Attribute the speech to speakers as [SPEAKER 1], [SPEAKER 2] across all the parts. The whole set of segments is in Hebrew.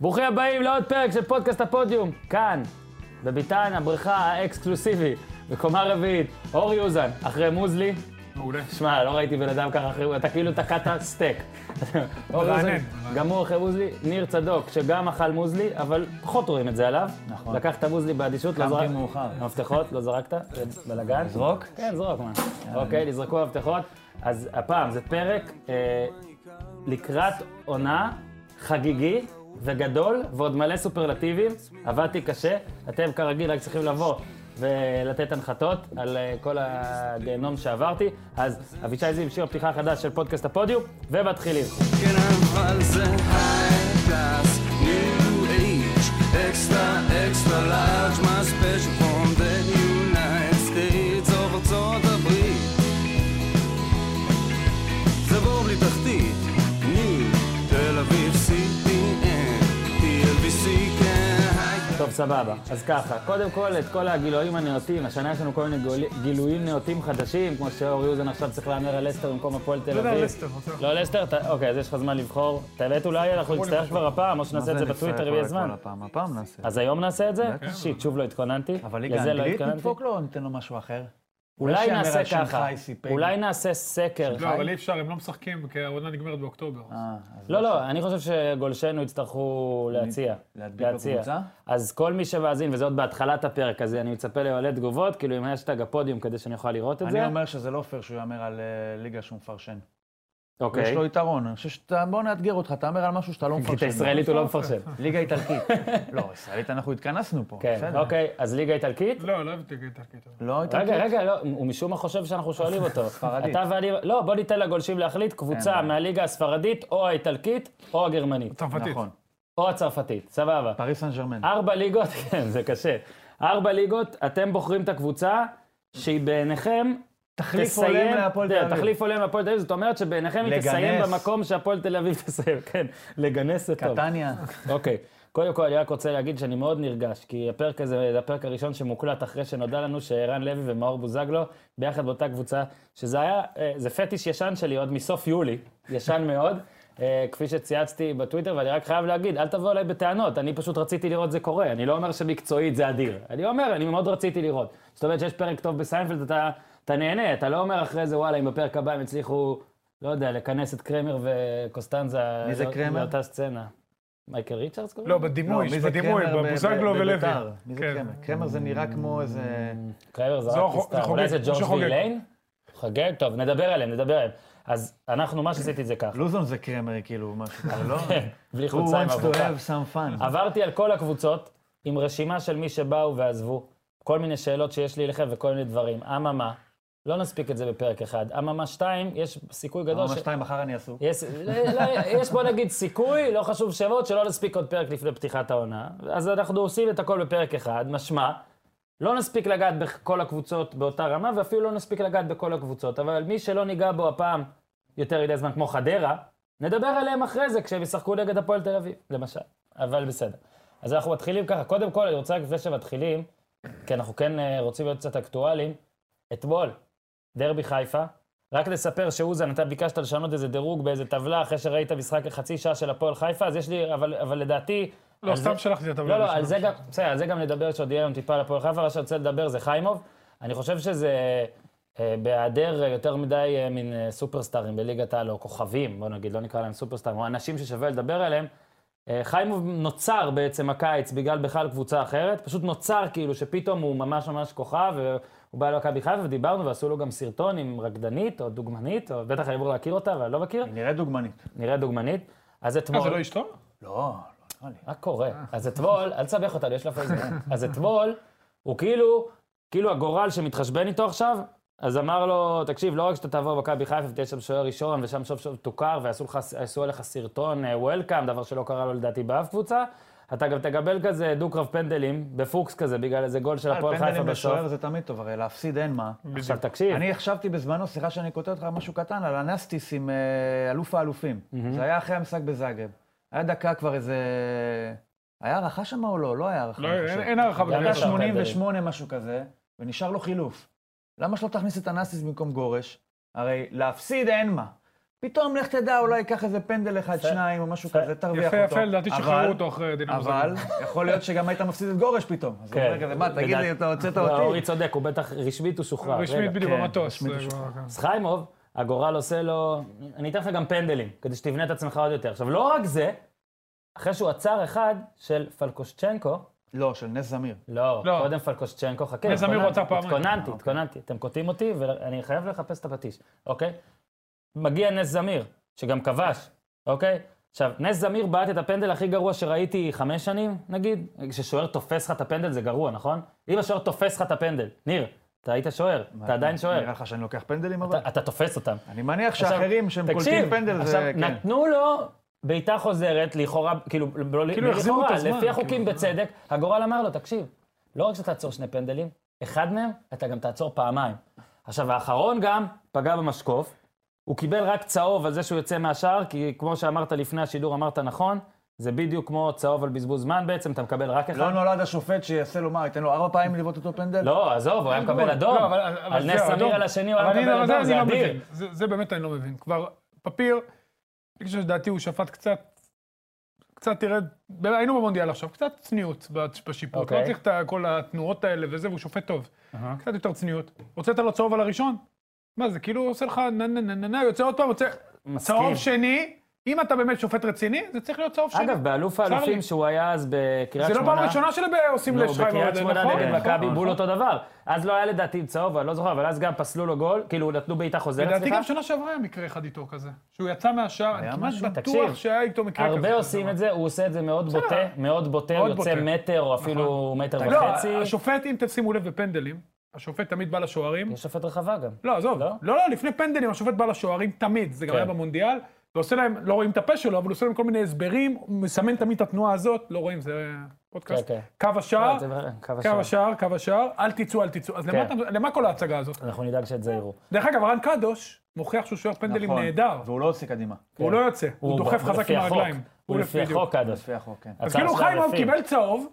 [SPEAKER 1] ברוכים הבאים לעוד פרק של פודקאסט הפודיום, כאן, בביתן הבריכה האקסקלוסיבי, בקומה רביעית, אור יוזן, אחרי מוזלי.
[SPEAKER 2] מעולה.
[SPEAKER 1] שמע, לא ראיתי בן אדם ככה אחרי, אתה כאילו תקעת סטייק. אור יוזן,
[SPEAKER 2] מרענן.
[SPEAKER 1] גם הוא אחרי מוזלי, ניר צדוק, שגם אכל מוזלי, אבל פחות רואים את זה עליו.
[SPEAKER 3] נכון.
[SPEAKER 1] לקח את המוזלי באדישות, לא
[SPEAKER 3] קמתי
[SPEAKER 1] זרק.
[SPEAKER 3] מאוחר.
[SPEAKER 1] המפתחות, לא זרקת? זה בלאגן.
[SPEAKER 3] לזרוק?
[SPEAKER 1] כן, זרוק, מה. אוקיי, נזרקו המפתחות. אז הפעם, זה פרק אה, לקראת עונה, חגיגי וגדול, ועוד מלא סופרלטיבים. עבדתי קשה. אתם כרגיל רק צריכים לבוא ולתת הנחתות על אה, כל הגיהנום שעברתי. אז אבישי זיו, שיר הפתיחה החדש של פודקאסט הפודיום, ומתחילים.
[SPEAKER 4] כן, אבל זה high class, new age, extra, extra large, my special from the United States of ארצות הברית. זה בור בלי תחתית, ניו, תל אביב, CTN, TLVC, כן, היי.
[SPEAKER 1] טוב, סבבה. אז ככה, קודם כל, את כל הגילויים הנאותים, השנה יש לנו כל מיני גול- גילויים נאותים חדשים, כמו שאור יוזן עכשיו צריך להמר על לסטר במקום הפועל תל
[SPEAKER 2] לא
[SPEAKER 1] אביב.
[SPEAKER 2] יודע, לסטר, רוצה.
[SPEAKER 1] לא לסטר? אתה- אוקיי, אז יש לך זמן לבחור. תלת אולי, אנחנו נצטרך כבר הפעם, או שנעשה את זה בטוויטר, יהיה זמן.
[SPEAKER 3] הפעם, הפעם נעשה.
[SPEAKER 1] אז היום נעשה את זה? שיט, שוב לא התכוננתי.
[SPEAKER 3] אבל ליגה
[SPEAKER 1] לזה לא
[SPEAKER 3] אנגלית
[SPEAKER 1] התכוננתי.
[SPEAKER 3] נדפוק לו או ניתן לו משהו אחר?
[SPEAKER 1] אולי
[SPEAKER 3] יש יאמר
[SPEAKER 1] נעשה
[SPEAKER 3] לא, על שם
[SPEAKER 1] ככה,
[SPEAKER 3] חי, סיפק.
[SPEAKER 1] אולי נעשה סקר.
[SPEAKER 2] לא, אבל אי אפשר, הם לא משחקים, כי העונה נגמרת באוקטובר.
[SPEAKER 3] אה, אז
[SPEAKER 1] לא, לא, אני חושב שגולשנו יצטרכו להציע.
[SPEAKER 3] להדביק
[SPEAKER 1] להציע.
[SPEAKER 3] בקבוצה?
[SPEAKER 1] אז כל מי שמאזין, וזה עוד בהתחלת הפרק הזה, אני מצפה למלא תגובות, כאילו עם האשטג הפודיום כדי שאני אוכל לראות את זה.
[SPEAKER 3] אני אומר שזה לא פייר שהוא יאמר על אה, ליגה שהוא מפרשן. יש
[SPEAKER 1] אוקיי.
[SPEAKER 3] לו יתרון. אני חושב שאתה, בוא נאתגר אותך, תאמר על משהו שאתה לא
[SPEAKER 1] כי את
[SPEAKER 3] מפרשן.
[SPEAKER 1] הישראלית הוא לא מפרשן.
[SPEAKER 3] ליגה איטלקית. לא, ישראלית, אנחנו התכנסנו פה.
[SPEAKER 1] כן,
[SPEAKER 3] בסדר.
[SPEAKER 1] אוקיי, אז ליגה איטלקית?
[SPEAKER 2] לא, לא אוהבתי איטלקית.
[SPEAKER 3] לא איטלקית.
[SPEAKER 1] רגע, רגע, לא, הוא משום מה חושב שאנחנו שואלים אותו.
[SPEAKER 3] ספרדית.
[SPEAKER 1] אתה ואני, לא, בוא ניתן לגולשים להחליט קבוצה
[SPEAKER 3] בעיה.
[SPEAKER 1] מהליגה הספרדית, או האיטלקית, או הגרמנית,
[SPEAKER 2] צרפתית.
[SPEAKER 3] נכון.
[SPEAKER 1] או הצרפתית, סבבה.
[SPEAKER 3] פריס סן ג'רמן.
[SPEAKER 1] ארבע ליגות, כן, זה קשה. ארבע ליגות, אתם בוחרים את הקבוצה שהיא בעיניכם
[SPEAKER 3] תחליף
[SPEAKER 1] תסיים-
[SPEAKER 3] הולם להפועל
[SPEAKER 1] כן,
[SPEAKER 3] תל אביב.
[SPEAKER 1] תחליף עולם להפועל תל אביב, זאת אומרת שבעיניכם היא
[SPEAKER 3] לגנס.
[SPEAKER 1] תסיים במקום שהפועל תל אביב תסיים, כן, לגנס זה טוב.
[SPEAKER 3] קטניה. לא,
[SPEAKER 1] אוקיי. קודם כל, אני רק רוצה להגיד שאני מאוד נרגש, כי הפרק הזה זה הפרק הראשון שמוקלט אחרי שנודע לנו שערן לוי ומאור בוזגלו ביחד באותה קבוצה, שזה היה, אה, זה פטיש ישן שלי עוד מסוף יולי, ישן מאוד, אה, כפי שצייצתי בטוויטר, ואני רק חייב להגיד, אל תבוא אליי בטענות, אני פשוט רציתי לראות זה קורה, אני לא אומר שמקצועית זה אדיר, אני אומר, אני מאוד רציתי לראות. זאת אומרת שיש פרק טוב בסיינפלד, אתה, אתה נהנה, אתה לא אומר אחרי זה, וואלה, אם בפרק הבא הם הצליחו, לא יודע, לכנס את קרמר וקוסטנזה,
[SPEAKER 3] מי זה
[SPEAKER 1] לא-
[SPEAKER 3] קרמר?
[SPEAKER 1] לאותה סצנה. מייקל ריצ'רדס קוראים?
[SPEAKER 2] לא,
[SPEAKER 1] לו?
[SPEAKER 3] לא,
[SPEAKER 2] בדימוי,
[SPEAKER 3] מי זה
[SPEAKER 2] בדימוי,
[SPEAKER 3] קרמר ב-
[SPEAKER 2] בבוזגלו
[SPEAKER 3] ב-
[SPEAKER 2] ולוי.
[SPEAKER 3] בביתר? מי זה
[SPEAKER 2] כן.
[SPEAKER 3] קרמר? קרמר זה נראה כמו איזה...
[SPEAKER 1] Mm, קרייבר זה
[SPEAKER 2] זה
[SPEAKER 1] רק
[SPEAKER 2] חו- זה
[SPEAKER 1] סתם,
[SPEAKER 2] חוגג,
[SPEAKER 1] אולי זה
[SPEAKER 2] זה
[SPEAKER 1] ג'ורג'
[SPEAKER 2] שחוגג.
[SPEAKER 1] וי ליין? חוגג? טוב, נדבר עליהם, נדבר עליהם. אז אנחנו, מה שעשיתי זה ככה.
[SPEAKER 3] לוזון זה קרמר, כאילו, משהו כזה, לא?
[SPEAKER 1] בלי
[SPEAKER 3] הוא
[SPEAKER 1] חולצה עם
[SPEAKER 3] wants to
[SPEAKER 1] אבוקה.
[SPEAKER 3] have some fun.
[SPEAKER 1] עברתי על כל הקבוצות עם רשימה של מי שבאו ועזבו, כל מיני שאלות שיש לי אליכם וכל מיני דברים. אממה, לא נספיק את זה בפרק אחד. אממה שתיים, יש סיכוי גדול
[SPEAKER 3] ממש
[SPEAKER 1] ש...
[SPEAKER 3] שתיים מחר אני עסוק.
[SPEAKER 1] יש, לא- לא- יש בוא נגיד סיכוי, לא חשוב שמות, שלא נספיק עוד פרק לפני פתיחת העונה. אז אנחנו עושים את הכל בפרק אחד, משמע, לא נספיק לגעת בכל הקבוצות באותה רמה, ואפילו לא נספיק לגעת בכל הקבוצות. אבל מי שלא ניגע בו הפעם יותר מדי זמן, כמו חדרה, נדבר עליהם אחרי זה, כשהם ישחקו נגד הפועל תל אביב, למשל. אבל בסדר. אז אנחנו מתחילים ככה. קודם כל, אני רוצה רק לפני שמתחילים, כי אנחנו כן אה, רוצים להיות קצת אקטואליים, אתמול, דרבי חיפה, רק לספר שאוזן, אתה ביקשת לשנות איזה דירוג באיזה טבלה אחרי שראית משחק חצי שעה של הפועל חיפה, אז יש לי, אבל, אבל לדעתי...
[SPEAKER 2] לא,
[SPEAKER 1] על
[SPEAKER 2] סתם
[SPEAKER 1] זה-
[SPEAKER 2] שלחתי את
[SPEAKER 1] לא,
[SPEAKER 2] הטבלה
[SPEAKER 1] לא, על
[SPEAKER 2] הראשונה.
[SPEAKER 1] זה גם, בסדר, על זה גם נדבר שעוד יהיה היום טיפה על הפועל חיפה, מה שאני רוצה לדבר זה חיימוב. אני חושב שזה אה, בהיעדר אה, יותר מדי אה, מין אה, סופרסטארים בליגת העל, או כוכבים, בוא נגיד, לא נקרא להם סופרסטארים, או אנשים ששווה לדבר עליהם. אה, חיימוב נוצר בעצם הקיץ בגלל בכלל קבוצה אחרת, פשוט נוצר כאילו שפתאום הוא ממש ממש כוכב, והוא בא למכבי חיפה ודיברנו ועשו לו גם סרטון עם רקדנית או דוגמנית, או בטח אני אמור להכיר אותה, אבל אני לא מכיר,
[SPEAKER 3] היא נראית דוגמנית.
[SPEAKER 1] נראה דוגמנית. אז
[SPEAKER 2] אה, זה
[SPEAKER 1] אתמול...
[SPEAKER 2] לא אשתו?
[SPEAKER 3] לא, לא נראה לי.
[SPEAKER 1] מה קורה? אז אתמול, אל תסבך אותנו, יש לה פייסבוק. אז אתמול, הוא כאילו, כאילו הגורל שמתחשבן איתו עכשיו, אז אמר לו, תקשיב, לא רק שאתה תעבור במכבי חיפה ותהיה שם שוער ראשון, ושם סוף סוף תוכר, ויעשו לך- יעשו עליך סרטון וולקאם, דבר שלא קרה לו לדעתי באף קבוצה, אתה גם תקבל כזה דו-קרב פנדלים, בפוקס כזה, בגלל איזה גול של
[SPEAKER 3] על
[SPEAKER 1] הפועל חיפה
[SPEAKER 3] לא, אה, פנדלים
[SPEAKER 1] בסוף. Mm.
[SPEAKER 3] לשוער זה תמיד טוב, הרי להפסיד אין מה.
[SPEAKER 1] עכשיו תקשיב,
[SPEAKER 3] אני החשבתי בזמנו, סליחה שאני קוטע אותך, משהו קטן, על הנסטיס עם אה, אלוף האלופים. זה היה אחרי המשחק בזאגב. היה דקה כבר איזה... היה הערכה שם או לא? לא היה הערכה,
[SPEAKER 2] לא,
[SPEAKER 3] אני
[SPEAKER 2] אין-
[SPEAKER 3] חושב.
[SPEAKER 2] אין הערכה
[SPEAKER 1] גם
[SPEAKER 2] בגלל
[SPEAKER 3] דקה
[SPEAKER 1] יש הרבה
[SPEAKER 3] 88 משהו כזה, ונשאר לו חילוף. למה שלא תכניס את הנסטיס במקום גורש? הרי להפסיד אין מה. פתאום לך תדע, אולי ייקח איזה פנדל אחד,
[SPEAKER 1] יפה.
[SPEAKER 3] שניים או משהו
[SPEAKER 1] יפה.
[SPEAKER 3] כזה, תרוויח
[SPEAKER 2] יפה,
[SPEAKER 3] אותו.
[SPEAKER 2] יפה, לדעתי
[SPEAKER 3] אבל-
[SPEAKER 2] שחררו אותו אחרי דינמו
[SPEAKER 3] אבל
[SPEAKER 2] זאגרב.
[SPEAKER 3] יכול להיות שגם היית מפסיד את גורש פתאום. אז הוא
[SPEAKER 1] כן.
[SPEAKER 3] אומר כזה, מה, תגיד לי,
[SPEAKER 1] לדעת-
[SPEAKER 3] אתה הוצאת
[SPEAKER 1] לא, אורי
[SPEAKER 3] אותי?
[SPEAKER 1] צודק, הוא בטח רשמית הוא שוחרר. רגע.
[SPEAKER 2] רשמית בדיוק
[SPEAKER 3] כן,
[SPEAKER 2] במטוס.
[SPEAKER 3] רשמית
[SPEAKER 2] זה
[SPEAKER 3] הוא
[SPEAKER 2] כבר-
[SPEAKER 1] אז חיימוב, הגורל עושה לו, אני אתן לך גם פנדלים, כדי שתבנה את עצמך עוד יותר. עכשיו, לא רק זה, אחרי שהוא עצר אחד של פלקושצ'נקו,
[SPEAKER 3] לא, של נס זמיר.
[SPEAKER 1] לא,
[SPEAKER 2] לא.
[SPEAKER 1] קודם פלקושצ'נקו, חכה.
[SPEAKER 2] בן זמיר הוא
[SPEAKER 1] התכוננתי,
[SPEAKER 2] עצר פעמיים.
[SPEAKER 1] התכוננתי, התכוננתי. אתם קוטעים אותי ואני חייב לחפש את הפטיש, אוקיי? מגיע נס זמיר, שגם כבש, אוקיי? עכשיו, נס זמיר בעט את הפנדל הכי גרוע שראיתי חמש שנים, נגיד. כששוער תופס לך את הפנדל זה גרוע, נכון? אם השוער תופס לך את הפנדל, ניר, אתה היית שוער, אתה עדיין שוער.
[SPEAKER 3] נראה לך שאני לוקח פנדלים אבל?
[SPEAKER 1] אתה- אתה תופס אותם.
[SPEAKER 3] אני מניח
[SPEAKER 1] עכשיו,
[SPEAKER 3] שאחרים שהם קולטים פנדל
[SPEAKER 1] עכשיו,
[SPEAKER 3] זה... כן.
[SPEAKER 1] נתנו לו בעיטה חוזרת, לכאורה, כאילו, לא
[SPEAKER 2] כאילו, החזירו
[SPEAKER 1] לכאורה,
[SPEAKER 2] את הזמן,
[SPEAKER 1] לפי החוקים
[SPEAKER 2] כאילו.
[SPEAKER 1] בצדק, הגורל אמר לו, תקשיב, לא רק שתעצור שני פנדלים, אחד מהם, אתה גם תעצור פעמיים. עכשיו, האחרון גם פגע במשקוף, הוא קיבל רק צהוב על זה שהוא יוצא מהשער, כי כמו שאמרת לפני השידור, אמרת נכון, זה בדיוק כמו צהוב על בזבוז זמן בעצם, אתה מקבל רק אחד.
[SPEAKER 3] לא נולד השופט שיעשה לו מה, ייתן לו ארבע פעמים לבעוט אותו פנדל?
[SPEAKER 1] לא, עזוב, הוא היה מקבל
[SPEAKER 2] לא,
[SPEAKER 1] אדום.
[SPEAKER 2] אבל- אבל
[SPEAKER 1] על
[SPEAKER 2] זה
[SPEAKER 1] נס
[SPEAKER 2] האדום.
[SPEAKER 1] אמיר על השני הוא היה
[SPEAKER 2] אבל
[SPEAKER 1] מקבל
[SPEAKER 2] אני-
[SPEAKER 1] אדום,
[SPEAKER 2] אני
[SPEAKER 1] זה
[SPEAKER 2] לא
[SPEAKER 1] אדיר.
[SPEAKER 2] מבין. זה זה באמת אני לא מבין. כבר פפיר, אני חושב שלדעתי הוא שפט קצת, קצת תרד, היינו במונדיאל עכשיו, קצת צניעות בש- בשיפוט.
[SPEAKER 1] אוקיי.
[SPEAKER 2] לא צריך את ה- כל התנועות האלה וזה, והוא שופט טוב.
[SPEAKER 1] אהה.
[SPEAKER 2] קצת יותר צניעות. הוצאת לו צהוב על הראשון? מה זה, כאילו הוא עושה לך נה נה נה נה נה, יוצא עוד פעם, יוצא...
[SPEAKER 1] מסכים.
[SPEAKER 2] צהוב שני, אם אתה באמת שופט רציני, זה צריך להיות צהוב שני.
[SPEAKER 1] אגב, באלוף
[SPEAKER 2] צר לי.
[SPEAKER 1] האלופים שהוא היה אז בקריית
[SPEAKER 2] זה
[SPEAKER 1] שמונה...
[SPEAKER 2] לא פעם ראשונה שעושים
[SPEAKER 1] לא,
[SPEAKER 2] לשחיים.
[SPEAKER 1] בקריית שמונה נגד
[SPEAKER 2] כן.
[SPEAKER 3] נכון,
[SPEAKER 1] מכבי
[SPEAKER 3] נכון.
[SPEAKER 1] בול אותו דבר. אז לא היה לדעתי צהוב, אני לא זוכר, אבל אז גם פסלו לו גול, כאילו נתנו בעיטה חוזרת,
[SPEAKER 2] לדעתי
[SPEAKER 1] סליחה.
[SPEAKER 2] גם שנה שעברה היה מקרה אחד איתו כזה. שהוא יצא מהשער, אני
[SPEAKER 3] היה
[SPEAKER 2] כמעט
[SPEAKER 3] משהו?
[SPEAKER 2] בטוח
[SPEAKER 1] תקשיב,
[SPEAKER 2] שהיה איתו מקרה כזה.
[SPEAKER 1] הרבה עושים את זה, הוא עושה את זה מאוד בוטה, מאוד בוטה, הוא
[SPEAKER 2] מאוד
[SPEAKER 1] יוצא
[SPEAKER 2] בוטה. נכון.
[SPEAKER 1] מטר או אפילו מטר
[SPEAKER 2] לא,
[SPEAKER 1] וחצי.
[SPEAKER 2] השופט, אם תשימו לב בפנדלים, השופט תמיד בא לשוערים.
[SPEAKER 1] יש שופט רחבה גם.
[SPEAKER 2] לא, עזוב.
[SPEAKER 1] לא?
[SPEAKER 2] לא, לא, לפני פנדלים השופט בא לשוערים תמיד, זה גם
[SPEAKER 1] כן.
[SPEAKER 2] היה במונדיאל. ועושה להם, לא רואים את הפה שלו, אבל הוא עושה להם כל מיני הסברים, הוא מסמן תמיד את התנועה הזאת, לא רואים, זה פודקאסט.
[SPEAKER 1] כן,
[SPEAKER 2] קו השער,
[SPEAKER 1] לא, זה- קו
[SPEAKER 2] קו
[SPEAKER 1] השער.
[SPEAKER 2] השער, קו השער, אל תצאו, אל תצאו. אז
[SPEAKER 1] כן.
[SPEAKER 2] למה אתה- למה כל ההצגה הזאת?
[SPEAKER 1] אנחנו נדאג שאת זה יראו.
[SPEAKER 2] דרך אגב, רן קדוש מוכיח שהוא שוער פנדלים
[SPEAKER 3] נכון.
[SPEAKER 2] נהדר.
[SPEAKER 3] והוא לא הוציא קדימה,
[SPEAKER 2] הוא לא יוצא, הוא דוחף
[SPEAKER 1] הוא
[SPEAKER 2] חזק
[SPEAKER 1] לפי
[SPEAKER 2] עם
[SPEAKER 1] החוק.
[SPEAKER 2] הרגליים.
[SPEAKER 1] הוא לפי
[SPEAKER 2] בדיוק.
[SPEAKER 1] החוק, אדוס.
[SPEAKER 3] לפי החוק, כן.
[SPEAKER 2] אז
[SPEAKER 1] הצעה
[SPEAKER 2] כאילו
[SPEAKER 1] של
[SPEAKER 2] חיימוב
[SPEAKER 1] האלופים.
[SPEAKER 2] קיבל צהוב,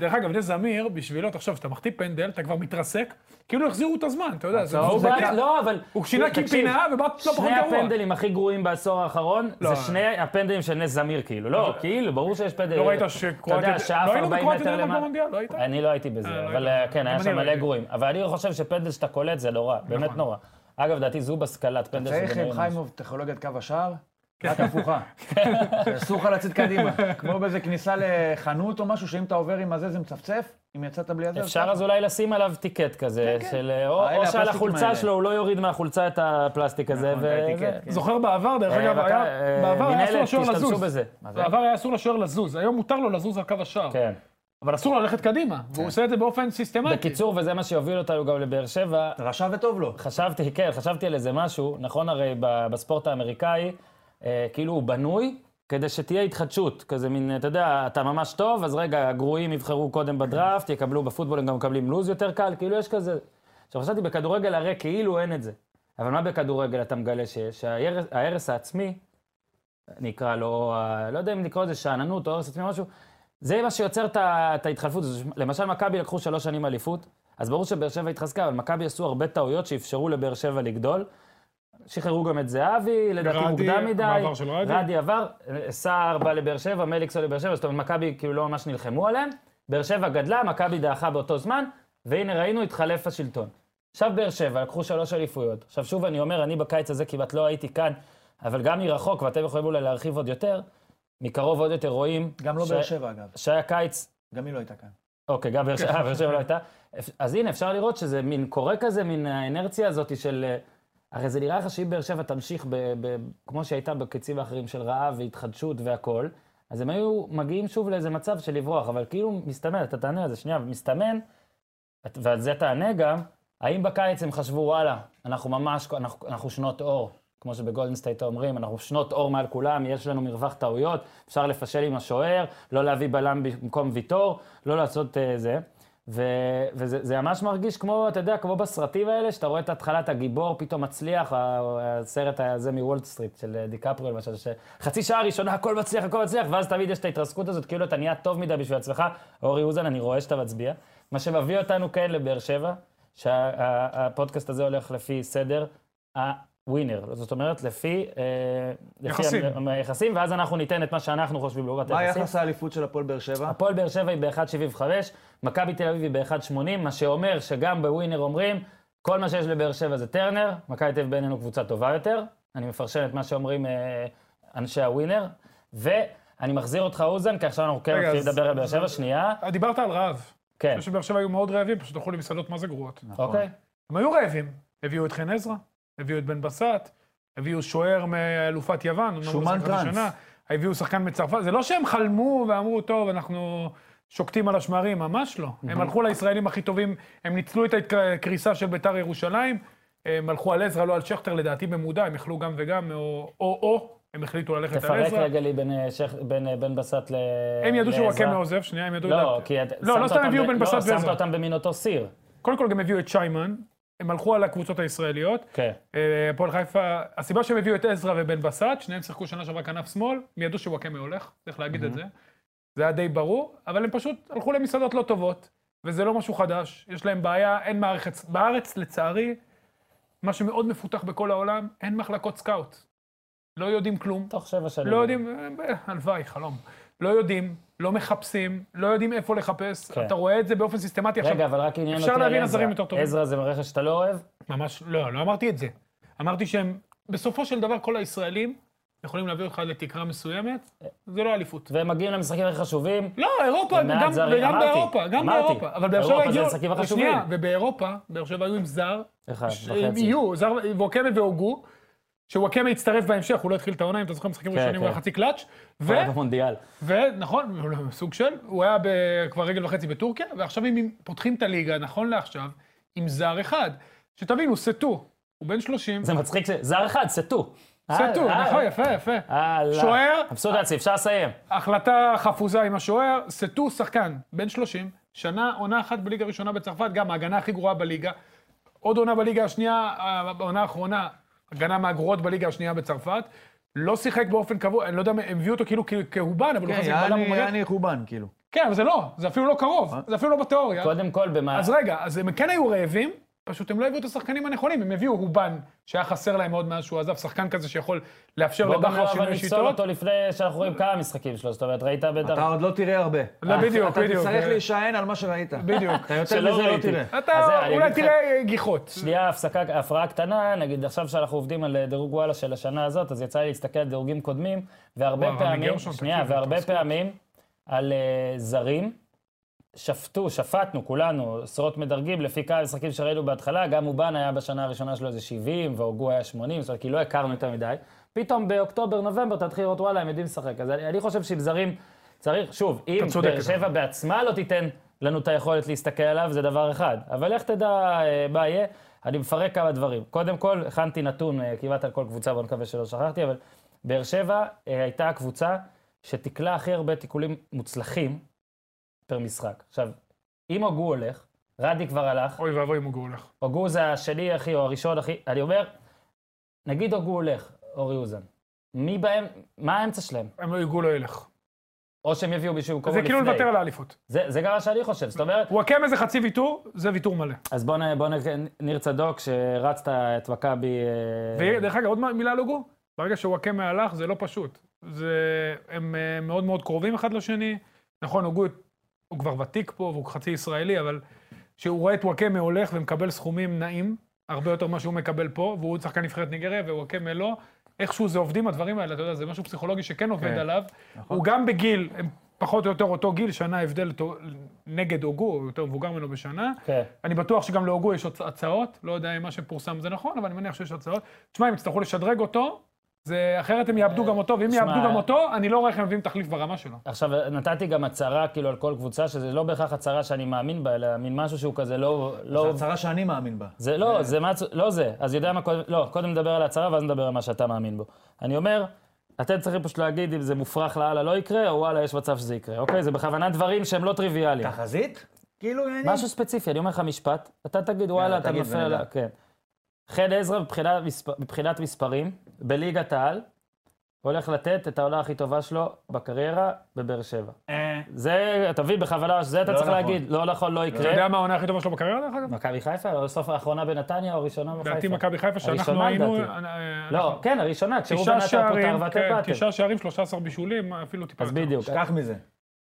[SPEAKER 2] דרך אגב, נס זמיר, בשבילו, תחשוב, כשאתה מחטיא פנדל, אתה כבר מתרסק, כאילו החזירו את הזמן, אתה יודע, זה...
[SPEAKER 1] הוא
[SPEAKER 2] זה- כאילו-
[SPEAKER 1] בעט- לא, אבל...
[SPEAKER 2] הוא שינה
[SPEAKER 1] תקשיב,
[SPEAKER 2] קיפינה ובעט לא פחות
[SPEAKER 1] שני
[SPEAKER 2] גרוע.
[SPEAKER 1] הפנדלים הכי גרועים בעשור האחרון,
[SPEAKER 2] לא.
[SPEAKER 1] זה שני הפנדלים של נס זמיר, כאילו. לא, כאילו, ברור שיש פנדלים.
[SPEAKER 2] לא ראית
[SPEAKER 1] אתה יודע,
[SPEAKER 2] שקרואטיה...
[SPEAKER 1] שאף
[SPEAKER 2] לא היינו
[SPEAKER 1] 40
[SPEAKER 2] בקרואטיה
[SPEAKER 1] מטר
[SPEAKER 2] דנמרק
[SPEAKER 1] למעלה.
[SPEAKER 2] במונדיאל, לא היית?
[SPEAKER 1] אני לא הייתי בזה,
[SPEAKER 2] לא
[SPEAKER 1] אבל
[SPEAKER 2] הייתי.
[SPEAKER 1] אה, כן, היה
[SPEAKER 2] גם
[SPEAKER 1] שם
[SPEAKER 2] אני
[SPEAKER 1] מלא
[SPEAKER 2] לא נכון. הייתי.
[SPEAKER 1] גרועים. אבל אני חושב שפנדל שאתה קולט זה לא רע, באמת נורא. אגב, לדעתי זו בסקלת פנדל שזה
[SPEAKER 3] צריך עם
[SPEAKER 1] נורא.
[SPEAKER 3] חיימוב טכנולוגיית קו השער,
[SPEAKER 2] כן.
[SPEAKER 3] רק הפוכה. אסור לך לצאת קדימה. כמו באיזה כניסה לחנות או משהו, שאם אתה עובר עם הזה זה מצפצף, אם יצאת בלי הזה...
[SPEAKER 1] אפשר אז אולי לשים עליו טיקט
[SPEAKER 3] כן,
[SPEAKER 1] כזה, של... אה, או-
[SPEAKER 3] האלה,
[SPEAKER 1] או שעל
[SPEAKER 3] הפלסטיקים
[SPEAKER 1] החולצה
[SPEAKER 3] האלה.
[SPEAKER 1] שלו הוא לא יוריד מהחולצה את הפלסטיק הזה,
[SPEAKER 3] נכון, את
[SPEAKER 1] וזה.
[SPEAKER 3] האטיקט, כן.
[SPEAKER 2] זוכר בעבר, דרך
[SPEAKER 1] אה,
[SPEAKER 2] אגב,
[SPEAKER 1] בק-
[SPEAKER 2] היה-
[SPEAKER 1] אה,
[SPEAKER 2] בעבר היה אסור
[SPEAKER 1] מנהלת,
[SPEAKER 2] לשוער
[SPEAKER 1] תשתמשו
[SPEAKER 2] לזוז.
[SPEAKER 1] בזה.
[SPEAKER 3] זה?
[SPEAKER 2] בעבר היה אסור לשוער לזוז, היום מותר לו לזוז על קו השער.
[SPEAKER 1] כן.
[SPEAKER 2] אבל אסור לו ללכת קדימה, והוא עושה את זה באופן סיסטמטי.
[SPEAKER 1] בקיצור, וזה מה שיוביל אותנו גם לבאר שבע,
[SPEAKER 3] רשע וטוב לו.
[SPEAKER 1] חשבתי, כן, חשבתי על איזה משהו. נכון הרי ב- בספורט האמריקאי, אה, כאילו הוא בנוי כדי שתהיה התחדשות. כזה מין, אתה יודע, אתה ממש טוב, אז רגע, הגרועים יבחרו קודם בדראפט, יקבלו בפוטבול, הם גם מקבלים לוז יותר קל, כאילו יש כזה... עכשיו חשבתי, בכדורגל הרי כאילו אין את זה. אבל מה בכדורגל אתה מגלה שיש? שההרס ההרס העצמי, נקרא לו, ה- לא יודע אם נקרא לזה שאננות או הרס עצמי או משהו, זה מה שיוצר את ה- את ההתחלפות. הזו. למשל, מכבי לקחו שלוש שנים אליפות, אז ברור שבאר שבע התחזקה, אבל מכבי עשו הרבה טעויות שאפשרו לבאר שבע לגדול. שחררו גם את זהבי, לדעתי
[SPEAKER 2] רדי,
[SPEAKER 1] מוקדם מדי.
[SPEAKER 2] המעבר של רדי.
[SPEAKER 1] רדי עבר, סער בא לבאר שבע, מליקסון לבאר שבע, זאת אומרת, מכבי כאילו לא ממש נלחמו עליהם. באר שבע גדלה, מכבי דעכה באותו זמן, והנה ראינו, התחלף השלטון. עכשיו באר שבע, לקחו שלוש אליפויות. עכשיו שוב אני אומר, אני בקיץ הזה כמעט לא הייתי כאן, אבל גם מרחוק, ואתם יכולים אולי להרחיב עוד יותר, מקרוב עוד יותר רואים...
[SPEAKER 3] גם לא
[SPEAKER 1] ש-
[SPEAKER 3] באר שבע, אגב.
[SPEAKER 1] שהיה קיץ
[SPEAKER 3] גם היא לא הייתה כאן.
[SPEAKER 1] אוקיי, גם באר שבע,
[SPEAKER 3] כן.
[SPEAKER 1] אה, באר שבע לא הייתה. אפ- אז הנה, אפשר לראות שזה מין קורה כזה, מין האנרציה הזאת של... אה, הרי זה נראה לך שאם באר שבע תמשיך ב, ב, כמו שהייתה בקצים האחרים של רעב והתחדשות והכול, אז הם היו מגיעים שוב לאיזה מצב של לברוח, אבל כאילו מסתמן, אתה תענה על זה שנייה, מסתמן, את- ועל זה תענה גם, האם בקיץ הם חשבו, וואלה, אנחנו ממש, אנחנו, אנחנו שנות אור, כמו שבגולדן סטייט אומרים, אנחנו שנות אור מעל כולם, יש לנו מרווח טעויות, אפשר לפשל עם השוער, לא להביא בלם במקום ויטור, לא לעשות uh, זה. ו- וזה זה ממש מרגיש כמו, אתה יודע, כמו בסרטים האלה, שאתה רואה את התחלת הגיבור פתאום מצליח, ה- הסרט הזה מוולט סטריט של אה, דיקפריו למשל, שחצי שעה ראשונה הכל מצליח, הכל מצליח, ואז תמיד יש את ההתרסקות הזאת, כאילו אתה נהיה טוב מדי בשביל עצמך. אורי אוזן, אני רואה שאתה מצביע. מה שמביא אותנו כן לבאר שבע, שהפודקאסט הזה הולך לפי סדר. ה- ווינר. זאת אומרת, לפי... אה, לפי
[SPEAKER 2] יחסים.
[SPEAKER 1] המ- היחסים, ואז אנחנו ניתן את מה שאנחנו חושבים לעומת
[SPEAKER 3] מה
[SPEAKER 1] היחסים.
[SPEAKER 3] יחס האליפות של הפועל באר שבע?
[SPEAKER 1] הפועל באר שבע היא ב-1.75, מכבי תל אביב היא ב-1.80, מה שאומר שגם בווינר אומרים, כל מה שיש לבאר שבע זה טרנר, מכבי תל אביב בעינינו קבוצה טובה יותר, אני מפרשן את מה שאומרים אה, אנשי הווינר, ואני מחזיר אותך, אוזן, כי עכשיו אנחנו כן
[SPEAKER 2] רגע,
[SPEAKER 1] מתחילים
[SPEAKER 2] אז-
[SPEAKER 1] לדבר על באר שבע, שנייה,
[SPEAKER 2] אה, דיברת על רעב.
[SPEAKER 1] כן,
[SPEAKER 2] אני חושב שבאר שבע היו מאוד רעבים, פשוט אכלו למסעדות מה זה גרועות.
[SPEAKER 1] אוקיי.
[SPEAKER 2] הם היו רעבים. הביאו את חן עזרא, הביאו את בן בסט, הביאו שוער מאלופת יוון. אמנם הוא
[SPEAKER 3] שומן
[SPEAKER 2] לא שיחק
[SPEAKER 3] טראנס.
[SPEAKER 2] ראשונה, הביאו שחקן מצרפת. זה לא שהם חלמו ואמרו, טוב, אנחנו שוקטים על השמרים, ממש לא. הם הלכו לישראלים הכי טובים, הם ניצלו את הקריסה של ביתר ירושלים, הם הלכו על עזרא, לא על שכטר, לדעתי במודע, הם יכלו גם וגם, או-או, הם החליטו ללכת על
[SPEAKER 1] תפרק
[SPEAKER 2] עזרא.
[SPEAKER 1] רגע לי בין, אה, שייח- בין, אה, בן בסט ל...
[SPEAKER 2] הם ידעו שהוא
[SPEAKER 1] לעזרא.
[SPEAKER 2] הקמא עוזב, שנייה, הם ידעו...
[SPEAKER 1] לא,
[SPEAKER 2] לדעת.
[SPEAKER 1] כי... את-
[SPEAKER 2] לא,
[SPEAKER 1] שמת
[SPEAKER 2] לא סתם
[SPEAKER 1] אותם
[SPEAKER 2] הביאו
[SPEAKER 1] ב-
[SPEAKER 2] בן
[SPEAKER 1] לא,
[SPEAKER 2] בסט
[SPEAKER 1] שמת
[SPEAKER 2] ועזרא.
[SPEAKER 1] אותם במין אותו סיר.
[SPEAKER 2] קודם כל גם הביאו את שיימן, הם הלכו על הקבוצות הישראליות.
[SPEAKER 1] כן.
[SPEAKER 2] אה, הפועל חיפה, הסיבה שהם הביאו את עזרא ובן בסט, שניהם שיחקו שנה שעברה כנף שמאל, הם ידעו שוואקמה הולך, צריך להגיד את זה. זה היה די ברור, אבל הם פשוט הלכו למסעדות לא טובות, וזה לא משהו חדש, יש להם בעיה, אין מערכת, בארץ לצערי, מה שמאוד מפותח בכל העולם, אין מחלקות סקאוט. לא יודעים כלום,
[SPEAKER 1] תוך שבע שנים.
[SPEAKER 2] לא יודעים, אה, הלוואי, חלום. לא יודעים, לא מחפשים, לא יודעים איפה לחפש,
[SPEAKER 1] כן.
[SPEAKER 2] אתה רואה את זה באופן סיסטמטי עכשיו.
[SPEAKER 1] רגע, אבל רק עניין אותי
[SPEAKER 2] אפשר
[SPEAKER 1] על
[SPEAKER 2] להבין
[SPEAKER 1] עזרא.
[SPEAKER 2] עזרים יותר טובים.
[SPEAKER 1] עזרא זה רכש שאתה לא אוהב?
[SPEAKER 2] ממש לא, לא אמרתי את זה. אמרתי שהם, בסופו של דבר כל הישראלים יכולים להביא אותך לתקרה מסוימת, זה לא אליפות.
[SPEAKER 1] והם מגיעים למשחקים הכי חשובים.
[SPEAKER 2] לא, אירופה,
[SPEAKER 1] ומעט
[SPEAKER 2] גם,
[SPEAKER 1] זרים,
[SPEAKER 2] וגם
[SPEAKER 1] אמרתי,
[SPEAKER 2] באירופה, גם
[SPEAKER 1] אמרתי.
[SPEAKER 2] באירופה. אבל באר שבע
[SPEAKER 1] אירופה זה
[SPEAKER 2] הגיעו...
[SPEAKER 1] המשחקים החשובים.
[SPEAKER 2] שנייה, ובאירופה, באר שבע היו עם זר,
[SPEAKER 1] אחד
[SPEAKER 2] ש-
[SPEAKER 1] וחצי.
[SPEAKER 2] יהיו, זר, וואקמה והוגו, שוואקמה הצטרף בהמשך, הוא לא התחיל את העונה, אם אתה זוכר, משחקים
[SPEAKER 1] כן,
[SPEAKER 2] ראשונים הוא
[SPEAKER 1] כן.
[SPEAKER 2] היה חצי קלאץ', ו...
[SPEAKER 1] היה במונדיאל.
[SPEAKER 2] ונכון, לא, סוג של, הוא היה ב, כבר רגל וחצי בטורקיה, ועכשיו אם פותחים את הליגה, נכון לעכשיו, עם זר אחד. שתבינו, סטו, הוא בן 30,
[SPEAKER 1] זה מצחיק ש... זר אחד, סטו.
[SPEAKER 2] סטו,
[SPEAKER 1] אה,
[SPEAKER 2] נכון, יפה, יפה. שוער.
[SPEAKER 1] אבסודציה, אפשר לסיים.
[SPEAKER 2] החלטה חפוזה עם השוער, סטו שחקן, בן 30, שנה, עונה אחת בליגה ראשונה בצרפת, גם ההגנה הכי גרועה בליגה. עוד עונה בליגה השנייה, העונה האחרונה, הגנה מהגרועות בליגה השנייה בצרפת. לא שיחק באופן קבוע, אני לא יודע, הם הביאו אותו כאילו כ- כהובן, אבל הוא
[SPEAKER 3] כן,
[SPEAKER 2] חזק בלם
[SPEAKER 3] יעני-
[SPEAKER 2] ומגן.
[SPEAKER 3] יעני חובן, כאילו.
[SPEAKER 2] כן, אבל זה לא, זה אפילו לא קרוב, זה אפילו לא בתיאוריה.
[SPEAKER 1] אה. קודם כל, במה...
[SPEAKER 2] אז רגע, אז הם כן היו רעבים, פשוט הם לא הביאו את השחקנים הנכונים, הם הביאו הובן, שהיה חסר להם מאוד מאז שהוא עזב, שחקן כזה שיכול לאפשר
[SPEAKER 1] בוא גם
[SPEAKER 2] לבכר
[SPEAKER 1] לא אבל
[SPEAKER 2] שינוי
[SPEAKER 1] נפסול
[SPEAKER 2] שיטות.
[SPEAKER 1] אותו לפני שאנחנו רואים כמה משחקים שלו. זאת אומרת, ראית בטח...
[SPEAKER 3] אתה עוד לא תראה הרבה.
[SPEAKER 2] לא, בדיוק,
[SPEAKER 3] אתה
[SPEAKER 2] בדיוק.
[SPEAKER 3] תצטרך
[SPEAKER 2] אה,
[SPEAKER 3] להישען על מה שראית.
[SPEAKER 2] בדיוק.
[SPEAKER 3] אתה יותר
[SPEAKER 1] כן. שלא
[SPEAKER 3] מזה לא
[SPEAKER 1] ראיתי.
[SPEAKER 3] תראה.
[SPEAKER 1] אז זה,
[SPEAKER 2] אתה
[SPEAKER 1] אני
[SPEAKER 2] אולי
[SPEAKER 1] אגיד לך-
[SPEAKER 2] תראה אה, גיחות.
[SPEAKER 1] שנייה, הפסקה, הפרעה קטנה, נגיד עכשיו שאנחנו עובדים על אה, דירוג וואלה של השנה הזאת, אז יצא לי להסתכל על דירוגים קודמים, והרבה
[SPEAKER 2] וואו, רמי
[SPEAKER 1] פעמים,
[SPEAKER 2] גרשון,
[SPEAKER 1] שנייה,
[SPEAKER 2] תקשיב,
[SPEAKER 1] והרבה
[SPEAKER 2] התרסקות.
[SPEAKER 1] פעמים על אה, זרים, שפטו, שפטנו כולנו עשרות מדרגים לפי כמה משחקים שראינו בהתחלה, גם אובן היה בשנה הראשונה שלו איזה 70, והוגו היה 80, זאת אומרת, כי לא הכרנו יותר מדי. פתאום באוקטובר, נובמבר, אתה תתחיל לראות, וואלה, הם יודעים לשחק. אז אני, אני חושב שעם זרים צריך, שוב, אם
[SPEAKER 2] צודק,
[SPEAKER 1] באר
[SPEAKER 2] אתה
[SPEAKER 1] שבע בעצמה לא תיתן לנו את היכולת להסתכל עליו, זה דבר אחד. אבל לך תדע אה, מה יהיה, אני מפרק כמה דברים. קודם כל, הכנתי נתון אה, כמעט על כל קבוצה, בואו נקווה שלא שכחתי, אבל באר שבע אה, הייתה הקבוצה שתיקלה הכי הרבה תיקולים מוצלחים פר משחק. עכשיו, אם הוגו הולך, רדי כבר הלך,
[SPEAKER 2] אוי ואבוי אם הוא גאולך.
[SPEAKER 1] הוגו זה השני אחי, או הראשון אחי, אני אומר, נגיד הוגו הולך, אורי אוזן, מי בהם, מה האמצע שלהם?
[SPEAKER 2] הם לא יגעו לא ילך.
[SPEAKER 1] או שהם יביאו מישהו במקומו
[SPEAKER 2] זה
[SPEAKER 1] לפני.
[SPEAKER 2] כאילו לוותר על האליפות.
[SPEAKER 1] זה, זה גם מה שאני חושב, זאת אומרת,
[SPEAKER 2] וואקמה זה חצי ויתור, זה ויתור מלא.
[SPEAKER 1] אז בוא, נ- בוא נ... ניר צדוק, שרצת את מכבי... אה,
[SPEAKER 2] ודרך אגב, עוד מילה על הוגו, ברגע שוואקמה הלך, זה לא פשוט. זה, הם אה, מאוד מאוד קרובים אחד לשני. נכון, הוגו הוא כבר ותיק פה, והוא חצי ישראלי, אבל כשהוא רואה את וואקמה הולך ומקבל סכומים נעים, הרבה יותר ממה שהוא מקבל פה, והוא שחקן נבחרת ניגריה ווואקמה לא, איכשהו זה עובדים הדברים האלה, אתה יודע, זה משהו פסיכולוגי שכן עובד
[SPEAKER 3] כן,
[SPEAKER 2] עליו. הוא גם בגיל, הם פחות או יותר אותו גיל, שנה הבדל טו- נגד הוגו, הוא יותר מבוגר ממנו בשנה.
[SPEAKER 1] כן.
[SPEAKER 2] אני בטוח שגם להוגו יש הצ- הצעות, לא יודע אם מה שפורסם זה נכון, אבל אני מניח שיש הצעות. תשמע, הם יצטרכו לשדרג אותו, זה אחרת הם יאבדו גם אותו, ואם
[SPEAKER 1] תשמע,
[SPEAKER 2] יאבדו גם אותו, אני לא רואה איך הם מביאים תחליף ברמה שלו.
[SPEAKER 1] עכשיו, נתתי גם הצהרה, כאילו, על כל קבוצה, שזה לא בהכרח הצהרה שאני מאמין בה, אלא מין משהו שהוא כזה לא...
[SPEAKER 3] זו
[SPEAKER 1] לא...
[SPEAKER 3] הצהרה שאני מאמין בה.
[SPEAKER 1] זה לא, זה מה... לא זה. אז יודע מה קודם... לא, קודם נדבר על ההצהרה, ואז נדבר על מה שאתה מאמין בו. אני אומר, אתם צריכים פשוט להגיד אם זה מופרך לאללה לא יקרה, או וואלה, יש מצב שזה יקרה, אוקיי? זה בכוונה דברים שהם לא טריוויאליים.
[SPEAKER 3] תחזית? כאילו, יעני?
[SPEAKER 1] משהו ספציפי, אני אומר לך משפט, אתה תגיד, וואלה, אתה
[SPEAKER 3] תגיד
[SPEAKER 1] נופל
[SPEAKER 3] ונדע."
[SPEAKER 1] על... ה-" כן. חן עזרא מבחינת מספ- מבחינת מספרים, בליגת העל, הולך לתת את העונה הכי טובה שלו בקריירה בבאר שבע.
[SPEAKER 3] אה,
[SPEAKER 1] זה, תביא בכוונה, זה אתה
[SPEAKER 3] לא
[SPEAKER 1] צריך
[SPEAKER 3] נכון.
[SPEAKER 1] להגיד. לא נכון, לא יקרה.
[SPEAKER 2] אתה יודע מה העונה הכי טובה שלו בקריירה, דרך אגב?
[SPEAKER 1] מכבי חיפה, או סוף האחרונה בנתניה, או הראשונה בחיפה.
[SPEAKER 2] לדעתי מכבי חיפה, שאנחנו
[SPEAKER 1] הראשונה,
[SPEAKER 2] היינו...
[SPEAKER 1] לדעתי.
[SPEAKER 2] אה,
[SPEAKER 1] לא,
[SPEAKER 2] אנחנו-
[SPEAKER 1] כן, הראשונה, כשהוא
[SPEAKER 2] תשעה
[SPEAKER 1] בנה את הפוטר
[SPEAKER 2] שערים,
[SPEAKER 1] ואתם
[SPEAKER 2] כן,
[SPEAKER 1] באתם.
[SPEAKER 2] תשעה שערים, 13 בישולים, אפילו טיפה
[SPEAKER 1] אז
[SPEAKER 2] יותר.
[SPEAKER 1] בדיוק,
[SPEAKER 3] שכח מזה.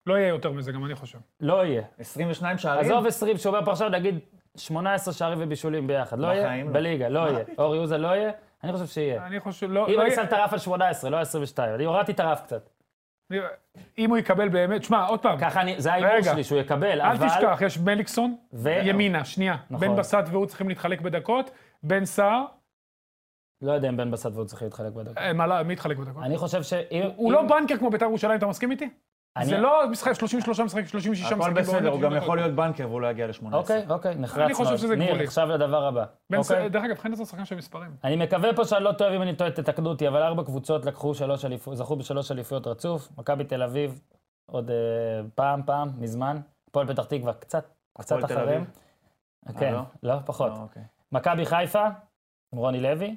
[SPEAKER 2] לא יהיה יותר מזה, גם אני חושב.
[SPEAKER 1] לא יהיה.
[SPEAKER 2] אה,
[SPEAKER 3] 22 שערים?
[SPEAKER 1] עזוב 20, שאומר פה עכשיו, נגיד 18 שערים ובישולים ביחד. לא יהיה?
[SPEAKER 3] בחיים לא.
[SPEAKER 1] בליגה,
[SPEAKER 2] אה,
[SPEAKER 1] לא יהיה. אורי אוזה לא יהיה? אני חושב שיהיה.
[SPEAKER 2] אני חושב, לא...
[SPEAKER 1] אם
[SPEAKER 2] לא
[SPEAKER 1] אני
[SPEAKER 2] יהיה-
[SPEAKER 1] שם את הרף על 18, לא 22, אני הורדתי את הרף קצת.
[SPEAKER 2] נראה, אם הוא יקבל באמת, שמע, עוד פעם,
[SPEAKER 1] ככה אני, זה ההימור
[SPEAKER 2] רגע.
[SPEAKER 1] שלי, שהוא יקבל,
[SPEAKER 2] אל
[SPEAKER 1] כן, אבל...
[SPEAKER 2] תשכח, יש מליקסון,
[SPEAKER 1] ו-
[SPEAKER 2] ימינה, שנייה.
[SPEAKER 1] נכון.
[SPEAKER 2] בן בסט והוא צריכים להתחלק בדקות, בן סער,
[SPEAKER 1] לא יודע אם בן בסט והוא צריך להתחלק בדקה.
[SPEAKER 2] אה, מה, לא, מי יתחלק בדקות?
[SPEAKER 1] אני חושב שאם...
[SPEAKER 2] הוא
[SPEAKER 1] אם-
[SPEAKER 2] לא בנקר כמו בית"ר ירושלים, אתה מסכים איתי?
[SPEAKER 1] אני-
[SPEAKER 2] זה לא משחק 33 משחקים, 36 משחקים.
[SPEAKER 3] הכל בסדר,
[SPEAKER 2] בעונה, כאילו,
[SPEAKER 3] הוא גם
[SPEAKER 2] דקות.
[SPEAKER 3] יכול להיות בנקר והוא לא יגיע ל-18.
[SPEAKER 1] אוקיי, אוקיי, נחרץ מאוד.
[SPEAKER 2] אני חושב שזה
[SPEAKER 1] ניר,
[SPEAKER 2] גבולי.
[SPEAKER 1] עכשיו לדבר הבא.
[SPEAKER 2] בן
[SPEAKER 1] אוקיי?
[SPEAKER 2] סער- דרך אגב, חן עשה שחקן של מספרים.
[SPEAKER 1] אני מקווה פה שאני לא טועה, אם אני טועה תתקנו אותי, אבל ארבע קבוצות לקחו שלוש אליפויות, זכו בשלוש אליפויות רצוף. מכבי תל אביב, עוד אה, פעם, פעם, מזמן. הפועל פתח תקווה, קצת, קצת
[SPEAKER 3] תל
[SPEAKER 1] אחריהם.
[SPEAKER 3] אביב?
[SPEAKER 1] כן,
[SPEAKER 3] לא?
[SPEAKER 1] לא, פחות.
[SPEAKER 3] אה, אוקיי.
[SPEAKER 1] מכבי חיפה, עם רוני לוי,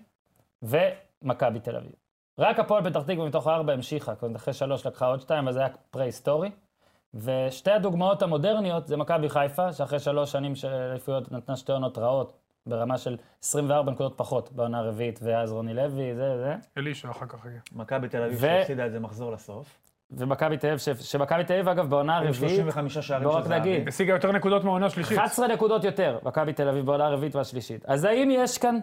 [SPEAKER 1] ומכבי תל אביב. רק הפועל פתח תקווה מתוך הארבע המשיכה, זאת אומרת, אחרי שלוש לקחה עוד שתיים, אז זה היה פרה-היסטורי. ושתי הדוגמאות המודרניות זה מכבי חיפה, שאחרי שלוש שנים של אליפויות נתנה שתי עונות רעות, ברמה של 24 נקודות פחות בעונה הרביעית, ואז רוני לוי, זה, זה.
[SPEAKER 2] אלישע אחר כך יהיה.
[SPEAKER 3] מכבי תל אביב
[SPEAKER 1] ו-
[SPEAKER 3] שהפסידה את זה מחזור לסוף.
[SPEAKER 1] ומכבי תל אביב, ש- שמכבי תל אביב, אגב, בעונה
[SPEAKER 3] עם
[SPEAKER 1] הרביעית,
[SPEAKER 3] 35 שערים
[SPEAKER 1] בוא
[SPEAKER 3] של
[SPEAKER 1] רק נגיד.
[SPEAKER 3] זהבי.
[SPEAKER 2] השיגה יותר נקודות מהעונה השלישית.
[SPEAKER 1] 11 נקודות יותר, מכבי תל אביב בעונה הרביעית והשלישית. אז האם יש כאן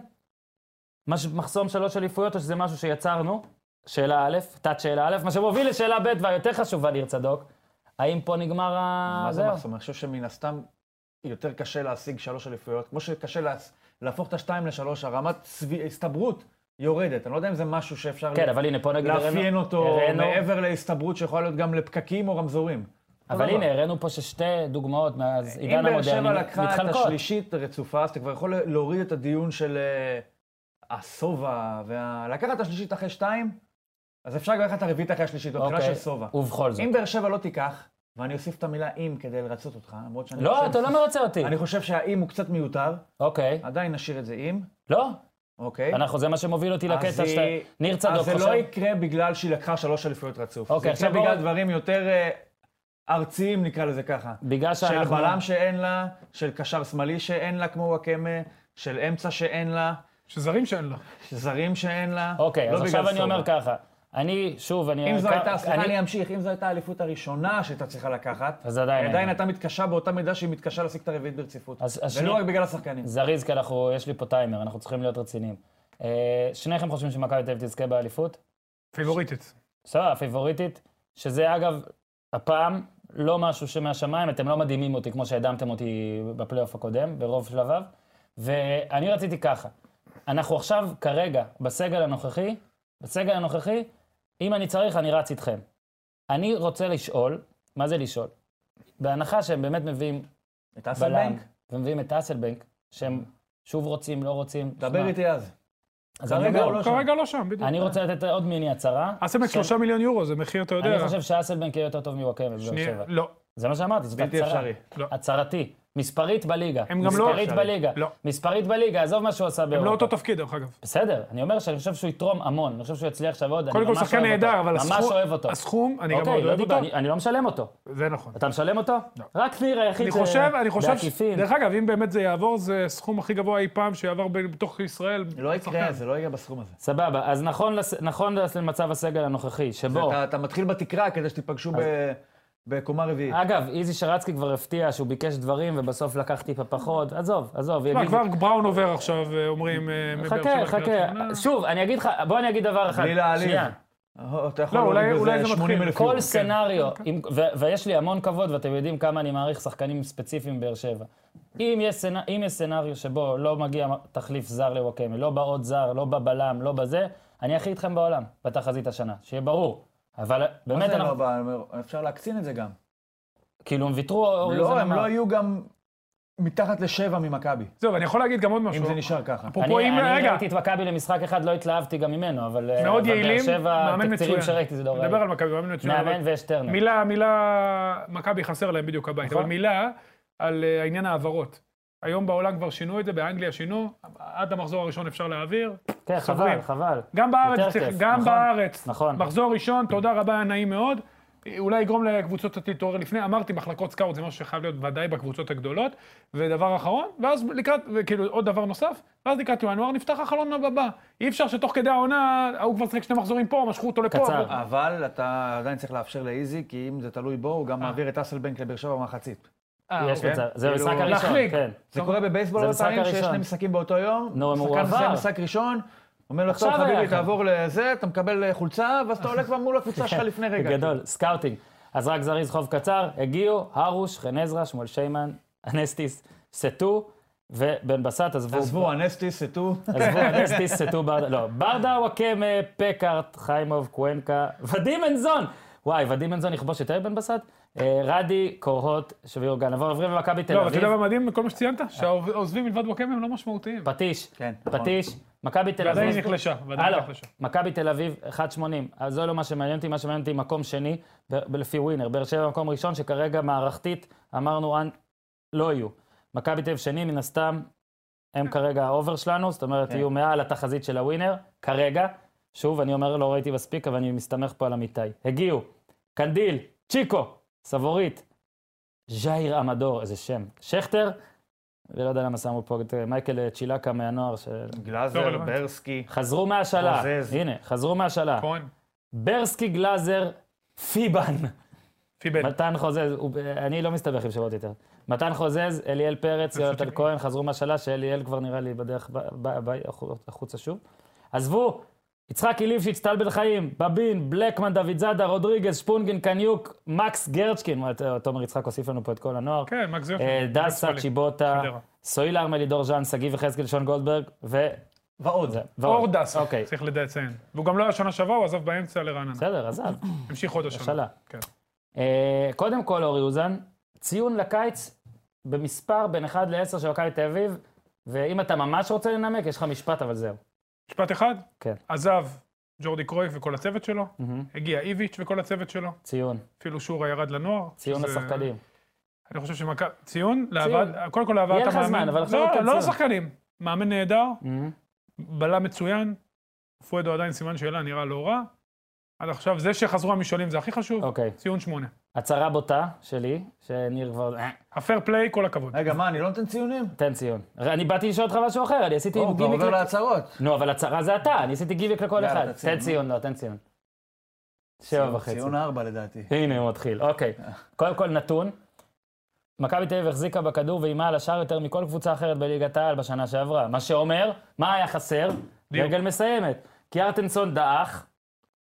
[SPEAKER 1] מש... מחסום שלוש אליפויות, או שזה משהו שיצרנו? שאלה א', תת שאלה א', מה שמוביל לשאלה ב' והיותר חשובה, ניר צדוק, האם פה נגמר ה...
[SPEAKER 3] מה זה
[SPEAKER 1] אה, זהו.
[SPEAKER 3] מחסום? אני חושב שמן הסתם יותר קשה להשיג שלוש אליפויות, כמו שקשה לה- להפוך את השתיים לשלוש, הרמת סבי- הסתברות יורדת. אני לא יודע אם זה משהו שאפשר
[SPEAKER 1] כן, אבל הנה, פה נגיד...
[SPEAKER 3] לאפיין
[SPEAKER 1] הראינו-
[SPEAKER 3] אותו
[SPEAKER 1] הראינו-
[SPEAKER 3] מעבר להסתברות שיכולה להיות גם לפקקים או רמזורים.
[SPEAKER 1] אבל
[SPEAKER 3] אותו
[SPEAKER 1] הנה,
[SPEAKER 3] דבר.
[SPEAKER 1] הראינו פה ששתי דוגמאות מאז
[SPEAKER 3] אם
[SPEAKER 1] עידן
[SPEAKER 3] באר שבע
[SPEAKER 1] המודרני
[SPEAKER 3] לקחה את
[SPEAKER 1] מתחלקות.
[SPEAKER 3] השלישית רצופה, אז אתה כבר יכול להוריד את הדיון של אה, הסובה, וה- לקחת את השלישית אחרי שתיים, אז אפשר גם לקחת את הרביעית אחרי השלישית, או הבחירה
[SPEAKER 1] אוקיי,
[SPEAKER 3] של סובה.
[SPEAKER 1] ובכל זאת.
[SPEAKER 3] אם באר שבע לא תיקח, ואני אוסיף את המילה אם כדי לרצות אותך, למרות שאני
[SPEAKER 1] לא,
[SPEAKER 3] חושב-
[SPEAKER 1] אתה לא מרצה אותי.
[SPEAKER 3] אני חושב שהאם הוא קצת מיותר,
[SPEAKER 1] אוקיי.
[SPEAKER 3] עדיין נשאיר את זה אם,
[SPEAKER 1] לא,
[SPEAKER 3] אוקיי?
[SPEAKER 1] אנחנו, זה מה שמוביל אותי לקטע
[SPEAKER 3] אז
[SPEAKER 1] שאתה...
[SPEAKER 3] היא-
[SPEAKER 1] ניר צדוק חושב...
[SPEAKER 3] אז זה לא יקרה בגלל שהיא לקחה שלוש אליפויות רצוף.
[SPEAKER 1] אוקיי,
[SPEAKER 3] זה
[SPEAKER 1] עכשיו
[SPEAKER 3] יקרה
[SPEAKER 1] בואו-
[SPEAKER 3] בגלל דברים יותר אה, ארציים, נקרא לזה ככה.
[SPEAKER 1] בגלל
[SPEAKER 3] של
[SPEAKER 1] שאנחנו...
[SPEAKER 3] בלם שאין לה, של קשר שמאלי שאין לה כמו וואקמה, של אמצע שאין לה,
[SPEAKER 2] שזרים שאין לה.
[SPEAKER 3] זרים שאין לה.
[SPEAKER 1] אוקיי,
[SPEAKER 3] לא
[SPEAKER 1] אז עכשיו
[SPEAKER 3] בגלל
[SPEAKER 1] אני אומר
[SPEAKER 3] סובה.
[SPEAKER 1] ככה. אני, שוב, אני...
[SPEAKER 3] אם זו
[SPEAKER 1] כ-
[SPEAKER 3] הייתה, סליחה, אני אמשיך, אם זו הייתה האליפות הראשונה שהייתה צריכה לקחת,
[SPEAKER 1] אז עדיין
[SPEAKER 3] היא עדיין
[SPEAKER 1] אין.
[SPEAKER 3] הייתה מתקשה באותה מידה שהיא מתקשה להשיג את הרביעית ברציפות.
[SPEAKER 1] אז- אז
[SPEAKER 3] ולא
[SPEAKER 1] שני-
[SPEAKER 3] רק בגלל השחקנים.
[SPEAKER 1] זריז, כי אנחנו, יש לי פה טיימר, אנחנו צריכים להיות רציניים. אה, שניכם חושבים שמכבי תל אביב תזכה באליפות?
[SPEAKER 2] פיבוריטית.
[SPEAKER 1] בסדר, הפיבוריטית, שזה אגב, הפעם לא משהו שמהשמיים, אתם לא מדהימים אותי כמו שהדהמתם אותי בפלייאוף הקודם, ברוב שלביו. ואני רציתי ככה, אנחנו עכשיו, כרגע, בסגל הנוכחי, בסגל הנוכחי, אם אני צריך, אני רץ איתכם. אני רוצה לשאול, מה זה לשאול? בהנחה שהם באמת מביאים
[SPEAKER 3] את אסלבנק?
[SPEAKER 1] בלם, ומביאים את אסלבנק, שהם שוב רוצים, לא רוצים.
[SPEAKER 3] דבר
[SPEAKER 1] שמע,
[SPEAKER 3] איתי אז.
[SPEAKER 1] אז אני
[SPEAKER 3] כרגע
[SPEAKER 1] אומר,
[SPEAKER 3] הוא לא שם.
[SPEAKER 2] כרגע לא שם, בדיוק.
[SPEAKER 1] אני רוצה לתת עוד מיני הצהרה.
[SPEAKER 2] אסמק
[SPEAKER 1] של-
[SPEAKER 2] שלושה מיליון יורו, זה מחיר, אתה יודע.
[SPEAKER 1] אני חושב שאסלבנק יהיה יותר טוב מוואקמה בבאר
[SPEAKER 2] שנייה,
[SPEAKER 1] שבע.
[SPEAKER 2] לא.
[SPEAKER 1] זה מה שאמרתי, זאת
[SPEAKER 3] בלתי
[SPEAKER 1] הצהרה.
[SPEAKER 3] אפשרי.
[SPEAKER 2] לא.
[SPEAKER 1] הצהרתי. מספרית בליגה.
[SPEAKER 2] הם גם לא-
[SPEAKER 1] מספרית
[SPEAKER 3] אפשרי.
[SPEAKER 1] בליגה.
[SPEAKER 2] לא.
[SPEAKER 1] מספרית בליגה, עזוב מה שהוא עשה באירופה.
[SPEAKER 2] הם לא אותו תפקיד, דרך אגב.
[SPEAKER 1] בסדר, אני אומר שאני חושב שהוא יתרום המון, אני חושב שהוא יצליח עכשיו עוד, אני
[SPEAKER 2] קודם כל
[SPEAKER 1] ממש
[SPEAKER 2] שחקן
[SPEAKER 1] אוהב אותו.
[SPEAKER 2] נהדר, אבל
[SPEAKER 1] ממש אוהב אותו.
[SPEAKER 2] הסכום, הסכום, אני גם
[SPEAKER 1] אוקיי,
[SPEAKER 2] מאוד
[SPEAKER 1] לא
[SPEAKER 2] אוהב
[SPEAKER 1] דיבר,
[SPEAKER 2] אותו.
[SPEAKER 1] אני אני לא משלם אותו.
[SPEAKER 2] זה נכון.
[SPEAKER 1] אתה משלם אותו?
[SPEAKER 2] לא.
[SPEAKER 1] רק ניר היחיד
[SPEAKER 2] אני
[SPEAKER 1] ש-
[SPEAKER 2] חושב, אני חושב, ש-
[SPEAKER 1] בעקיפין.
[SPEAKER 2] דרך אגב, אם באמת זה יעבור, זה הסכום הכי גבוה אי פעם שיעבר ב- בתוך ישראל.
[SPEAKER 3] לא
[SPEAKER 2] שחקן.
[SPEAKER 3] יקרה, זה לא יגיע בסכום הזה.
[SPEAKER 1] סבבה, אז נכון לס- נכון למצב הסגל הנוכחי, שבו...
[SPEAKER 3] אתה- אתה מתחיל בתקרה כדי שתיפגשו ב- בקומה רביעית.
[SPEAKER 1] אגב, איזי שרצקי כבר הפתיע שהוא ביקש דברים ובסוף לקח טיפה פחות. עזוב, עזוב,
[SPEAKER 2] מה,
[SPEAKER 1] יגיד...
[SPEAKER 2] לא, כבר בראון עובר עכשיו, אה, אומרים... אה, מבאר שבע
[SPEAKER 1] חכה,
[SPEAKER 2] לקריית שמונה.
[SPEAKER 1] חכה. שוב, אני אגיד לך, בוא אני אגיד דבר אחד.
[SPEAKER 3] בלי להעליב.
[SPEAKER 1] שנייה.
[SPEAKER 3] אתה יכול
[SPEAKER 2] לא, אולי-
[SPEAKER 3] להוריד
[SPEAKER 2] אולי
[SPEAKER 3] בזה
[SPEAKER 2] זה
[SPEAKER 3] 80
[SPEAKER 2] מתחיל.
[SPEAKER 3] אלף יורו.
[SPEAKER 1] כל סצנריו, עם- ו- ויש לי המון כבוד, ואתם יודעים כמה אני מעריך שחקנים ספציפיים באר שבע. אם יש סצנ- אם יש סצנריו שבו לא מגיע תחליף זר לוואקמה, לא בא עוד זר, לא בבלם, לא בזה, אני הכי איתכם בעולם, בתחזית השנה, שיהיה ברור. אבל
[SPEAKER 3] מה
[SPEAKER 1] באמת
[SPEAKER 3] זה לא
[SPEAKER 1] אנחנו,
[SPEAKER 3] בא? אפשר להקצין את זה גם.
[SPEAKER 2] לא-
[SPEAKER 1] כאילו הם ויתרו, אורי אוזן
[SPEAKER 3] לא, הם
[SPEAKER 1] אמר.
[SPEAKER 3] לא יהיו גם מתחת לשבע ממכבי,
[SPEAKER 2] זהו, ואני יכול להגיד גם עוד
[SPEAKER 3] אם
[SPEAKER 2] משהו.
[SPEAKER 1] לא-
[SPEAKER 3] זה נשאר ככה.
[SPEAKER 2] אפרופו אם,
[SPEAKER 1] אני, אני
[SPEAKER 2] רגע,
[SPEAKER 1] ראיתי את מכבי למשחק אחד, לא התלהבתי גם ממנו, אבל... אה,
[SPEAKER 2] מאוד
[SPEAKER 1] אבל באר
[SPEAKER 2] יעילים,
[SPEAKER 1] שבע,
[SPEAKER 2] מאמן
[SPEAKER 1] התקצירים
[SPEAKER 2] מצוין.
[SPEAKER 1] שראיתי זה לא
[SPEAKER 2] נדבר
[SPEAKER 1] ראיתי.
[SPEAKER 2] על מכבי, מאמן מצוין. אבל-
[SPEAKER 1] מאמן ויש טרנר.
[SPEAKER 2] מילה, מילה, מכבי חסר להם בדיוק הבית, אבל
[SPEAKER 1] כן. נכון.
[SPEAKER 2] מילה על אה, העניין ההעברות. היום בעולם כבר שינו את זה, באנגליה שינו, עד המחזור הראשון אפשר להעביר.
[SPEAKER 1] כן, חבל,
[SPEAKER 2] סוגרים.
[SPEAKER 1] חבל.
[SPEAKER 2] גם בארץ,
[SPEAKER 1] יותר
[SPEAKER 2] צריך,
[SPEAKER 1] כיף,
[SPEAKER 2] גם
[SPEAKER 1] נכון,
[SPEAKER 2] בארץ.
[SPEAKER 1] נכון.
[SPEAKER 2] מחזור ראשון, תודה רבה, היה נעים מאוד. אולי יגרום לקבוצות להתעורר לפני, אמרתי, מחלקות סקאוט זה משהו שחייב להיות ודאי בקבוצות הגדולות. ודבר אחרון, ואז לקראת, וכאילו עוד דבר נוסף, ואז לקראת ינואר נפתח החלון הבא. אי אפשר שתוך כדי העונה, ההוא כבר שיחק שני מחזורים פה, משכו אותו לפה.
[SPEAKER 1] קצר.
[SPEAKER 2] אבל-
[SPEAKER 3] אבל אתה עדיין צריך לאפשר לאיזי, כי אם זה תלוי בו, הוא גם
[SPEAKER 1] אה.
[SPEAKER 3] מעביר את אסלבנק לבאר שבע במחצית.
[SPEAKER 2] אה,
[SPEAKER 1] יש
[SPEAKER 2] אוקיי.
[SPEAKER 1] מצב, זה
[SPEAKER 3] כאילו,
[SPEAKER 1] המשחק הראשון,
[SPEAKER 2] להחליג.
[SPEAKER 1] כן.
[SPEAKER 3] זה קורה בבייסבול
[SPEAKER 1] זה
[SPEAKER 3] הרבה
[SPEAKER 1] משחק
[SPEAKER 3] פעמים, שיש
[SPEAKER 1] הראשון.
[SPEAKER 3] שני משחקים באותו יום.
[SPEAKER 1] נו, הם הוא
[SPEAKER 3] שחקן מסיים
[SPEAKER 1] עבר.
[SPEAKER 3] משחק ראשון, אומר לו,
[SPEAKER 1] עכשיו
[SPEAKER 3] טוב
[SPEAKER 1] היה
[SPEAKER 3] חביבי,
[SPEAKER 1] אחד."
[SPEAKER 3] תעבור לזה, אתה מקבל אה, חולצה, ואז אתה הולך כבר מול הקבוצה שלך לפני רגע.
[SPEAKER 1] גדול, סקאוטינג. אז רק זריז חוב קצר, הגיעו הרוש, חן עזרא, שמואל שיימן, אנסטיס, סטו ובן בסט, עזבו.
[SPEAKER 3] עזבו, אנסטי, סטו.
[SPEAKER 1] עזבו, אנסטיס, סטו, ברדה, לא. ברדה, וואקמה, פקארט, חיימוב, קוונקה, ודים אנזון! וואי, ודים אנזון יכבוש יותר בן בסט? אה, רדי, קורהוט, שבירו גן. אבל עוברים למכבי תל
[SPEAKER 2] לא, אבל אתה
[SPEAKER 1] אביב.
[SPEAKER 2] יודע מה מדהים בכל מה שציינת? שהעוזבים מלבד וואקמה הם לא משמעותיים.
[SPEAKER 1] פטיש,
[SPEAKER 3] כן, נכון.
[SPEAKER 1] פטיש, מכבי תל
[SPEAKER 2] ועדיין
[SPEAKER 1] אביב.
[SPEAKER 2] היא נחלשה, ועדיין
[SPEAKER 1] הלו,
[SPEAKER 2] היא נחלשה.
[SPEAKER 1] מכבי תל אביב, 1.80. אז זה לא מה שמעניין אותי, מה שמעניין אותי מקום שני, ב- ב- לפי ווינר. באר שבע מקום ראשון, שכרגע מערכתית, אמרנו, "אנ- לא יהיו. מכבי תל אביב שני, מן הסתם, הם כרגע האובר שלנו, זאת אומרת,
[SPEAKER 3] כן.
[SPEAKER 1] יהיו מעל התחזית של הווינר, כרגע. שוב, אני אומר, לא ראיתי מספיק, אבל אני מסתמך פה על אמיתי. הגיעו, קנדיל, צ'יקו, סבורית, ז'איר עמדור, איזה שם, שכטר, ולא יודע למה שמו פה את אה, מייקל אה, צ'ילקה מהנוער,
[SPEAKER 2] לא
[SPEAKER 3] גלאזר,
[SPEAKER 2] רלוונטי.
[SPEAKER 3] ברסקי.
[SPEAKER 1] שחזרו מהשאלה.
[SPEAKER 3] חוזז.
[SPEAKER 1] הנה, חזרו מהשאלה.
[SPEAKER 2] כהן,
[SPEAKER 1] ברסקי גלאזר, פיבן.
[SPEAKER 2] פיבן.
[SPEAKER 1] מתן חוזז, הוא- אני לא מסתבך עם שמות יותר. מתן חוזז, אליאל פרץ,
[SPEAKER 2] אני חושב
[SPEAKER 1] יונתן
[SPEAKER 2] שכן.
[SPEAKER 1] כהן, חזרו מהשאלה, שאליאל כבר נראה לי בדרך ב- ב- ב- החוצה שוב. עזבו, יצחקי ליפשיץ, טל בן חיים, בבין, בלקמן, דוד זאדה, רודריגז, שפונגין, קניוק, מקס גרצ'קין, מה, ת- תומר יצחק הוסיף לנו פה את כל הנוער.
[SPEAKER 2] כן, מקס יופי.
[SPEAKER 1] אה, דסה,
[SPEAKER 2] שמאלי.
[SPEAKER 1] צ'יבוטה,
[SPEAKER 2] חדרה.
[SPEAKER 1] סויל ארמל, לידור ז'אן, שגיב יחזקאל, שון גולדברג, וזה.
[SPEAKER 3] ועוד.
[SPEAKER 1] ועוד.
[SPEAKER 2] אור דסה,
[SPEAKER 1] אוקיי.
[SPEAKER 2] צריך לציין. והוא גם לא היה שנה שעברה, הוא עזב באמצע לרעננה.
[SPEAKER 1] בסדר, עזב.
[SPEAKER 2] המשיך עוד השנה.
[SPEAKER 1] השאלה.
[SPEAKER 2] כן.
[SPEAKER 1] אה, קודם כל, אורי אוזן, ציון לקיץ במספר בין 1 ל-10 של מכבי תל אביב, ואם אתה ממש רוצה לנמק, יש לך משפט, אבל זהו.
[SPEAKER 2] משפט אחד,
[SPEAKER 1] כן.
[SPEAKER 2] עזב ג'ורדי קרויף וכל הצוות שלו, הגיע איביץ' וכל הצוות שלו,
[SPEAKER 1] ציון,
[SPEAKER 2] אפילו שורה ירד לנוער.
[SPEAKER 1] ציון
[SPEAKER 2] שזה-
[SPEAKER 1] לשחקנים.
[SPEAKER 2] אני חושב שמכבי... ציון? להבא- קודם כל להבאת
[SPEAKER 1] יהיה
[SPEAKER 2] המאמן.
[SPEAKER 1] לך זמן, אבל עכשיו
[SPEAKER 2] לא,
[SPEAKER 1] רק על
[SPEAKER 2] לא
[SPEAKER 1] ציון.
[SPEAKER 2] לשחקנים. מאמן נהדר,
[SPEAKER 1] מהמם.
[SPEAKER 2] בלם מצוין, פואדו עדיין סימן שאלה, נראה לא רע. עד עכשיו, זה שחזרו המשעולים זה הכי חשוב.
[SPEAKER 1] אוקיי.
[SPEAKER 2] ציון שמונה.
[SPEAKER 1] הצהרה בוטה שלי, שניר כבר... אה,
[SPEAKER 2] הפייר פליי, כל הכבוד.
[SPEAKER 3] רגע, מה, אני לא נותן ציונים?
[SPEAKER 1] תן ציון. ר- אני באתי לשאול אותך משהו אחר, אני עשיתי
[SPEAKER 3] או, כבר
[SPEAKER 1] גימיק...
[SPEAKER 3] עובר
[SPEAKER 1] לכ-
[SPEAKER 3] להצהרות.
[SPEAKER 1] נו, אבל הצהרה זה אתה, אני עשיתי גימיק לכל
[SPEAKER 3] יאללה,
[SPEAKER 1] אחד.
[SPEAKER 3] אתה ציון,
[SPEAKER 1] תן
[SPEAKER 3] נו.
[SPEAKER 1] ציון, לא, תן ציון. שבע וחצי.
[SPEAKER 3] ציון ארבע לדעתי.
[SPEAKER 1] הנה הוא מתחיל, אוקיי. קודם כל נתון. מכבי תל אביב החזיקה בכדור ואיימה על השאר יותר מכל קבוצה אחרת בליגת העל בשנה שעברה. מה שאומר, מה היה חסר?
[SPEAKER 2] דיוק.
[SPEAKER 1] רגל מסיימת. כי ארטנסון דעך,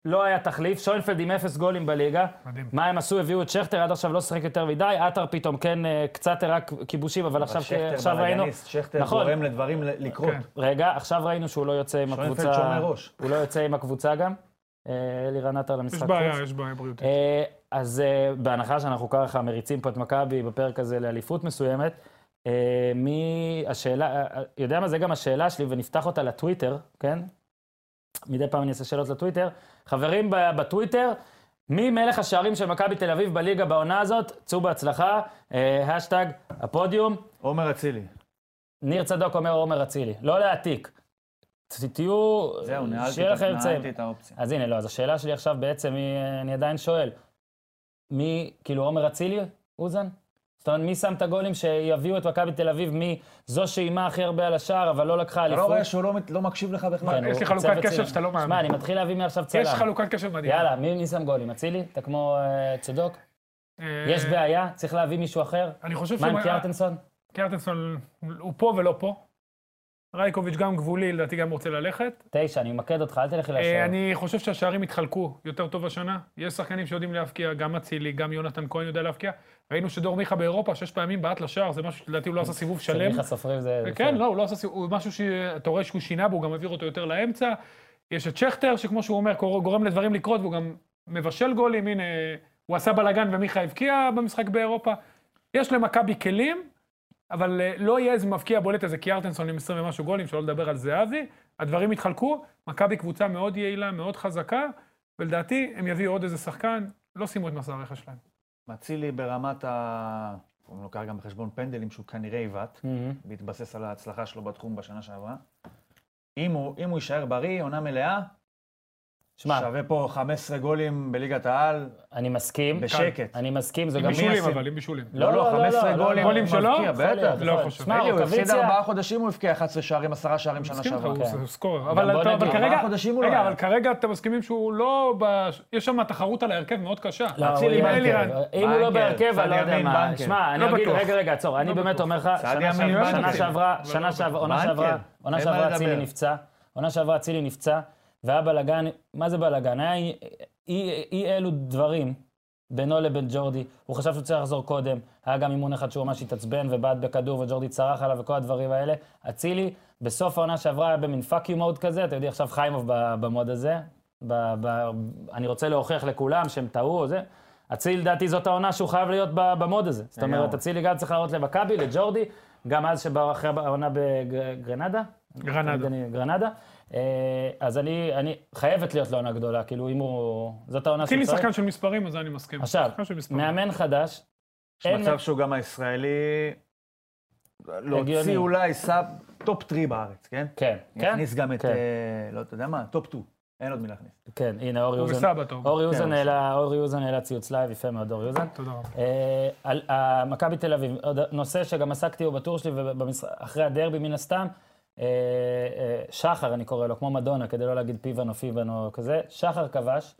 [SPEAKER 1] לא היה תחליף, שוינפלד עם אפס גולים בליגה.
[SPEAKER 2] מדהים.
[SPEAKER 1] אה, מה הם עשו? הביאו את שכטר, עד עכשיו לא שיחק יותר מדי, עטר פתאום כן אה, קצת הראה כיבושים, אבל עכשיו
[SPEAKER 3] שכטר
[SPEAKER 1] עכשיו ראינו...
[SPEAKER 3] בלאגניסט, שכטר
[SPEAKER 1] נכון.
[SPEAKER 3] גורם לדברים ל- לקרות.
[SPEAKER 2] כן.
[SPEAKER 1] רגע, עכשיו ראינו שהוא לא יוצא עם
[SPEAKER 3] שוינפלד
[SPEAKER 1] הקבוצה...
[SPEAKER 3] שומר ראש.
[SPEAKER 1] הוא לא יוצא עם הקבוצה גם. אה, אלירן עטר למשחק
[SPEAKER 2] יש
[SPEAKER 1] חוץ.
[SPEAKER 2] בעיה, יש בעיה בריאותית.
[SPEAKER 1] אה, אז אה, בהנחה שאנחנו ככה מריצים פה את מכבי בפרק הזה לאליפות מסוימת, אה, מי השאלה, אה, אה, יודע מה, זה גם השאלה שלי, ונפתח אותה לטוויטר, כן? מדי פעם אני אעשה שאלות לטוויטר. חברים ב- בטוויטר, מי מלך השערים של מכבי תל אביב בליגה בעונה הזאת? צאו בהצלחה, אה, השטג הפודיום.
[SPEAKER 3] עומר אצילי.
[SPEAKER 1] ניר צדוק אומר עומר אצילי, לא להעתיק. ת- תהיו,
[SPEAKER 3] זהו, נעלתי
[SPEAKER 1] שיהיה
[SPEAKER 3] את-
[SPEAKER 1] לכם אמצעים.
[SPEAKER 3] נעלתי את האופציה.
[SPEAKER 1] אז הנה, לא, אז השאלה שלי עכשיו בעצם היא, אה, אני עדיין שואל, מי, כאילו עומר אצילי, אוזן? זאת אומרת, מי שם את הגולים שיביאו את מכבי תל אביב מזו שאיימה הכי הרבה על השער, אבל לא לקחה
[SPEAKER 3] אתה
[SPEAKER 1] אליפות?
[SPEAKER 3] לא רואה שהוא לא מת- לא מקשיב לך בכלל?
[SPEAKER 1] כן,
[SPEAKER 2] יש
[SPEAKER 1] הוא
[SPEAKER 2] לי חלוקת
[SPEAKER 1] צוות
[SPEAKER 2] קשב
[SPEAKER 1] צילם.
[SPEAKER 2] שאתה לא מאמין.
[SPEAKER 1] שמע, אני מתחיל להביא מעכשיו צלם.
[SPEAKER 2] יש חלוקת קשב מדהים.
[SPEAKER 1] יאללה, מי מי שם גולים? אצילי? אתה כמו אה, צדוק? יש בעיה? צריך להביא מישהו אחר?
[SPEAKER 2] אה, אני חושב
[SPEAKER 1] מה עם
[SPEAKER 2] שהוא-
[SPEAKER 1] קיארטנסון?
[SPEAKER 2] קיארטנסון הוא פה ולא פה. רייקוביץ' גם גבולי, לדעתי גם רוצה ללכת.
[SPEAKER 1] תשע, אני ממקד אותך, אל תלך לי
[SPEAKER 2] אה,
[SPEAKER 1] לשער.
[SPEAKER 2] אני חושב שהשערים התחלקו יותר טוב השנה. יש שחקנים שיודעים להבקיע, גם אצילי, גם יונתן כהן יודע להבקיע. ראינו שדור מיכה באירופה, שש פעמים בעט לשער, זה משהו שלדעתי הוא לא עשה סיבוב
[SPEAKER 1] אצל
[SPEAKER 2] שלם.
[SPEAKER 1] מיכה סופרים זה...
[SPEAKER 2] כן, לא, הוא לא עשה סיבוב, הוא משהו שאתה רואה שהוא שינה בו, הוא גם העביר אותו יותר לאמצע. יש את שכטר, שכמו שהוא אומר, קור- גורם לדברים לקרות, והוא גם מבשל גולים, הנה, הוא עשה בלאגן ומיכה הבקיע במשחק באירופה. יש למכבי כלים, אבל אה, לא יהיה איזה מבקיע בולט איזה קיארטנסון עם 20 ומשהו גולים, שלא לדבר על זהבי. הדברים התחלקו, מכבי קבוצה מאוד יעילה, מאוד חזקה, ולדעתי הם יביאו עוד איזה שחקן, לא סיימו את מסע הרכש שלהם.
[SPEAKER 1] כן.
[SPEAKER 3] אצילי ברמת ה... הוא לוקח גם בחשבון פנדלים שהוא כנראה עיוות,
[SPEAKER 1] מהמם.
[SPEAKER 3] בהתבסס על ההצלחה שלו בתחום בשנה שעברה. אם הוא, אם הוא יישאר בריא, עונה מלאה,
[SPEAKER 1] שמע,
[SPEAKER 3] שווה פה 15 גולים בליגת העל.
[SPEAKER 1] אני מסכים.
[SPEAKER 3] בשקט.
[SPEAKER 1] אני מסכים, זה
[SPEAKER 2] עם
[SPEAKER 1] גם...
[SPEAKER 2] בישולים
[SPEAKER 3] ישים?
[SPEAKER 2] אבל, עם בישולים.
[SPEAKER 1] לא, לא, לא,
[SPEAKER 3] 15
[SPEAKER 1] לא,
[SPEAKER 3] גולים.
[SPEAKER 1] לא,
[SPEAKER 2] גולים שלו?
[SPEAKER 3] מבקיע,
[SPEAKER 1] יכול להיות,
[SPEAKER 3] אה, בטח.
[SPEAKER 1] יכול
[SPEAKER 2] לא
[SPEAKER 1] להיות.
[SPEAKER 2] חושב.
[SPEAKER 1] שמע,
[SPEAKER 3] אלי, הוא הפסיד
[SPEAKER 1] רוקאביציה...
[SPEAKER 3] ארבעה חודשים, הוא הבקיע 11 שערים, 10 שערים שנה
[SPEAKER 2] מסכים איתך,
[SPEAKER 3] שעברה.
[SPEAKER 2] הוא
[SPEAKER 1] כן.
[SPEAKER 2] הוא סקורר. אבל
[SPEAKER 1] בוא
[SPEAKER 2] אתה- אבל
[SPEAKER 1] נגיד,
[SPEAKER 2] כרגע,
[SPEAKER 3] ארבעה חודשים הוא לא
[SPEAKER 2] רגע,
[SPEAKER 3] היה.
[SPEAKER 2] אבל כרגע אתם מסכימים שהוא לא... ב- יש שם תחרות על ההרכב מאוד קשה.
[SPEAKER 1] לא, הוא
[SPEAKER 2] עם
[SPEAKER 1] לא
[SPEAKER 2] אלירן.
[SPEAKER 1] בהרכב. אם הוא לא
[SPEAKER 3] בנקר,
[SPEAKER 1] בהרכב, אני לא
[SPEAKER 3] צד
[SPEAKER 1] יודע
[SPEAKER 3] ימין,
[SPEAKER 1] מה.
[SPEAKER 3] בנקר.
[SPEAKER 1] שמע, אני
[SPEAKER 2] לא
[SPEAKER 1] אגיד,
[SPEAKER 2] בטוח.
[SPEAKER 1] רגע, רגע, עצור, אני באמת
[SPEAKER 2] בטוח.
[SPEAKER 1] אומר לך,
[SPEAKER 3] צד
[SPEAKER 1] שנה
[SPEAKER 3] ימין,
[SPEAKER 1] שעברה-
[SPEAKER 3] בנקר.
[SPEAKER 1] שנה שעברה, שנה שעברה, עונה
[SPEAKER 3] בנקר.
[SPEAKER 1] שעברה, עונה
[SPEAKER 3] אין
[SPEAKER 1] שעברה
[SPEAKER 3] מה
[SPEAKER 1] אצילי
[SPEAKER 3] לדבר.
[SPEAKER 1] נפצע, עונה שעברה אצילי נפצע, והיה בלאגן, מה זה בלאגן? היה אי- אי- אי אלו דברים בינו לבין ג'ורדי, הוא חשב שהוא צריך לחזור קודם, היה גם אימון אחד שהוא ממש התעצבן ובעט בכדור וג'ורדי צרח עליו וכל הדברים האלה. אצילי, בסוף העונה שעברה היה במין פאק יו מוד כזה, אתה יודע, עכשיו חיימוב ב- במוד הזה, ב- ב- אני רוצה להוכיח לכולם שהם טעו או זה. אצילי, לדעתי, זאת העונה שהוא חייב להיות ב- במוד הזה. זאת אומרת,
[SPEAKER 3] לגמרי.
[SPEAKER 1] אצילי גם צריך לעלות למכבי, לג'ורדי, גם אז שבא אחרי העונה בגרנדה.
[SPEAKER 2] גרנדה.
[SPEAKER 1] גרנדה. אה, אז אני, אני חייבת להיות לו עונה גדולה, כאילו, אם הוא... זאת העונה
[SPEAKER 2] אצילי
[SPEAKER 3] אוקיי.
[SPEAKER 1] צריך.
[SPEAKER 2] שחקן של מספרים, אז זה אני מסכים.
[SPEAKER 1] עכשיו,
[SPEAKER 2] שחקן של מספרים.
[SPEAKER 1] מאמן חדש,
[SPEAKER 3] יש מצב שהוא גם הישראלי...
[SPEAKER 1] הגיוני.
[SPEAKER 3] להוציא אולי סאב טופ 3 בארץ, כן?
[SPEAKER 1] כן, כן,
[SPEAKER 3] נכניס גם את,
[SPEAKER 1] כן.
[SPEAKER 3] אה, לא, אתה יודע מה? טופ 2. אין עוד מי להכניס.
[SPEAKER 1] כן, הנה אורי
[SPEAKER 2] הוא
[SPEAKER 1] אוזן.
[SPEAKER 2] וסבא טוב.
[SPEAKER 1] אורי אוזן
[SPEAKER 3] הוא
[SPEAKER 1] העלה, אורי אוזן העלה ציוץ לייב, יפה מאוד, אורי אוזן.
[SPEAKER 2] תודה רבה.
[SPEAKER 1] אה, על- אה, מכבי תל אביב, עוד נושא שגם עסקתי בו בטור שלי ואחרי הדרבי מן הסתם, אה, אה, שחר אני קורא לו, כמו מדונה, כדי לא להגיד פיבן או פיבן או כזה, שחר כבש,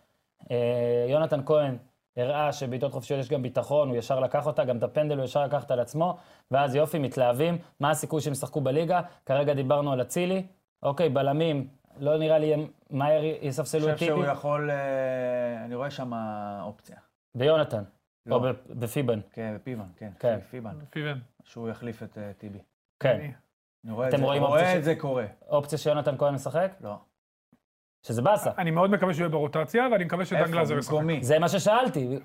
[SPEAKER 1] אה, יונתן כהן הראה שבעיטות חופשיות יש גם ביטחון, הוא ישר לקח אותה, גם את הפנדל הוא ישר לקח אותה לעצמו, ואז יופי, מתלהבים, מה הסיכוי שהם ישחקו בליגה? כרגע דיברנו על אצילי, אוקיי, בלמים, לא נראה לי הם מהר יספסלו
[SPEAKER 3] אני
[SPEAKER 1] את
[SPEAKER 3] חושב
[SPEAKER 1] טיבי,
[SPEAKER 3] שהוא יכול... אה, אני רואה שם אופציה.
[SPEAKER 1] ביונתן,
[SPEAKER 3] לא.
[SPEAKER 1] או ב- בפיבן,
[SPEAKER 3] כן, פיבן, כן.
[SPEAKER 1] כן.
[SPEAKER 3] פיבן.
[SPEAKER 2] פיבן.
[SPEAKER 3] שהוא יחליף את אה, טיבי.
[SPEAKER 1] כן.
[SPEAKER 2] אני-
[SPEAKER 3] אני רואה את
[SPEAKER 1] אתם
[SPEAKER 3] זה-
[SPEAKER 1] רואים אופציה
[SPEAKER 3] רואה
[SPEAKER 1] ש-
[SPEAKER 3] את זה קורה.
[SPEAKER 1] אופציה שיונתן כהן משחק?
[SPEAKER 3] לא.
[SPEAKER 1] שזה באסה.
[SPEAKER 2] אני מאוד מקווה שהוא יהיה ברוטציה, ואני מקווה שדן
[SPEAKER 3] איפה?
[SPEAKER 2] גלאזר ישחק.
[SPEAKER 3] במקומי.
[SPEAKER 1] זה מה ששאלתי.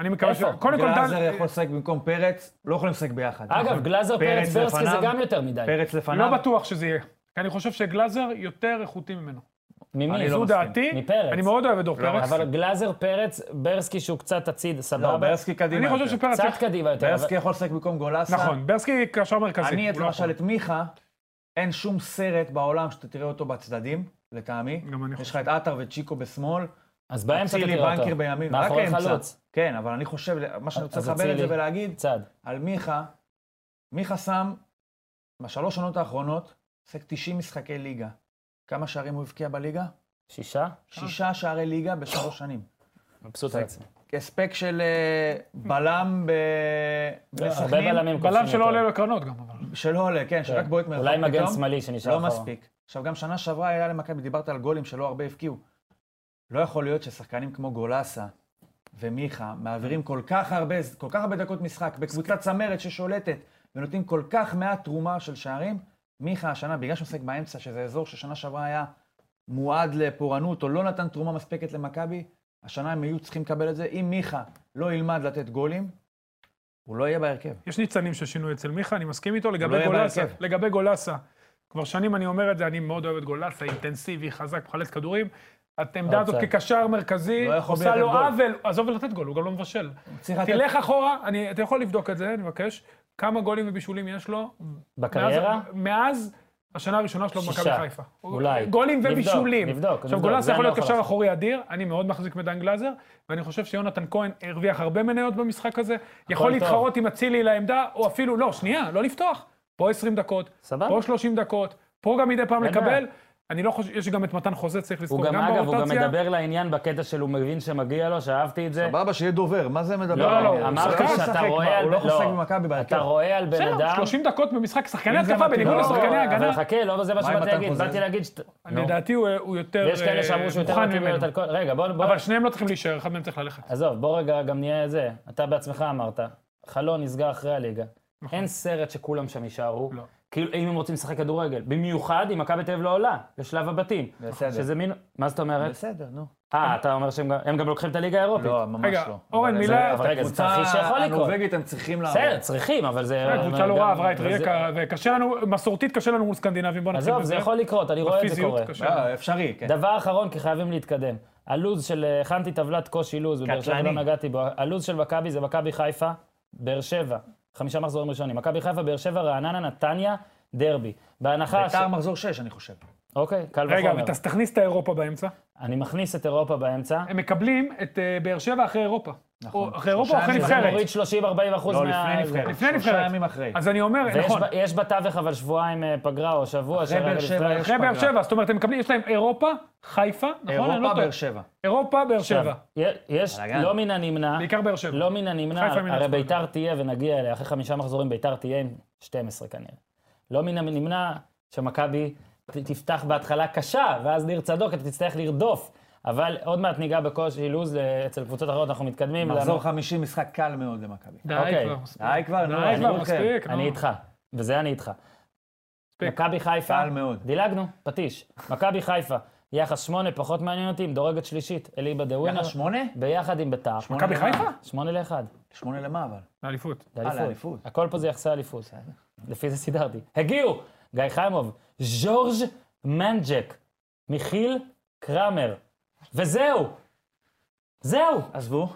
[SPEAKER 2] אני מקווה ש...
[SPEAKER 1] איפה?
[SPEAKER 2] קודם כל,
[SPEAKER 3] גלאזר
[SPEAKER 2] דן...
[SPEAKER 3] יכול לשחק במקום פרץ, לא יכולים לשחק ביחד.
[SPEAKER 1] אגב, גלאזר, פרץ,
[SPEAKER 3] פרץ
[SPEAKER 1] ברסקי זה
[SPEAKER 3] לפניו.
[SPEAKER 1] גם יותר מדי.
[SPEAKER 3] פרץ לפניו.
[SPEAKER 2] לא בטוח שזה יהיה. כי אני חושב שגלאזר יותר איכותי ממנו.
[SPEAKER 1] ממי?
[SPEAKER 3] אני לא
[SPEAKER 2] זו
[SPEAKER 3] מסכים.
[SPEAKER 2] דעתי.
[SPEAKER 1] מפרץ.
[SPEAKER 2] אני מאוד לא אוהב את דור פרץ.
[SPEAKER 1] אבל גלאזר, פרץ, ברסקי שהוא קצת הציד,
[SPEAKER 3] לא,
[SPEAKER 1] סבבה.
[SPEAKER 3] ברסקי קדימה.
[SPEAKER 2] אני חושב
[SPEAKER 3] יותר.
[SPEAKER 2] שפרץ...
[SPEAKER 1] קצת קדימה יותר.
[SPEAKER 3] ברסקי יכול לשחק במקום גולסה.
[SPEAKER 2] נכון, ברסקי קשר מרכזי.
[SPEAKER 3] אני, את-
[SPEAKER 2] הוא לא יכול.
[SPEAKER 3] למשל, את מיכה, אין שום סרט בעולם שאתה תראה אותו בצדדים, לטעמי.
[SPEAKER 2] גם אני
[SPEAKER 3] יש לך
[SPEAKER 2] חושב.
[SPEAKER 3] את עטר וצ'יקו בשמאל,
[SPEAKER 1] אבל- אז באמצע
[SPEAKER 3] אצילי
[SPEAKER 1] תראה אותו.
[SPEAKER 3] בנקר בימין, רק
[SPEAKER 1] מאחורי
[SPEAKER 3] האמצע.
[SPEAKER 1] חלוץ.
[SPEAKER 3] כן, אבל אני חושב, מה שאני רוצה
[SPEAKER 1] אז
[SPEAKER 3] לחבר את זה
[SPEAKER 1] אצילי.
[SPEAKER 3] ולהגיד,
[SPEAKER 1] צד.
[SPEAKER 3] על מיכה, מיכה שם, בשלוש שנות האחרונות, שיחק 90 משחקי ליגה. כמה שערים הוא הבקיע בליגה?
[SPEAKER 1] שישה?
[SPEAKER 3] שישה שערי ליגה בשלוש שנים.
[SPEAKER 1] מבסוט על עצמי.
[SPEAKER 3] הספק של אה, בלם ב-
[SPEAKER 1] לא, הרבה
[SPEAKER 3] בסכנין,
[SPEAKER 1] בלמים
[SPEAKER 2] בלם
[SPEAKER 1] כובשים
[SPEAKER 2] שלא
[SPEAKER 1] יותר.
[SPEAKER 2] עולה לקרנות גם, אבל...
[SPEAKER 3] שלא עולה, כן, שרק בועט מרחוק
[SPEAKER 1] אולי מגן
[SPEAKER 3] פתאום.
[SPEAKER 1] שמאלי שנשאר
[SPEAKER 3] לא
[SPEAKER 1] אחורה.
[SPEAKER 3] מספיק. עכשיו, גם שנה שעברה היה למכבי, דיברת על גולים שלא הרבה הבקיעו. לא יכול להיות ששחקנים כמו גולסה ומיכה מעבירים כל כך הרבה, כל כך הרבה דקות משחק בקבוצת צמרת ששולטת ונותנים כל כך מעט תרומה של שערים. מיכה השנה, בגלל שהוא משחק באמצע, שזה אזור ששנה שעברה היה מועד לפורענות או לא נתן תרומה מספקת למכבי, השנה הם היו צריכים לקבל את זה. אם מיכה לא ילמד לתת גולים, הוא לא יהיה בהרכב.
[SPEAKER 2] יש ניצנים של שינוי אצל מיכה, אני מסכים איתו.
[SPEAKER 3] לא
[SPEAKER 2] לגבי
[SPEAKER 3] יהיה
[SPEAKER 2] גולסה,
[SPEAKER 3] בהרכב.
[SPEAKER 2] לגבי גולסה, כבר שנים אני אומר את זה, אני מאוד אוהב את גולסה, אינטנסיבי, חזק, מחלץ כדורים. העמדה הזאת
[SPEAKER 1] אוקיי.
[SPEAKER 2] כקשר מרכזי,
[SPEAKER 3] לא יכול
[SPEAKER 2] עושה
[SPEAKER 3] בלי
[SPEAKER 2] לו
[SPEAKER 3] לתת גול.
[SPEAKER 2] עוול, עזוב לתת גול, הוא גם לא מבשל.
[SPEAKER 3] צריך לתת-
[SPEAKER 2] תלך אחורה, אני, אתה יכול לבדוק את זה, אני מבקש, כמה גולים ובישולים יש לו.
[SPEAKER 1] בקריירה?
[SPEAKER 2] מאז, מאז השנה הראשונה שלו במכבי
[SPEAKER 1] שישה.
[SPEAKER 2] חיפה.
[SPEAKER 1] אולי.
[SPEAKER 2] גולים
[SPEAKER 1] נבדוק,
[SPEAKER 2] ובישולים.
[SPEAKER 1] נבדוק,
[SPEAKER 2] עכשיו,
[SPEAKER 1] נבדוק,
[SPEAKER 2] גולסה
[SPEAKER 1] זה
[SPEAKER 2] יכול
[SPEAKER 1] אני
[SPEAKER 2] להיות
[SPEAKER 1] לא יכול
[SPEAKER 2] קשר
[SPEAKER 1] לעשות.
[SPEAKER 2] אחורי אדיר, אני מאוד מחזיק מדן גלאזר, ואני חושב שיונתן כהן הרוויח הרבה מניות במשחק הזה, יכול
[SPEAKER 1] טוב.
[SPEAKER 2] להתחרות עם אצילי לעמדה, או אפילו, לא, שנייה, לא לפתוח. פה 20 דקות,
[SPEAKER 1] סבבה.
[SPEAKER 2] פה 30 דקות, פה גם מדי פעם
[SPEAKER 1] אין בעיה.
[SPEAKER 2] לקבל. אני לא חושב, יש גם את מתן חוזה, צריך
[SPEAKER 1] הוא
[SPEAKER 2] לזכור,
[SPEAKER 1] גם,
[SPEAKER 2] גם ברוטציה.
[SPEAKER 1] אגב, הוא גם מדבר לעניין בקטע של הוא מבין שמגיע לו, שאהבתי את זה.
[SPEAKER 3] סבבה, שיהיה דובר, מה זה מדבר?
[SPEAKER 1] לא,
[SPEAKER 2] לא, הוא
[SPEAKER 1] לא, אמרתי
[SPEAKER 2] שחקן,
[SPEAKER 1] שאתה
[SPEAKER 3] משחק,
[SPEAKER 1] רואה
[SPEAKER 3] מה,
[SPEAKER 1] על...
[SPEAKER 3] הוא לא חוסק במכבי בהרכב.
[SPEAKER 1] אתה רואה על בן
[SPEAKER 2] בסדר,
[SPEAKER 1] אדם...
[SPEAKER 2] 30 דקות במשחק, שחקני
[SPEAKER 3] אם זה
[SPEAKER 2] התקפה
[SPEAKER 3] מתאים,
[SPEAKER 2] בניגוד
[SPEAKER 3] לא,
[SPEAKER 2] לשחקני
[SPEAKER 1] אבל
[SPEAKER 2] הגנה.
[SPEAKER 1] חכה, לא זה מה
[SPEAKER 3] מה אם
[SPEAKER 1] שבאתי
[SPEAKER 3] אתה
[SPEAKER 1] להגיד,
[SPEAKER 3] חוזר?
[SPEAKER 1] באתי להגיד שאתה...
[SPEAKER 2] לדעתי הוא הוא יותר
[SPEAKER 1] ויש כאלה
[SPEAKER 2] אה,
[SPEAKER 1] שאמרו שהוא יותר
[SPEAKER 2] מוכן
[SPEAKER 1] מתאים להיות
[SPEAKER 2] ממנו.
[SPEAKER 1] על כל... רגע, בוא... בוא-
[SPEAKER 2] אבל שניהם לא צריכים להישאר, אחד מהם צריך ללכת.
[SPEAKER 1] עזוב, בוא רגע גם נהיה זה. אתה בעצמך אמרת, חלון נסגר אחרי הליגה. אין סרט שכולם שם יישארו.
[SPEAKER 2] נכון. לא.
[SPEAKER 1] כאילו, אם הם רוצים לשחק כדורגל. במיוחד אם מכבי תל אביב לא עולה, לשלב הבתים.
[SPEAKER 3] בסדר.
[SPEAKER 1] שזה מין... מה זאת אומרת?
[SPEAKER 3] בסדר, נו.
[SPEAKER 1] אה, אתה אומר שהם גם- הם גם לוקחים את הליגה האירופית.
[SPEAKER 3] לא, ממש
[SPEAKER 2] רגע,
[SPEAKER 3] לא.
[SPEAKER 2] אורן,
[SPEAKER 3] אבל
[SPEAKER 2] מילה-
[SPEAKER 3] זה-
[SPEAKER 1] אבל רגע, זה
[SPEAKER 3] הקבוצה
[SPEAKER 1] תרחיש שיכול לקרות.
[SPEAKER 3] הנורבגית הם צריכים לעבור.
[SPEAKER 1] בסדר, צריכים, אבל זה...
[SPEAKER 2] הקבוצה לא
[SPEAKER 1] אה, גם-
[SPEAKER 2] רעה עברה את
[SPEAKER 1] זה-
[SPEAKER 2] רייקה, וקשה לנו, מסורתית קשה לנו מול סקנדינבים, בוא נתחיל
[SPEAKER 1] עזוב, זה
[SPEAKER 2] בזה.
[SPEAKER 1] יכול לקרות, אני רואה את זה
[SPEAKER 2] בפיזיות
[SPEAKER 1] קורה.
[SPEAKER 2] קשה.
[SPEAKER 3] אה, אפשרי, כן.
[SPEAKER 1] דבר אחרון, כי חייבים להתקדם. הלו"ז של, אה, הכנתי טבלת קושי לו"ז, בבאר שבע לא
[SPEAKER 3] קטלני.
[SPEAKER 1] נגעתי בו. הלו"ז של מכבי זה מכבי חיפה, באר שבע, חמישה מחזורים ראשונים. מכבי חיפה, באר שבע, רעננה, נתניה, דרבי. בהנחה ש...
[SPEAKER 3] ביתר מחזור 6, אני חושב.
[SPEAKER 1] אוקיי, קל
[SPEAKER 2] רגע,
[SPEAKER 1] וחומר.
[SPEAKER 2] אבל תס- תכניס את האירופה באמצע.
[SPEAKER 1] אני מכניס את אירופה באמצע.
[SPEAKER 2] הם מקבלים את אה, באר שבע אחרי אירופה.
[SPEAKER 3] נכון.
[SPEAKER 2] או אחרי אירופה או אחרי
[SPEAKER 3] שלושה
[SPEAKER 1] זה
[SPEAKER 3] ימים.
[SPEAKER 2] נבחרת.
[SPEAKER 1] מוריד 30-40 אחוז
[SPEAKER 3] לא,
[SPEAKER 1] מה...
[SPEAKER 3] לפני נבחרת.
[SPEAKER 2] לפני
[SPEAKER 3] שלושה
[SPEAKER 2] נבחרת.
[SPEAKER 3] ימים אחרי.
[SPEAKER 2] אז אני אומר,
[SPEAKER 1] ויש
[SPEAKER 2] נכון.
[SPEAKER 1] ב- יש בתווך אבל שבועיים אה, פגרה או שבוע.
[SPEAKER 3] אחרי
[SPEAKER 1] של
[SPEAKER 3] באר
[SPEAKER 1] רגע
[SPEAKER 3] שבע
[SPEAKER 1] לפני.
[SPEAKER 3] יש
[SPEAKER 2] אחרי באר
[SPEAKER 3] פגרה.
[SPEAKER 2] שבע, זאת אומרת, הם מקבלים, יש להם אירופה, חיפה, נכון? אני לא
[SPEAKER 3] אירופה,
[SPEAKER 2] טועה.
[SPEAKER 3] באר שבע.
[SPEAKER 2] אירופה, באר שבע.
[SPEAKER 1] י- יש,
[SPEAKER 3] בלאגן.
[SPEAKER 1] לא מן הנמנע,
[SPEAKER 2] בעיקר באר שבע.
[SPEAKER 1] לא מן הנמנע,
[SPEAKER 2] חיפה מן
[SPEAKER 1] הרי
[SPEAKER 2] הצפון.
[SPEAKER 1] ביתר תהיה ונגיע אליה, אחרי חמישה מחזורים ביתר תהיה עם 12 כנראה. לא מן הנמנע שמכבי ת- תפתח בהתחלה קשה, ואז ניר צדוק אתה תצטרך לרדוף. אבל עוד מעט ניגע בקושי לוז אה, אצל קבוצות אחרות, אנחנו מתקדמים.
[SPEAKER 3] מחזור
[SPEAKER 1] לנו-
[SPEAKER 3] 50, משחק קל מאוד למכבי.
[SPEAKER 2] די
[SPEAKER 1] אוקיי.
[SPEAKER 2] כבר, מספיק.
[SPEAKER 3] די כבר, נו,
[SPEAKER 2] די כבר,
[SPEAKER 3] אני רוצה.
[SPEAKER 2] מספיק. נו.
[SPEAKER 1] אני איתך, וזה אני איתך.
[SPEAKER 2] מספיק.
[SPEAKER 1] מכבי חיפה,
[SPEAKER 3] קל מאוד.
[SPEAKER 1] דילגנו, פטיש. מכבי חיפה, יחס שמונה, פחות מעניין אותי, מדורגת שלישית, אליבא דה ווינר,
[SPEAKER 3] יחס שמונה?
[SPEAKER 1] ביחד עם ביתר.
[SPEAKER 3] שמונה
[SPEAKER 2] מכבי
[SPEAKER 3] למה?
[SPEAKER 2] חיפה?
[SPEAKER 1] שמונה לאחד.
[SPEAKER 3] שמונה למה אבל?
[SPEAKER 2] אליפות.
[SPEAKER 1] זה
[SPEAKER 3] אה,
[SPEAKER 1] אליפות.
[SPEAKER 3] לאליפות.
[SPEAKER 1] הכל פה זה יחסי אליפות. לפי זה סידרתי. הגיעו! גיא חיימוב, ז'ורג' מנג'ק, מיכיל קרמר. וזהו! זהו!
[SPEAKER 3] עזבו.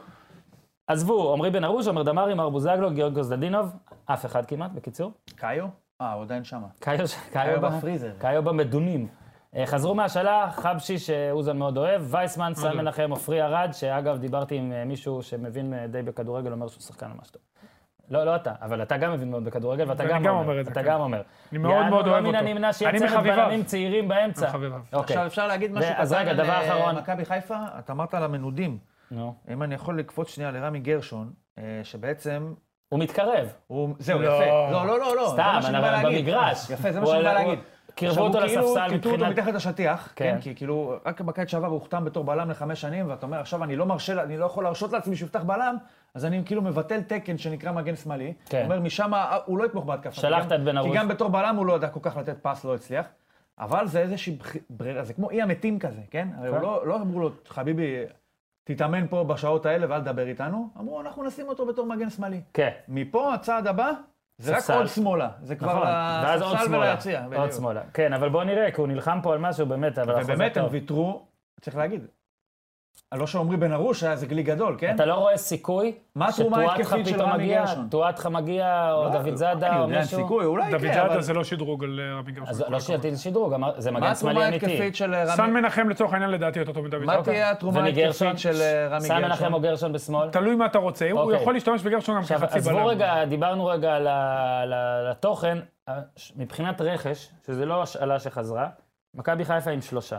[SPEAKER 1] עזבו, עמרי בן ארוש, עומר דמארי, מר בוזגלו, גיאורג גוזדדינוב, אף אחד כמעט, בקיצור.
[SPEAKER 3] קאיו? אה, הוא עדיין שמה.
[SPEAKER 1] קאיו,
[SPEAKER 3] קאיו
[SPEAKER 1] ב-
[SPEAKER 3] בפריזר.
[SPEAKER 1] קאיו במדונים. אה, חזרו מהשאלה, חבשי שאוזן מאוד אוהב, וייסמן,
[SPEAKER 2] Mm.
[SPEAKER 1] סן מנחם, עופרי ארד, שאגב, דיברתי עם אה, מישהו שמבין אה, די בכדורגל, אומר שהוא שחקן ממש טוב. לא, לא אתה, אבל אתה גם מבין מאוד בכדורגל, ואתה
[SPEAKER 2] ואני
[SPEAKER 1] גם
[SPEAKER 2] גם
[SPEAKER 1] אומר
[SPEAKER 2] אומר את זה,
[SPEAKER 1] אתה
[SPEAKER 2] כן.
[SPEAKER 1] גם אומר.
[SPEAKER 2] אני מאוד מאוד אוהב
[SPEAKER 1] יענו, לא מן
[SPEAKER 2] אותו.
[SPEAKER 1] הנמנע שיהיה
[SPEAKER 2] אני
[SPEAKER 1] צוות
[SPEAKER 2] מחביביו.
[SPEAKER 1] בלמים צעירים באמצע.
[SPEAKER 2] מחביביו.
[SPEAKER 1] אוקיי,
[SPEAKER 3] עכשיו אפשר להגיד משהו
[SPEAKER 1] ו- אז רגע,
[SPEAKER 3] על,
[SPEAKER 1] דבר
[SPEAKER 3] אה,
[SPEAKER 1] אחרון.
[SPEAKER 3] מכבי חיפה? אתה אמרת על המנודים.
[SPEAKER 1] נו.
[SPEAKER 3] אם אני יכול לקפוץ שנייה לרמי גרשון, אה, שבעצם
[SPEAKER 1] הוא מתקרב.
[SPEAKER 3] הוא... זהו,
[SPEAKER 2] לא.
[SPEAKER 3] יפה. לא, לא, לא, לא. זה
[SPEAKER 1] סתם,
[SPEAKER 3] מה שאני
[SPEAKER 1] אבל
[SPEAKER 3] בא להגיד.
[SPEAKER 1] במגרש.
[SPEAKER 3] יפה, זה מה
[SPEAKER 1] הוא
[SPEAKER 3] שאני בא
[SPEAKER 1] על- הוא-
[SPEAKER 3] להגיד.
[SPEAKER 1] קירבו
[SPEAKER 3] עכשיו,
[SPEAKER 1] אותו
[SPEAKER 3] הוא כאילו-
[SPEAKER 1] לספסל
[SPEAKER 3] קירבו אותו
[SPEAKER 1] מבחינת-
[SPEAKER 3] מתחת לשטיח,
[SPEAKER 1] כן.
[SPEAKER 3] כן, כי כאילו, רק בקיץ שעבר הוא הוחתם בתור בלם לחמש שנים, ואתה אומר, עכשיו אני לא מרשה, אני לא יכול להרשות לעצמי שהוא יפתח בלם, אז אני כאילו מבטל תקן שנקרא מגן שמאלי.
[SPEAKER 1] כן.
[SPEAKER 3] אומר, משם אה, הוא לא יתמוך בהתקפה.
[SPEAKER 1] שלחת
[SPEAKER 3] כי גם-
[SPEAKER 1] את בן ארוש.
[SPEAKER 3] כי גם בתור בלם הוא לא ידע כל כך לתת פס, לא הצליח. אבל זה איזושהי בח- ברירה, זה כמו אי המתים כזה, כן? הרי הוא
[SPEAKER 1] כן.
[SPEAKER 3] לא לא אמרו לו, חביבי, תתאמן פה בשעות האלה ואל תדבר איתנו. אמרו, אנחנו נשים אותו בתור מגן שמאלי.
[SPEAKER 1] כן.
[SPEAKER 3] מפה הצעד הבא, זה רק
[SPEAKER 1] ספסל.
[SPEAKER 3] עוד שמאלה. זה כבר
[SPEAKER 1] נכון, ואז עוד
[SPEAKER 3] לספסל
[SPEAKER 1] שמאלה,
[SPEAKER 3] וליציע.
[SPEAKER 1] עוד
[SPEAKER 3] בדיוק.
[SPEAKER 1] שמאלה. כן, אבל בוא נראה, כי הוא נלחם פה על משהו, באמת, אבל החוזה
[SPEAKER 3] ובאמת הם
[SPEAKER 1] טוב.
[SPEAKER 3] ויתרו, צריך להגיד. לא שעמרי בן ארוש היה איזה גלי גדול, כן?
[SPEAKER 1] אתה לא רואה סיכוי
[SPEAKER 3] מה התרומה
[SPEAKER 1] שטואטחה
[SPEAKER 3] ההתקפית של
[SPEAKER 1] פתאום
[SPEAKER 3] רמי
[SPEAKER 1] מגיע,
[SPEAKER 3] גרשון? לא,
[SPEAKER 1] טואטחה מגיע, או לא- דוד
[SPEAKER 3] אה, אני
[SPEAKER 1] זאדה, או
[SPEAKER 3] יודע, אין
[SPEAKER 1] מישהו?
[SPEAKER 3] סיכוי, אולי
[SPEAKER 2] דוד
[SPEAKER 3] יקרה, אבל
[SPEAKER 2] זאדה זה לא שדרוג על אה, רמי גרשון.
[SPEAKER 1] אז
[SPEAKER 2] כל
[SPEAKER 1] לא
[SPEAKER 2] הכבוד.
[SPEAKER 1] שאלתי שדרוג, אמר- זה
[SPEAKER 3] מה
[SPEAKER 1] מגן
[SPEAKER 3] התרומה
[SPEAKER 1] שמאלי אמיתי. אוקיי.
[SPEAKER 3] ההתקפית של אה,
[SPEAKER 2] סן
[SPEAKER 3] רמי...
[SPEAKER 2] מנחם לצורך העניין לדעתי יותר טוב מדוד
[SPEAKER 3] מה
[SPEAKER 2] זאדה.
[SPEAKER 3] תהיה התרומה
[SPEAKER 1] ומגרשון,
[SPEAKER 3] ההתקפית של אה, רמי
[SPEAKER 1] סן מנחם או
[SPEAKER 3] גרשון?
[SPEAKER 1] גרשון בשמאל.
[SPEAKER 2] תלוי מה אתה רוצה, הוא
[SPEAKER 1] אוקיי.
[SPEAKER 2] יכול להשתמש בגרשון גם כחצי
[SPEAKER 1] עכשיו,
[SPEAKER 2] בלם.
[SPEAKER 1] עזבו רגע, דיברנו רגע על ה- על ה- על התוכן, אה, ש- מבחינת רכש, שזה לא השאלה שחזרה, מכבי חיפה עם שלושה.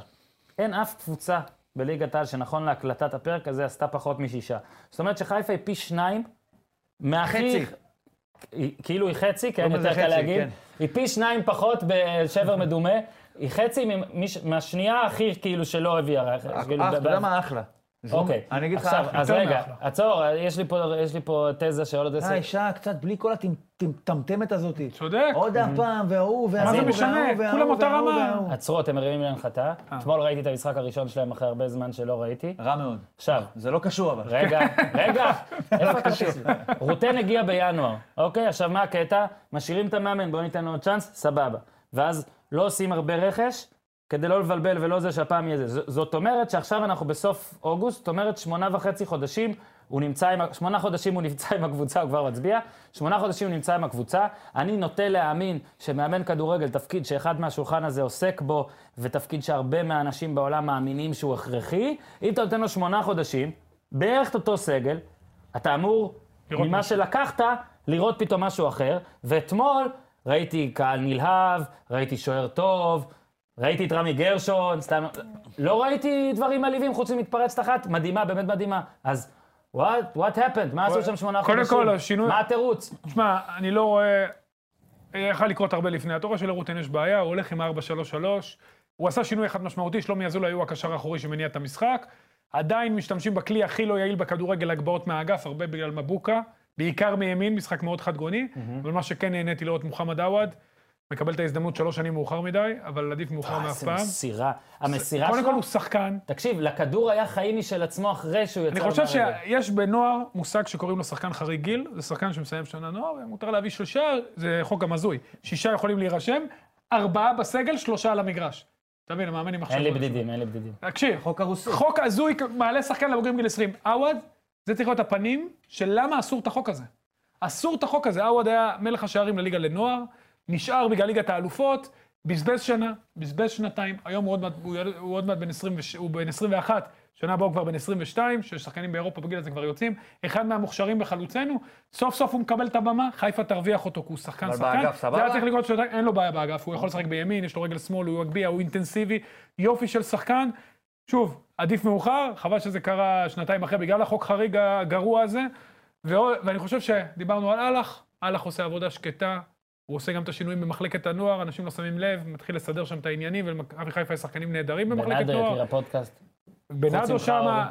[SPEAKER 1] אין אף קבוצה בליגת העל שנכון להקלטת הפרק הזה עשתה פחות משישה. זאת אומרת שחיפה היא פי שניים מהכי...
[SPEAKER 3] חצי.
[SPEAKER 1] היא- כאילו היא חצי, כן,
[SPEAKER 3] קוראים
[SPEAKER 1] יותר
[SPEAKER 3] לזה
[SPEAKER 1] קל
[SPEAKER 3] חצי,
[SPEAKER 1] להגיד.
[SPEAKER 3] כן.
[SPEAKER 1] היא פי שניים פחות בשבר מדומה. היא חצי ממש- מהשנייה הכי כאילו שלא הביאה רכש. כאילו,
[SPEAKER 3] אה, אתה
[SPEAKER 1] ב-
[SPEAKER 3] יודע מה אחלה. זום,
[SPEAKER 1] אוקיי.
[SPEAKER 3] אני אגיד לך
[SPEAKER 1] עכשיו,
[SPEAKER 3] אחלה.
[SPEAKER 1] אז
[SPEAKER 2] יותר
[SPEAKER 1] רגע,
[SPEAKER 2] מאחלה.
[SPEAKER 1] עצור, יש לי פה- יש לי פה תזה שעוד עשר...
[SPEAKER 3] די, שעה אה, קצת בלי כל הטמטמת הזאת.
[SPEAKER 2] צודק.
[SPEAKER 3] עוד הפעם, וההוא, וההוא,
[SPEAKER 2] זה
[SPEAKER 3] וההוא,
[SPEAKER 2] משנה? כולם
[SPEAKER 3] וההוא,
[SPEAKER 2] אותה
[SPEAKER 3] וההוא,
[SPEAKER 2] רמה.
[SPEAKER 3] וההוא.
[SPEAKER 1] עצרו, אתם מרימים לי הנחתה. אתמול ראיתי את המשחק הראשון שלהם אחרי הרבה זמן שלא ראיתי.
[SPEAKER 3] רע מאוד.
[SPEAKER 1] עכשיו,
[SPEAKER 3] זה לא קשור אבל.
[SPEAKER 1] רגע, רגע, איפה אתה קשור? רוטן הגיע בינואר, אוקיי? עכשיו, מה הקטע? משאירים את המאמן, בואו ניתן לו עוד צ'אנס, סבבה. ואז לא עושים הרבה רכש, כדי לא לבלבל ולא זה שהפעם יהיה זה. ז- זאת אומרת שעכשיו אנחנו בסוף אוגוסט, זאת אומרת שמונה וחצי חודשים הוא נמצא עם, ה- שמונה חודשים הוא נמצא עם הקבוצה, הוא כבר מצביע, שמונה חודשים הוא נמצא עם הקבוצה. אני נוטה להאמין שמאמן כדורגל, תפקיד שאחד מהשולחן הזה עוסק בו, ותפקיד שהרבה מהאנשים בעולם מאמינים שהוא הכרחי, אם אתה נותן לו שמונה חודשים, בערך את אותו סגל, אתה אמור,
[SPEAKER 2] לראות
[SPEAKER 1] ממה
[SPEAKER 2] משהו.
[SPEAKER 1] שלקחת, לראות פתאום משהו אחר. ואתמול ראיתי קהל נלהב, ראיתי שוער טוב, ראיתי את רמי גרשון, סתם... לא ראיתי דברים מעליבים חוץ ממתפרצת אחת, מדהימה, באמת מדהימה. אז what, what happened? מה עשו שם שמונה
[SPEAKER 2] קודם
[SPEAKER 1] חודשים?
[SPEAKER 2] כל, השינוי-
[SPEAKER 1] מה התירוץ?
[SPEAKER 2] תשמע, אני לא רואה... יכל לקרות הרבה לפני. אתה רואה שלרוטן יש בעיה, הוא הולך עם 4-3-3. הוא עשה שינוי אחד משמעותי, שלומי אזולאי הוא הקשר האחורי שמניע את המשחק. עדיין משתמשים בכלי הכי לא יעיל בכדורגל, הגבהות מהאגף, הרבה בגלל מבוקה. בעיקר מימין, משחק מאוד חד-גוני. אבל מה שכן נהניתי לראות מוחמד עוואד, מקבל את ההזדמנות שלוש שנים מאוחר מדי, אבל עדיף מאוחר מאף
[SPEAKER 1] איזה
[SPEAKER 2] פעם.
[SPEAKER 1] אה, מסירה. המסירה
[SPEAKER 2] קודם כל
[SPEAKER 1] שלו...
[SPEAKER 2] הוא שחקן,
[SPEAKER 1] תקשיב, לכדור היה חיים משל עצמו אחרי שהוא יצא...
[SPEAKER 2] אני חושב
[SPEAKER 1] מהרגל.
[SPEAKER 2] שיש בנוער מושג שקוראים לו שחקן חריג גיל, זה שחקן שמסיים שנה נוער, ומותר להביא שלושה, זה חוק גם הזוי. שישה יכולים להירשם, ארבעה בסגל, שלושה על המגרש. אתה מבין, המאמן עם עכשיו...
[SPEAKER 1] אין לי בדידים, אין לי בדידים.
[SPEAKER 2] תקשיב,
[SPEAKER 3] חוק הרוסי.
[SPEAKER 2] חוק הזוי מעלה שחקן לבוגרים גיל 20. עווד, זה צריך להיות הפנים של למה אסור את החוק הזה. אסור את החוק הזה. עווד היה מלך השערים לליגה לנוער, נשאר בגלל ליגת האלופות, בזבז שנה, בזבז שנתיים, היום הוא עוד מעט, הוא יל- הוא עוד מעט בן 20, וש- הוא בן 21, שנה הבאה הוא כבר בן 22, ששחקנים באירופה בגיל הזה כבר יוצאים, אחד מהמוכשרים בחלוצנו, סוף סוף הוא מקבל את הבמה, חיפה תרוויח אותו, כי הוא שחקן
[SPEAKER 3] אבל
[SPEAKER 2] שחקן.
[SPEAKER 3] באגף, סבבה?
[SPEAKER 2] זה היה צריך לקרות שנתיים, אין לו בעיה באגף, הוא יכול לשחק בימין, יש לו רגל שמאל, הוא יגביה, הוא אינטנסיבי, יופי של שחקן. שוב, עדיף מאוחר, חבל שזה קרה שנתיים אחרי, בגלל החוק חריג הגרוע הזה. ועוד- ואני חושב שדיברנו על אהלך, אהלך עושה עבודה שקטה, הוא עושה גם את השינויים במחלקת הנוער, אנשים לא שמים לב, מתחיל לסדר שם את העניינים, ואבי חיפה יש שחקנים נהדרים במחלקת
[SPEAKER 1] בנאדו יקיר
[SPEAKER 2] נוער.
[SPEAKER 1] הפודקאסט. חוץ
[SPEAKER 2] בנאדו
[SPEAKER 1] ממך,
[SPEAKER 2] שמה,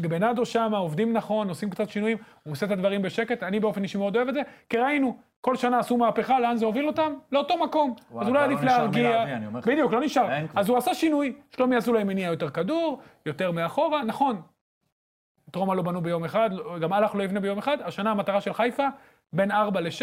[SPEAKER 2] בנאדו שמה, עובדים נכון, עושים קצת שינויים, הוא עושה את הדברים בשקט, אני באופן אישי מאוד אוהב את זה, כי ראינו, כל שנה עשו מהפכה, לאן זה הוביל אותם? לאותו מקום.
[SPEAKER 3] וואלה,
[SPEAKER 2] אז אולי
[SPEAKER 3] כבר
[SPEAKER 2] עדיף
[SPEAKER 3] לא נשאר מי
[SPEAKER 2] להרגיע.
[SPEAKER 3] להביא, אני אומר לך.
[SPEAKER 2] בדיוק, לא נשאר.
[SPEAKER 3] אין כבר.
[SPEAKER 2] אז הוא עשה שינוי, שלומי אזולאי מניע יותר כדור, יותר מאחורה, נכון, את רומא לא בנו ביום אחד, גם אהלך לא יבנה ביום אחד. השנה המטרה של חיפה, בין 4 ל-6,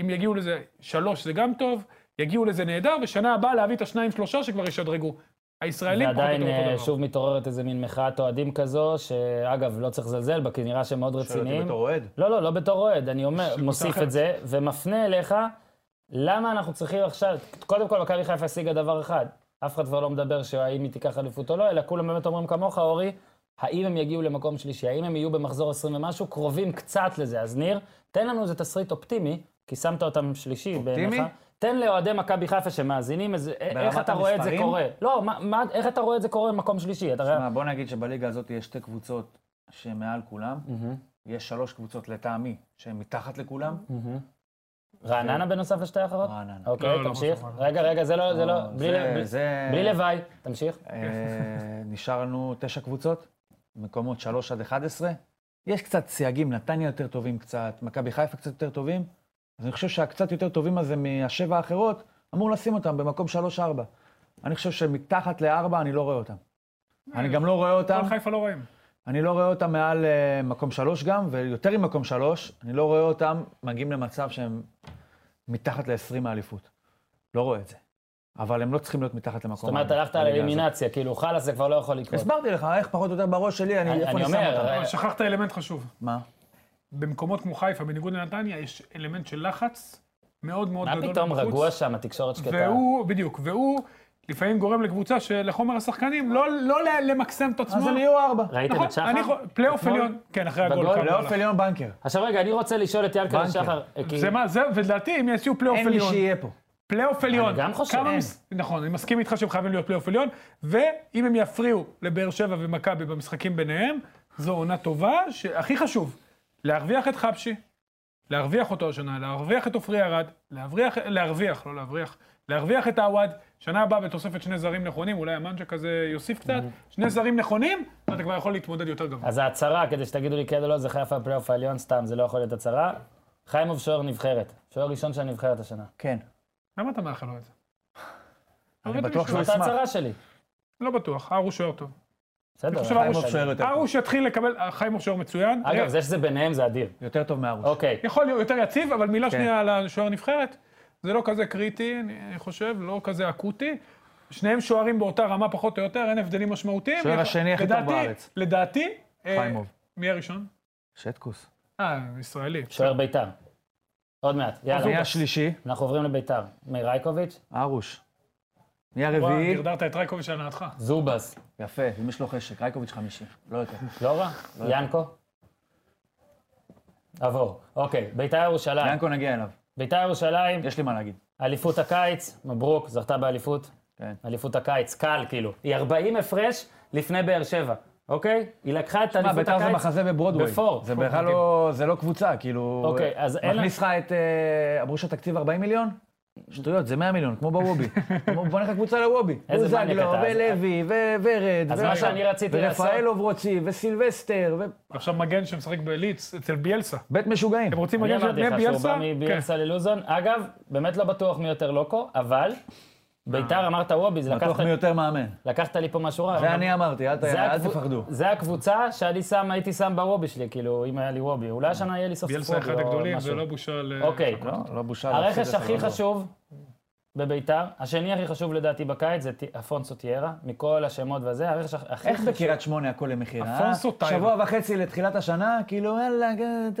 [SPEAKER 2] אם יגיעו לזה 3 זה גם טוב, יגיעו לזה נהדר, ושנה הבאה להביא את השניים-שלושה שכבר ישדרגו. הישראלים פחות או
[SPEAKER 1] ועדיין
[SPEAKER 2] יותר אותו
[SPEAKER 1] אה,
[SPEAKER 2] דבר.
[SPEAKER 1] שוב מתעוררת איזה מין מחאת אוהדים כזו, שאגב, לא צריך לזלזל בה, כי נראה שהם מאוד
[SPEAKER 3] שואל אותי
[SPEAKER 1] רציניים.
[SPEAKER 3] בתור אוהד.
[SPEAKER 1] לא, לא, לא בתור אוהד, אני אומר,
[SPEAKER 2] קבוצה
[SPEAKER 1] מוסיף
[SPEAKER 2] אחרת.
[SPEAKER 1] את זה, ומפנה אליך, למה אנחנו צריכים עכשיו, קודם כל, מכבי חיפה השיגה דבר אחד, אף אחד כבר לא מדבר שהאם היא תיקח אליפות או לא, אלא כולם באמת אומרים כמוך, אורי, האם הם יגיעו למקום שלישי, האם הם יהיו במחזור 20 ומשהו, קרובים קצת לזה. אז ניר, תן לנו איזה תסריט אופטימי, כי שמת אותם שלישי
[SPEAKER 3] אופטימי?
[SPEAKER 1] בעיניך. תן לאוהדי מכבי חיפה שמאזינים, איזה- איך
[SPEAKER 3] ברמת
[SPEAKER 1] אתה רואה את זה
[SPEAKER 3] המספרים?
[SPEAKER 1] קורה. לא, מה- מה- איך אתה רואה את זה קורה במקום שלישי? אתה רואה...
[SPEAKER 3] שמע, בוא נגיד שבליגה הזאת יש שתי קבוצות שהן מעל כולם,
[SPEAKER 1] מהמם,
[SPEAKER 3] יש שלוש קבוצות לטעמי שהן מתחת לכולם,
[SPEAKER 1] מהמם. רעננה
[SPEAKER 2] כן.
[SPEAKER 1] בנוסף לשתי האחרות?
[SPEAKER 3] רעננה.
[SPEAKER 1] אוקיי,
[SPEAKER 2] לא, לא,
[SPEAKER 1] תמשיך.
[SPEAKER 2] לא, לא.
[SPEAKER 1] רגע, רגע, זה לא, זה לא,
[SPEAKER 3] אה,
[SPEAKER 1] בלי
[SPEAKER 3] זה-
[SPEAKER 1] לב-
[SPEAKER 3] זה-
[SPEAKER 1] בלי לוואי, תמשיך.
[SPEAKER 3] אה, נשארנו תשע קבוצות, מקומות שלוש עד 11. יש קצת סייגים, נתניה יותר טובים קצת, מכבי חיפה קצת יותר טובים. אז אני חושב שהקצת יותר טובים הזה מהשבע האחרות, אמור לשים אותם במקום שלוש-ארבע. אני חושב שמתחת לארבע אני לא רואה אותם. אני גם לא רואה אותם,
[SPEAKER 2] כל חיפה לא רואים.
[SPEAKER 3] אני לא רואה אותם מעל אה, מקום שלוש גם, ויותר עם מקום שלוש, אני לא רואה אותם מגיעים למצב שהם מתחת ל-20 האליפות. לא רואה את זה. אבל הם לא צריכים להיות מתחת למקום.
[SPEAKER 1] זאת אומרת,
[SPEAKER 3] האלה,
[SPEAKER 1] הלכת על
[SPEAKER 3] בליגה הזאת.
[SPEAKER 1] אלימינציה, כאילו, חלאס זה כבר לא יכול לקרות.
[SPEAKER 3] הסברתי לך איך פחות או יותר בראש שלי, אני,
[SPEAKER 1] אני-
[SPEAKER 3] איפה
[SPEAKER 1] אני
[SPEAKER 3] אני שם
[SPEAKER 1] אומר,
[SPEAKER 3] אותם.
[SPEAKER 1] אה,
[SPEAKER 2] אבל שכחת אלמנט חשוב.
[SPEAKER 3] מה?
[SPEAKER 2] במקומות כמו חיפה, בניגוד לנתניה, יש אלמנט של לחץ מאוד מאוד
[SPEAKER 1] מה
[SPEAKER 2] גדול.
[SPEAKER 1] פתאום
[SPEAKER 2] מבחוץ,
[SPEAKER 1] רגוע שם, התקשורת שקטה?
[SPEAKER 2] והוא, בדיוק, והוא לפעמים גורם לקבוצה שלחומר השחקנים לא- לא ל- למקסם את עצמו.
[SPEAKER 3] אז הם יהיו ארבע.
[SPEAKER 1] ראיתם
[SPEAKER 2] נכון,
[SPEAKER 1] את שחר?
[SPEAKER 2] אני חו- פלייאוף
[SPEAKER 1] אתמול?
[SPEAKER 2] עליון. כן, אחרי
[SPEAKER 1] בגול? לא
[SPEAKER 2] הגול. כמה
[SPEAKER 3] פלייאוף
[SPEAKER 2] הלך.
[SPEAKER 3] עליון בנקר.
[SPEAKER 1] עכשיו רגע, אני רוצה לשאול את ילקר
[SPEAKER 3] בנקר.
[SPEAKER 1] ושחר, אה, כי...
[SPEAKER 2] זה מה, זה, ולדעתי, הם יעשו פלייאוף
[SPEAKER 3] אין מי
[SPEAKER 2] עליון.
[SPEAKER 3] שיהיה פה.
[SPEAKER 2] פלייאוף עליון.
[SPEAKER 1] גם חושב,
[SPEAKER 2] כמה
[SPEAKER 1] אין.
[SPEAKER 2] מס... נכון, אני מסכים איתך שהם חייבים להיות פלייאוף עליון, ואם הם יפריעו לבאר שבע ומכבי במשחקים ביניהם, זו עונה טובה, שהכי חשוב, להרוויח את חבשי, להרוויח אותו השנה, להרוויח את עופרי ארד, להרוויח, להרוויח, לא להבריח, להרוויח את העווד, שנה הבאה בתוספת שני זרים נכונים, אולי המנג'ה כזה יוסיף קצת, שני זרים נכונים, אתה כבר יכול להתמודד יותר גבוה.
[SPEAKER 1] אז ההצהרה, כדי שתגידו לי כן או לא, זה חיפה הפלייאוף העליון, סתם, זה לא יכול להיות הצהרה. חיימוב שוער נבחרת. שוער ראשון של הנבחרת השנה.
[SPEAKER 3] כן.
[SPEAKER 2] למה אתה מאחל לו את זה?
[SPEAKER 3] אני בטוח שהוא
[SPEAKER 1] זאת
[SPEAKER 3] ישמח.
[SPEAKER 1] ההצהרה שלי.
[SPEAKER 2] לא בטוח, הר הוא שוער טוב.
[SPEAKER 1] בסדר.
[SPEAKER 2] חושב
[SPEAKER 1] אבל-
[SPEAKER 2] הראש
[SPEAKER 3] חיימוב שוער יותר
[SPEAKER 2] הר הוא
[SPEAKER 3] טוב.
[SPEAKER 2] שיתחיל לקבל, חיים הוא שוער מצוין.
[SPEAKER 1] לא אגב, זה שזה ביניהם זה אדיר.
[SPEAKER 3] יותר טוב מהראש.
[SPEAKER 1] אוקיי.
[SPEAKER 2] יכול להיות יותר יציב, אבל מילה
[SPEAKER 3] כן.
[SPEAKER 2] שנייה על השוער הנבחרת. זה לא כזה קריטי, אני אני חושב, לא כזה אקוטי. שניהם שוערים באותה רמה פחות או יותר, אין הבדלים משמעותיים.
[SPEAKER 3] השוער
[SPEAKER 2] יכול-
[SPEAKER 3] השני הכי טוב
[SPEAKER 2] לדעתי-
[SPEAKER 3] בארץ.
[SPEAKER 2] לדעתי... אה,
[SPEAKER 3] חיימוב.
[SPEAKER 2] מי הראשון?
[SPEAKER 3] שטקוס.
[SPEAKER 2] אה, ישראלי.
[SPEAKER 1] שוער בית"ר. עוד מעט,
[SPEAKER 3] מי
[SPEAKER 1] יאללה.
[SPEAKER 3] השלישי?
[SPEAKER 1] אנחנו עוברים לבית"ר. מרייקוביץ',
[SPEAKER 3] ארוש. מי
[SPEAKER 2] וואו,
[SPEAKER 3] הרביעי?
[SPEAKER 2] דרדרת את רייקוביץ' על הנעתך.
[SPEAKER 1] זובס.
[SPEAKER 3] יפה, אם יש לו חשק, רייקוביץ' חמישי. לא יותר.
[SPEAKER 1] לא רע? ינקו? עבור. אוקיי, בית"ר ירושלים.
[SPEAKER 3] ינקו נגיע אליו.
[SPEAKER 1] בית"ר ירושלים,
[SPEAKER 3] יש לי מה להגיד.
[SPEAKER 1] אליפות הקיץ, מברוק, זכתה באליפות.
[SPEAKER 3] כן.
[SPEAKER 1] אליפות הקיץ, קל כאילו. היא 40 הפרש לפני באר שבע, אוקיי? היא לקחה את
[SPEAKER 3] מה,
[SPEAKER 1] אליפות
[SPEAKER 3] ביתר זה
[SPEAKER 1] הקיץ.
[SPEAKER 3] מחזה בברודוויי.
[SPEAKER 1] בפור.
[SPEAKER 3] זה
[SPEAKER 1] בפור,
[SPEAKER 3] בכלל
[SPEAKER 1] מדהים.
[SPEAKER 3] לא, זה לא קבוצה, כאילו...
[SPEAKER 1] אוקיי, אז אין לה-
[SPEAKER 3] מכניס לך את... אה, אמרו שהתקציב 40 מיליון? שטויות, זה 100 מיליון, כמו בוובי. אמרו, בוא נלך לקבוצה לוובי.
[SPEAKER 1] איזה מניאק
[SPEAKER 3] בוזגלו,
[SPEAKER 1] אתה, אז-
[SPEAKER 3] ולוי, וורד,
[SPEAKER 1] אז מה שאני רציתי
[SPEAKER 3] ורפאל
[SPEAKER 1] לעשות-
[SPEAKER 3] אוברוצי, וסילבסטר,
[SPEAKER 2] עכשיו מגן שמשחק בליץ, אצל ביאלסה.
[SPEAKER 3] ובית משוגעים.
[SPEAKER 2] הם רוצים
[SPEAKER 1] אני
[SPEAKER 2] מגן של
[SPEAKER 1] אמרתי
[SPEAKER 2] בני
[SPEAKER 1] לך שהוא
[SPEAKER 2] ביאלסה? כן.
[SPEAKER 1] בא מביאלסה ללוזון. כן. אגב, באמת לא בטוח מי יותר לוקו, אבל בית"ר אמרת וובי, זה
[SPEAKER 3] בטוח
[SPEAKER 1] לקחת-
[SPEAKER 3] מי יותר מאמן.
[SPEAKER 1] לקחת לי פה משהו רע.
[SPEAKER 3] זה אני אמרתי, אל ת-
[SPEAKER 1] זה
[SPEAKER 3] אל
[SPEAKER 1] הקבוצ-
[SPEAKER 3] תפחדו.
[SPEAKER 1] זה הקבוצה שאני שם, הייתי שם בוובי שלי, כאילו, אם היה לי וובי. אולי השנה יהיה לי סוף סוף
[SPEAKER 2] ביאלסה
[SPEAKER 1] וובי
[SPEAKER 2] אחד
[SPEAKER 1] או
[SPEAKER 2] הגדולים,
[SPEAKER 1] משהו.
[SPEAKER 2] זה לא בושה ל...
[SPEAKER 1] אוקיי.
[SPEAKER 3] לא, לא בושה. להפסיד
[SPEAKER 1] הרכש הכי
[SPEAKER 3] לסלובו.
[SPEAKER 1] חשוב, בביתר. השני הכי חשוב לדעתי בקיץ זה ט- אפונסו טיירה, מכל השמות וזה, הרכש הכ- הכי
[SPEAKER 3] איך כאילו?
[SPEAKER 1] חשוב.
[SPEAKER 3] בקריית שמונה הכל למכירה?
[SPEAKER 2] אפונסו טייב.
[SPEAKER 3] שבוע וחצי לתחילת השנה, כאילו, יאללה, ג- ת-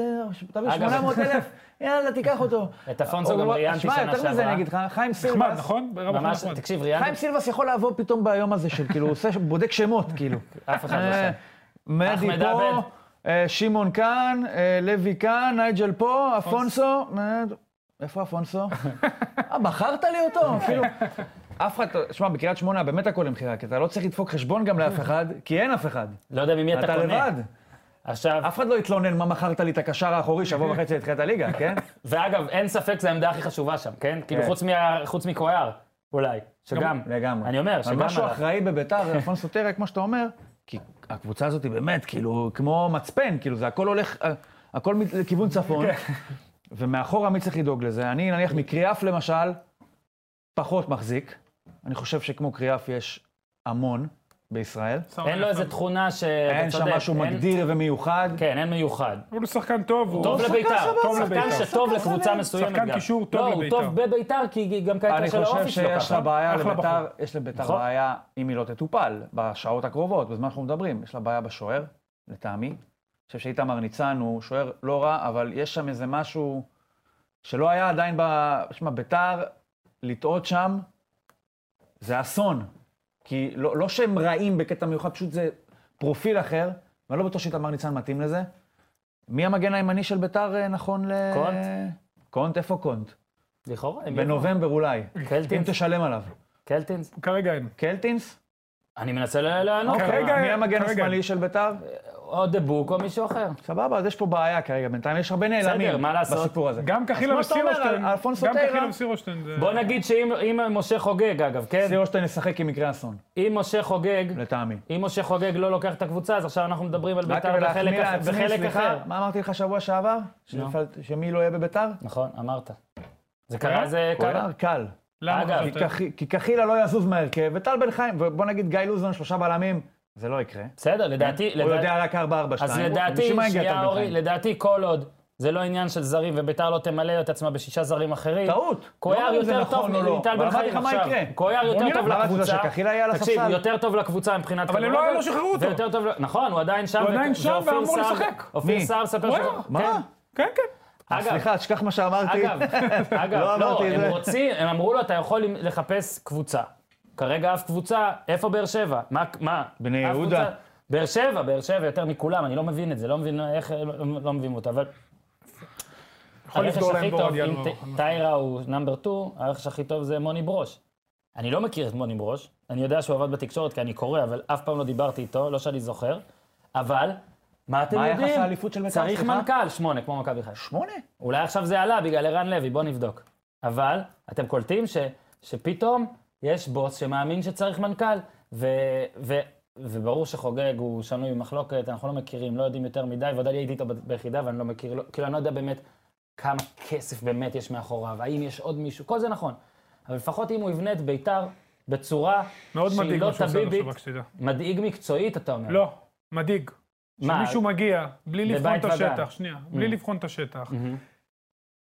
[SPEAKER 3] תביא
[SPEAKER 1] אגב,
[SPEAKER 3] 800 אלף, יאללה, תיקח אותו.
[SPEAKER 1] את אפונסו
[SPEAKER 3] הוא
[SPEAKER 1] גם
[SPEAKER 3] לא-
[SPEAKER 1] ראיינתי
[SPEAKER 3] שמע,
[SPEAKER 1] שנה
[SPEAKER 3] יותר מזה אני
[SPEAKER 1] שעברה.
[SPEAKER 3] אגיד לך, חיים
[SPEAKER 2] נחמד,
[SPEAKER 3] סילבס,
[SPEAKER 2] נכון? ברמה הכי
[SPEAKER 1] ממש,
[SPEAKER 2] נחמד.
[SPEAKER 1] תקשיב,
[SPEAKER 3] חיים
[SPEAKER 1] ראיינתי,
[SPEAKER 3] סילבס יכול לעבור פתאום ביום הזה של כאילו, הוא עושה, בודק שמות, כאילו.
[SPEAKER 1] אף אחד לא
[SPEAKER 3] אה,
[SPEAKER 1] שם.
[SPEAKER 3] מדי
[SPEAKER 1] אחמד
[SPEAKER 3] פה,
[SPEAKER 1] עבד.
[SPEAKER 3] אה, שמעון כאן, אה, לוי כאן, נייג'ל פה, אפונסו. אה, איפה אפונסו? אה, בחרת לי אותו? אפילו... אף אחד, לא- שמע, בקריית שמונה באמת הכל למכירה, כי אתה לא צריך לדפוק חשבון גם לאף אחד, כי אין אף אחד.
[SPEAKER 1] לא יודע ממי אתה
[SPEAKER 3] אתה
[SPEAKER 1] קונה.
[SPEAKER 3] לבד.
[SPEAKER 1] עכשיו,
[SPEAKER 3] אף אחד לא יתלונן מה מכרת לי את הקשר האחורי שבוע וחצי לתחילת הליגה, כן?
[SPEAKER 1] ואגב, אין ספק, זו העמדה הכי חשובה שם, כן? כאילו, חוץ מה- חוץ מקויאר, אולי. שגם,
[SPEAKER 3] לגמרי.
[SPEAKER 1] אני אומר,
[SPEAKER 3] אבל
[SPEAKER 1] שגם
[SPEAKER 3] משהו
[SPEAKER 1] עליו.
[SPEAKER 3] אחראי בביתר, אלפון סוטריה, כמו שאתה אומר, כי הקבוצה הזאת היא באמת, כאילו, כמו מצפן, כאילו, זה הכל הולך, אה, הכל מת- לכיוון צפון,
[SPEAKER 1] כן.
[SPEAKER 3] ומאחורה מי צריך לדאוג לזה? אני, נניח, מקריאף למשל, פחות מחזיק. אני חושב שכמו קריאף יש המון בישראל.
[SPEAKER 2] שם
[SPEAKER 1] אין לו
[SPEAKER 2] אחד.
[SPEAKER 1] איזה תכונה שאתה צודק.
[SPEAKER 3] אין שם משהו
[SPEAKER 1] אין-
[SPEAKER 3] מגדיר ומיוחד.
[SPEAKER 1] כן, אין מיוחד.
[SPEAKER 2] אבל הוא שחקן טוב, הוא...
[SPEAKER 1] טוב
[SPEAKER 2] הוא
[SPEAKER 1] לביתר,
[SPEAKER 2] שחקן
[SPEAKER 1] טוב
[SPEAKER 2] סבבה.
[SPEAKER 1] שחקן
[SPEAKER 2] שחקן
[SPEAKER 1] שטוב
[SPEAKER 2] סבבה.
[SPEAKER 1] לקבוצה מסוימת גם.
[SPEAKER 2] שחקן קישור טוב
[SPEAKER 1] לא, הוא
[SPEAKER 2] לביתר.
[SPEAKER 1] טוב בביתר, כי גם כעת
[SPEAKER 3] אני
[SPEAKER 1] של
[SPEAKER 3] חושב
[SPEAKER 1] האופי שלו
[SPEAKER 3] שיש לה
[SPEAKER 1] ככה.
[SPEAKER 3] בעיה
[SPEAKER 2] אחלה
[SPEAKER 3] לביתר,
[SPEAKER 2] בחור.
[SPEAKER 3] יש לביתר
[SPEAKER 1] נכון.
[SPEAKER 3] בעיה אם היא לא תטופל בשעות הקרובות, בזמן שאנחנו מדברים. יש לה בעיה בשוער, לטעמי. אני חושב שאיתמר ניצן הוא שוער לא רע, אבל יש שם איזה משהו שלא היה עדיין ב... שמע, ביתר, לטעות שם, זה אסון. כי לא, לא שהם רעים בקטע מיוחד, פשוט זה פרופיל אחר, ואני לא בטוח שאיתמר ניצן מתאים לזה. מי המגן הימני של ביתר אה, נכון ל...
[SPEAKER 1] קונט?
[SPEAKER 3] קונט? איפה קונט?
[SPEAKER 1] לכאורה, הם יבואו.
[SPEAKER 3] בנובמבר כן. אולי. אם
[SPEAKER 1] קלטינס,
[SPEAKER 3] תשלם עליו.
[SPEAKER 1] קלטינס.
[SPEAKER 2] כרגע אין.
[SPEAKER 3] קלטינס?
[SPEAKER 1] אני מנסה ל- לענות.
[SPEAKER 2] כרגע-
[SPEAKER 3] אוקיי. מי המגן
[SPEAKER 2] כרגע.
[SPEAKER 3] השמאלי של ביתר?
[SPEAKER 1] או דה בוק או מישהו אחר.
[SPEAKER 3] סבבה, אז יש פה בעיה כרגע, בינתיים יש הרבה
[SPEAKER 1] בסדר,
[SPEAKER 3] נעלמים
[SPEAKER 1] מה לעשות?
[SPEAKER 3] בסיפור הזה.
[SPEAKER 2] גם
[SPEAKER 3] אז
[SPEAKER 2] קחילוב
[SPEAKER 3] כמו שאתה אומר,
[SPEAKER 2] וסירושטיין,
[SPEAKER 3] אל- אלפונסו
[SPEAKER 2] גם
[SPEAKER 3] טיירה, כן.
[SPEAKER 2] קחילוב וסירושטיין זה...
[SPEAKER 1] בוא נגיד שאם אם משה חוגג, אגב, כן?
[SPEAKER 3] סירושטיין ישחק עם מקרה אסון,
[SPEAKER 1] אם משה חוגג,
[SPEAKER 3] לטעמי.
[SPEAKER 1] אם משה חוגג לא לוקח את הקבוצה, אז עכשיו אנחנו מדברים על
[SPEAKER 3] רק
[SPEAKER 1] ביתר
[SPEAKER 3] להחמיא
[SPEAKER 1] בחלק אח-
[SPEAKER 3] לעצמי,
[SPEAKER 1] בחלק אחר.
[SPEAKER 3] סליחה, מה אמרתי לך שבוע שעבר? שלפל- שמי לא יהיה בביתר?
[SPEAKER 1] נכון, אמרת. זה
[SPEAKER 3] אה?
[SPEAKER 1] קרה, זה קרה.
[SPEAKER 3] קולר, קל.
[SPEAKER 2] למה
[SPEAKER 1] אגב,
[SPEAKER 2] חשבת?
[SPEAKER 3] כי קח- כי קחילה לא יזוז מההרכב, וטל בן חיים, ובוא נגיד גיא לוזון, שלושה בלמים, זה לא יקרה.
[SPEAKER 1] בסדר, לדעתי...
[SPEAKER 3] הוא
[SPEAKER 1] לדע-
[SPEAKER 3] יודע רק 4-4-2.
[SPEAKER 1] אז לדעתי,
[SPEAKER 3] בשביל מה הגיע טל
[SPEAKER 1] שנייה
[SPEAKER 3] בן
[SPEAKER 1] אורי,
[SPEAKER 3] חיים?
[SPEAKER 1] לדעתי כל עוד זה לא עניין של זרים וביתר לא תמלא את עצמה בשישה זרים אחרים,
[SPEAKER 3] טעות. לא
[SPEAKER 1] קויאר
[SPEAKER 3] אומר אם זה
[SPEAKER 1] יותר
[SPEAKER 3] נכון
[SPEAKER 1] טוב
[SPEAKER 3] או לא,
[SPEAKER 1] מטל
[SPEAKER 3] אבל
[SPEAKER 1] בן
[SPEAKER 3] אמרתי
[SPEAKER 1] חיים
[SPEAKER 3] לך מה
[SPEAKER 1] עכשיו.
[SPEAKER 3] יקרה.
[SPEAKER 1] קויאר יותר
[SPEAKER 2] נראה.
[SPEAKER 1] טוב
[SPEAKER 3] מה רצית,
[SPEAKER 1] לקבוצה.
[SPEAKER 3] שקחילה יהיה על
[SPEAKER 1] תקשיב,
[SPEAKER 3] הספסל?
[SPEAKER 1] יותר טוב לקבוצה מבחינת
[SPEAKER 2] אבל הם לא-
[SPEAKER 1] כדורגל,
[SPEAKER 2] לא שחררו אותו.
[SPEAKER 1] ויותר טוב, ל- נכון, הוא עדיין שם.
[SPEAKER 2] הוא
[SPEAKER 1] ו-
[SPEAKER 2] עדיין שם
[SPEAKER 1] ואופיר
[SPEAKER 2] ואמור
[SPEAKER 1] סער-
[SPEAKER 2] לשחק.
[SPEAKER 1] אופיר
[SPEAKER 3] מי?
[SPEAKER 1] סער מספר
[SPEAKER 2] קויאר.
[SPEAKER 1] שהוא-
[SPEAKER 3] מה? אה,
[SPEAKER 1] כן.
[SPEAKER 2] כן, כן.
[SPEAKER 1] אגב,
[SPEAKER 3] סליחה, תשכח מה שאמרתי.
[SPEAKER 1] אגב, אגב,
[SPEAKER 3] לא
[SPEAKER 1] לא,
[SPEAKER 3] אמרתי את
[SPEAKER 1] הם
[SPEAKER 3] זה.
[SPEAKER 1] רוצים, הם אמרו לו, אתה יכול לחפש קבוצה. כרגע אף קבוצה, איפה באר שבע? מה, מה?
[SPEAKER 3] בני
[SPEAKER 1] אף
[SPEAKER 3] יהודה.
[SPEAKER 1] קבוצה- באר שבע, באר שבע יותר מכולם, אני לא מבין את זה, לא מבין איך, לא, לא מבינים אותה, אבל... יכול
[SPEAKER 2] לסגור להם בעוד
[SPEAKER 1] אם
[SPEAKER 2] ינואר.
[SPEAKER 1] ט- טיירה הוא נאמבר 2, הרכש הכי טוב זה מוני ברוש. אני לא מכיר את מוני ברוש, אני יודע שהוא עבד בתקשורת כי אני קורא, אבל אף פעם לא דיברתי איתו, לא שאני זוכר, אבל... מה אתם
[SPEAKER 3] מה
[SPEAKER 1] יודעים?
[SPEAKER 3] היחס לאליפות של בית"ר,
[SPEAKER 1] צריך
[SPEAKER 3] סליחה?
[SPEAKER 1] מנכ"ל, שמונה, כמו מכבי חיפה.
[SPEAKER 3] שמונה? כן,
[SPEAKER 1] אולי עכשיו זה עלה בגלל ערן לוי, בואו נבדוק. אבל אתם קולטים ש, שפתאום יש בוס שמאמין שצריך מנכ"ל, ו, ו, וברור שחוגג הוא שנוי במחלוקת, אנחנו לא מכירים, לא יודעים יותר מדי, ודאי הייתי איתו ב- ביחידה ואני לא מכיר, לא, כאילו אני לא יודע באמת כמה כסף באמת יש מאחוריו, האם יש עוד מישהו, כל זה נכון. אבל לפחות אם הוא יבנה את ביתר בצורה
[SPEAKER 2] מאוד
[SPEAKER 1] שהיא
[SPEAKER 2] מדאיג
[SPEAKER 1] לא
[SPEAKER 2] מה שהוא עושה עד עכשיו,
[SPEAKER 1] תביבית,
[SPEAKER 2] רק שתדע.
[SPEAKER 1] מדאיג מקצועית, אתה אומר.
[SPEAKER 2] לא, מדאיג.
[SPEAKER 1] מה?
[SPEAKER 2] שמישהו מגיע, בלי לבחון
[SPEAKER 1] בבית
[SPEAKER 2] את השטח,
[SPEAKER 1] וגן. Mm.
[SPEAKER 2] שנייה, בלי לבחון את השטח.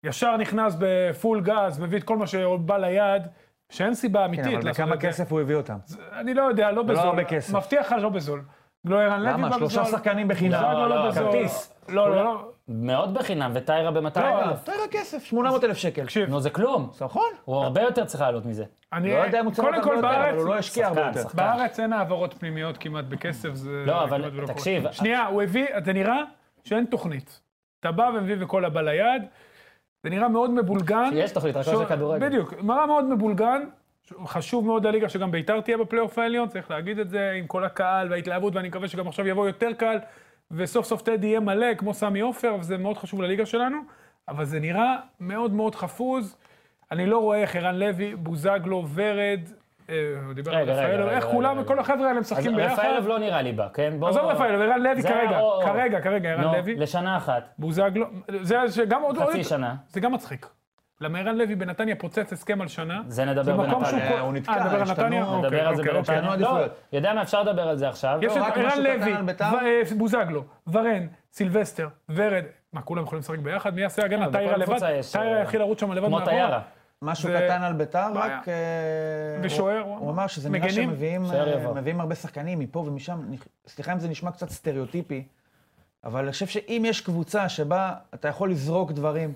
[SPEAKER 2] ישר נכנס בפול גז, מביא את כל מה שבא ליד, שאין סיבה אמיתית
[SPEAKER 3] כן, אבל
[SPEAKER 2] לעשות
[SPEAKER 3] בכמה
[SPEAKER 2] את זה.
[SPEAKER 3] כסף הוא הביא אותם?
[SPEAKER 2] אני לא יודע, לא בזול.
[SPEAKER 3] הרבה כסף.
[SPEAKER 2] מבטיח לך לא בזול. לא ערן לוי בא בזול.
[SPEAKER 3] למה? שלושה שחקנים בחינם.
[SPEAKER 2] לא, לא,
[SPEAKER 1] לא,
[SPEAKER 2] לא בזול.
[SPEAKER 3] כרטיס.
[SPEAKER 2] לא, לא, לא.
[SPEAKER 1] מאוד בחינם, וטיירה ב-200
[SPEAKER 2] לא,
[SPEAKER 1] אלף.
[SPEAKER 3] תראה כסף, 800 אלף שקל.
[SPEAKER 2] תקשיב,
[SPEAKER 1] נו, זה כלום.
[SPEAKER 3] נכון?
[SPEAKER 1] הוא הרבה יותר צריך לעלות מזה.
[SPEAKER 2] אני...
[SPEAKER 3] לא יודע אם הוא צריך
[SPEAKER 2] קודם
[SPEAKER 3] הרבה
[SPEAKER 2] כל
[SPEAKER 3] יותר, אבל הוא
[SPEAKER 2] בארץ,
[SPEAKER 3] לא השקיע הרבה יותר.
[SPEAKER 1] שחקן.
[SPEAKER 2] בארץ אין העברות פנימיות כמעט בכסף, זה...
[SPEAKER 1] לא, אבל
[SPEAKER 2] כמעט ולא קורה.
[SPEAKER 1] תקשיב, אה,
[SPEAKER 2] שנייה, הוא הביא, זה נראה שאין תוכנית. אתה בא ומביא וכל הבא ליד, זה נראה מאוד מבולגן.
[SPEAKER 1] יש תוכנית, רק לא של כדורגל.
[SPEAKER 2] בדיוק, נראה מאוד מבולגן. ש- חשוב מאוד לליגה שגם ביתר תהיה בפלייאוף העליון, צריך להגיד את זה, עם כל הקהל וההתלהבות, ואני מקווה שגם עכשיו יבוא יותר קהל, וסוף סוף טדי יהיה מלא, כמו סמי עופר, וזה מאוד חשוב לליגה שלנו, אבל זה נראה מאוד מאוד חפוז. אני לא רואה איך ערן לוי, בוזגלו, ורד, אה, הוא דיבר על
[SPEAKER 1] רגע, רגע,
[SPEAKER 2] רפאלו,
[SPEAKER 1] רגע,
[SPEAKER 2] איך
[SPEAKER 1] רגע,
[SPEAKER 2] כולם,
[SPEAKER 1] רגע.
[SPEAKER 2] כל החבר'ה האלה
[SPEAKER 1] אז
[SPEAKER 2] משחקים ביחד.
[SPEAKER 1] רפאלוב לא נראה לי בא, כן? בוא-
[SPEAKER 2] עזוב רפאלו, ערן לוי
[SPEAKER 1] זה
[SPEAKER 2] כרגע,
[SPEAKER 1] היה או- או.
[SPEAKER 2] כרגע, כרגע,
[SPEAKER 1] נו,
[SPEAKER 2] ערן לוי,
[SPEAKER 1] לשנה אחת.
[SPEAKER 2] בוזגלו, זה שגם עוד... עוד-
[SPEAKER 1] חצי שנה.
[SPEAKER 2] זה גם מצחיק. למה ערן לוי בנתניה פוצץ הסכם על שנה?
[SPEAKER 1] זה נדבר
[SPEAKER 2] במקום
[SPEAKER 1] בנתניה.
[SPEAKER 2] שהוא
[SPEAKER 1] אה,
[SPEAKER 2] כל-
[SPEAKER 3] הוא נתקע,
[SPEAKER 2] אה, נדבר על
[SPEAKER 3] השתנו,
[SPEAKER 2] נתניה?
[SPEAKER 3] נדבר
[SPEAKER 2] אוקיי,
[SPEAKER 1] נדבר על זה
[SPEAKER 2] אוקיי, אוקיי.
[SPEAKER 1] בנתניה.
[SPEAKER 3] אוקיי,
[SPEAKER 1] לא,
[SPEAKER 3] עדיפויות.
[SPEAKER 1] יודע מה, אפשר לדבר על זה עכשיו. לא,
[SPEAKER 2] יש את
[SPEAKER 3] לא, רק
[SPEAKER 2] ערן
[SPEAKER 3] משהו קטן
[SPEAKER 2] לוי,
[SPEAKER 3] על בית"ר.
[SPEAKER 2] ו- אה, בוזגלו, ורן, סילבסטר, ורד. מה, כולם יכולים לשחק ביחד? מי יעשה הגנה?
[SPEAKER 1] בכל
[SPEAKER 2] טיירה לבד?
[SPEAKER 1] קבוצה יש,
[SPEAKER 2] טיירה
[SPEAKER 1] אה,
[SPEAKER 2] יתחיל לרוץ שם לבד
[SPEAKER 1] כמו
[SPEAKER 2] מאחורה?
[SPEAKER 1] טיירה.
[SPEAKER 3] משהו
[SPEAKER 2] זה-
[SPEAKER 3] קטן על ביתר,
[SPEAKER 2] בעיה.
[SPEAKER 3] רק... אה,
[SPEAKER 2] ושוער,
[SPEAKER 3] הוא,
[SPEAKER 2] הוא
[SPEAKER 3] הוא אמר שזה נראה
[SPEAKER 2] מגנים?
[SPEAKER 3] שמביאים
[SPEAKER 1] שוער
[SPEAKER 3] אה,
[SPEAKER 1] יבוא.
[SPEAKER 3] מביאים הרבה שחקנים מפה ומשם. אני- סליחה אם זה נשמע קצת סטריאוטיפי, אבל אני חושב שאם יש קבוצה שבה אתה יכול לזרוק דברים,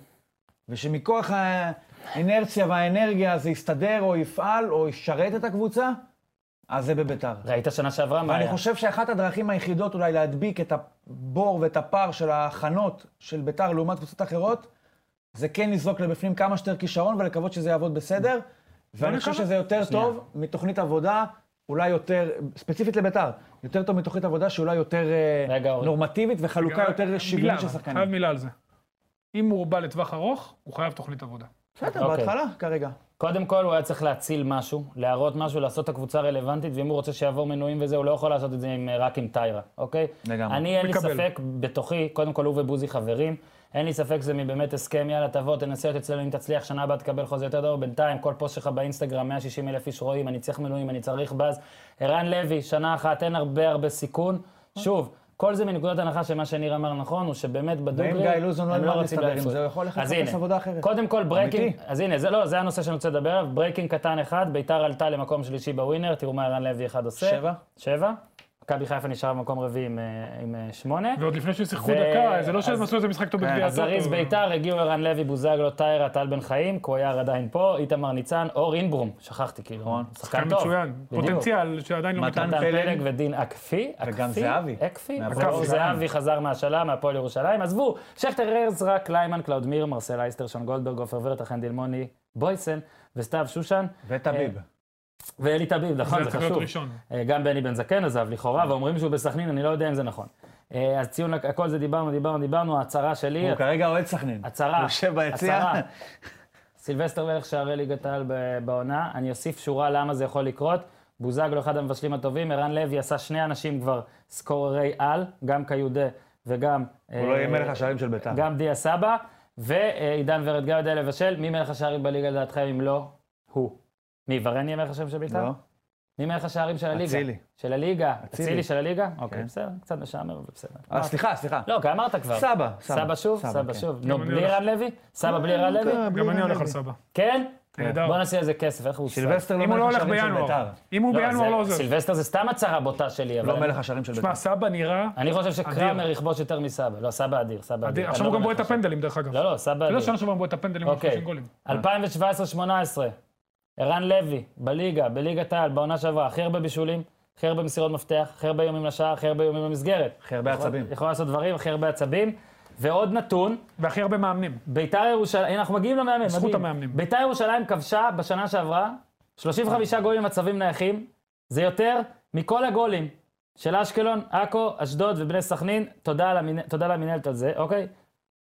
[SPEAKER 3] ושמכוח האינרציה והאנרגיה זה יסתדר או יפעל או ישרת את הקבוצה, אז זה בביתר.
[SPEAKER 1] ראית שנה שעברה מה
[SPEAKER 3] ואני
[SPEAKER 1] היה?
[SPEAKER 3] חושב שאחת הדרכים היחידות אולי להדביק את הבור ואת הפער של ההכנות של ביתר לעומת קבוצות אחרות, זה כן לזרוק לבפנים כמה שיותר כישרון ולקוות שזה יעבוד
[SPEAKER 1] לא
[SPEAKER 3] בסדר. ואני חושב
[SPEAKER 2] נקווה.
[SPEAKER 3] שזה יותר טוב מתוכנית עבודה, אולי יותר, ספציפית לביתר, יותר טוב מתוכנית עבודה שאולי יותר אה,
[SPEAKER 1] רגע, אורי.
[SPEAKER 3] נורמטיבית וחלוקה יותר
[SPEAKER 2] מילה,
[SPEAKER 3] שוויונית של
[SPEAKER 2] אבל, חייב
[SPEAKER 3] שחקנים.
[SPEAKER 2] מילה על זה. אם הוא בא לטווח ארוך, הוא חייב תוכנית עבודה.
[SPEAKER 3] בסדר,
[SPEAKER 1] אוקיי.
[SPEAKER 3] בהתחלה כרגע.
[SPEAKER 1] קודם כל, הוא היה צריך להציל משהו, להראות משהו, לעשות את הקבוצה רלוונטית, ואם הוא רוצה שיעבור מנויים וזה, הוא לא יכול לעשות את זה עם, רק עם טיירה, אוקיי?
[SPEAKER 3] לגמרי.
[SPEAKER 1] אני, אין לי
[SPEAKER 2] מקבל.
[SPEAKER 1] ספק, בתוכי, קודם כל, הוא ובוזי חברים. אין לי ספק, זה מבאמת הסכם, יאללה, תבוא, תנסה להיות אצלנו, אם תצליח, שנה הבאה תקבל חוזה יותר טוב. בינתיים, כל פוסט שלך באינסטגרם, 160 אלף איש רואים, אני צריך מנויים, אני צריך באז. ערן לוי, שנה אחת, אין הרבה הרבה סיכון. שוב, כל זה מנקודת הנחה שמה שניר אמר נכון, הוא שבאמת בדוגרי,
[SPEAKER 3] ואם גיא לוזון לא
[SPEAKER 1] הם
[SPEAKER 3] ילמד
[SPEAKER 1] רוצים
[SPEAKER 3] להסתדר עם
[SPEAKER 1] לאליפות.
[SPEAKER 3] זה, הוא יכול ללכת
[SPEAKER 1] אז
[SPEAKER 3] לחפש
[SPEAKER 1] הנה,
[SPEAKER 3] עבודה אחרת.
[SPEAKER 1] קודם כל, ברייקינג,
[SPEAKER 3] אמיתי.
[SPEAKER 1] אז הנה, זה לא, זה הנושא שאני רוצה לדבר עליו. ברייקינג קטן אחד, ביתר עלתה למקום שלישי בווינר, תראו מה ערן לוי אחד עושה.
[SPEAKER 3] שבע.
[SPEAKER 1] שבע. מכבי חיפה נשארה במקום רביעי עם, אה, עם אה, שמונה.
[SPEAKER 2] ועוד לפני ששיחקו
[SPEAKER 1] ו-
[SPEAKER 2] דקה, זה לא
[SPEAKER 1] אז-
[SPEAKER 2] שהם עשו איזה משחק טוב
[SPEAKER 3] כן,
[SPEAKER 2] בגביע
[SPEAKER 1] אז זריז ביתר, הגיעו ערן לוי, בוזגלו, טיירה, טל בן חיים, קוויאר עדיין פה, איתמר ניצן, אור אינברום, שכחתי כאילו,
[SPEAKER 3] נכון.
[SPEAKER 2] שחקן כן, מצוין,
[SPEAKER 1] בדיוק.
[SPEAKER 2] פוטנציאל שעדיין לא
[SPEAKER 3] מתן
[SPEAKER 2] מתן.
[SPEAKER 1] מתן
[SPEAKER 3] פלג.
[SPEAKER 1] פלג ודין אקפי,
[SPEAKER 3] וגם
[SPEAKER 1] אקפי?
[SPEAKER 3] זהבי.
[SPEAKER 1] אקפי,
[SPEAKER 3] מהפועל
[SPEAKER 1] ואור
[SPEAKER 2] ירושלים.
[SPEAKER 1] זהבי חזר מהשאלה, מהפועל ירושלים. עזבו, שכטר ארזרה, קליימן, קלאודמיר, מרסל אייסטר, שון גולדברג, עופר ורט, חן דילמוני, בויסן וסתיו שושן.
[SPEAKER 3] וטביב.
[SPEAKER 1] אה, ואלי טביב, נכון,
[SPEAKER 2] זה
[SPEAKER 1] זה
[SPEAKER 2] צריך להיות
[SPEAKER 1] חשוב.
[SPEAKER 2] ראשון.
[SPEAKER 1] אה, גם בני בן זקן עזב לכאורה, ואומרים שהוא בסכנין, אני לא יודע אם זה נכון. אה, אז ציון, הכל זה דיברנו, דיברנו, דיברנו, ההצהרה שלי,
[SPEAKER 3] הוא כרגע אוהד סכנין.
[SPEAKER 1] הצהרה.
[SPEAKER 3] הוא יושב ביציע.
[SPEAKER 1] הצהרה. סילבסטר מלך שערי ליגת העל ב- בעונה, אני אוסיף שורה למה זה יכול לקרות. בוזגלו אחד המבשלים הטובים, ערן לוי עשה שני אנשים כבר סקוררי על, גם קיודה וגם... אה,
[SPEAKER 3] הוא לא יהיה מלך השערים של ביתר.
[SPEAKER 1] גם דיה סבא, ועידן ורד גם יודע לבשל. מי מלך השערים בליגה לדעתכם אם לא? הוא. מי, ורן יהיה מלך השערים של בית"ר?
[SPEAKER 3] לא.
[SPEAKER 1] מי מלך השערים של הליגה?
[SPEAKER 3] אצילי.
[SPEAKER 1] של הליגה? אצילי של הליגה? אוקיי,
[SPEAKER 3] כן.
[SPEAKER 1] בסדר, קצת משעמם, אבל בסדר.
[SPEAKER 3] אה, סליחה, סליחה.
[SPEAKER 1] לא, כי אמרת כבר.
[SPEAKER 3] סבא, סבא.
[SPEAKER 1] סבא שוב,
[SPEAKER 3] סבא,
[SPEAKER 1] סבא
[SPEAKER 3] כן.
[SPEAKER 1] שוב. נו,
[SPEAKER 2] אני
[SPEAKER 1] בלי
[SPEAKER 2] הולך.
[SPEAKER 1] רן לוי? סבא בלי רן לוי?
[SPEAKER 2] גם אני הולך על סבא.
[SPEAKER 1] כן?
[SPEAKER 2] נהדר.
[SPEAKER 1] בוא נעשה איזה כסף, איך הוא...
[SPEAKER 3] סילבסטר לא
[SPEAKER 2] אם הוא לא
[SPEAKER 3] מלך
[SPEAKER 2] הולך
[SPEAKER 3] השערים של ביתר.
[SPEAKER 2] בינואר, אם הוא
[SPEAKER 1] לא,
[SPEAKER 2] בינואר
[SPEAKER 1] זה-
[SPEAKER 2] לא עוזב.
[SPEAKER 1] סילבסטר זה סתם הצהרה בוטה שלי, אבל...
[SPEAKER 3] לא מלך השערים של ביתר.
[SPEAKER 2] שמע, סבא נראה
[SPEAKER 1] אני חושב שקרמר
[SPEAKER 2] אדיר.
[SPEAKER 1] יכבוש יותר מסבא. לא, סבא אדיר, סבא אדיר.
[SPEAKER 2] אדיר.
[SPEAKER 1] אני
[SPEAKER 2] עכשיו הוא
[SPEAKER 1] לא
[SPEAKER 2] גם בועט את
[SPEAKER 1] מלך
[SPEAKER 2] הפנדלים, דרך אגב.
[SPEAKER 1] השערים. לא, לא, סבא
[SPEAKER 2] לא,
[SPEAKER 1] אדיר.
[SPEAKER 2] שנה שעברה הוא בועט את הפנדלים עם
[SPEAKER 1] אוקיי.
[SPEAKER 2] 30 גולים.
[SPEAKER 1] 2017-2018, ערן לוי, בליגה, בליגת העל, בעונה שעברה, הכי הרבה בישולים, הכי הרבה מסירות מפתח, הכי הרבה איומים לשער, הכי הרבה איומים למסגרת.
[SPEAKER 3] הכי הרבה
[SPEAKER 1] יכול-
[SPEAKER 3] עצבים.
[SPEAKER 1] יכול לעשות דברים, הכי הרבה עצבים. ועוד נתון,
[SPEAKER 2] והכי הרבה
[SPEAKER 1] אה,
[SPEAKER 2] מאמנים.
[SPEAKER 1] ביתר ירושלים, הנה, אנחנו מגיעים למאמן,
[SPEAKER 2] בזכות
[SPEAKER 1] מדהים.
[SPEAKER 2] המאמנים.
[SPEAKER 1] ביתר ירושלים כבשה בשנה שעברה 35
[SPEAKER 2] אה.
[SPEAKER 1] גולים מצבים נייחים, זה יותר מכל הגולים של אשקלון, עכו, אשדוד ובני סכנין, תודה על המנ- תודה למינהלת על זה, אוקיי?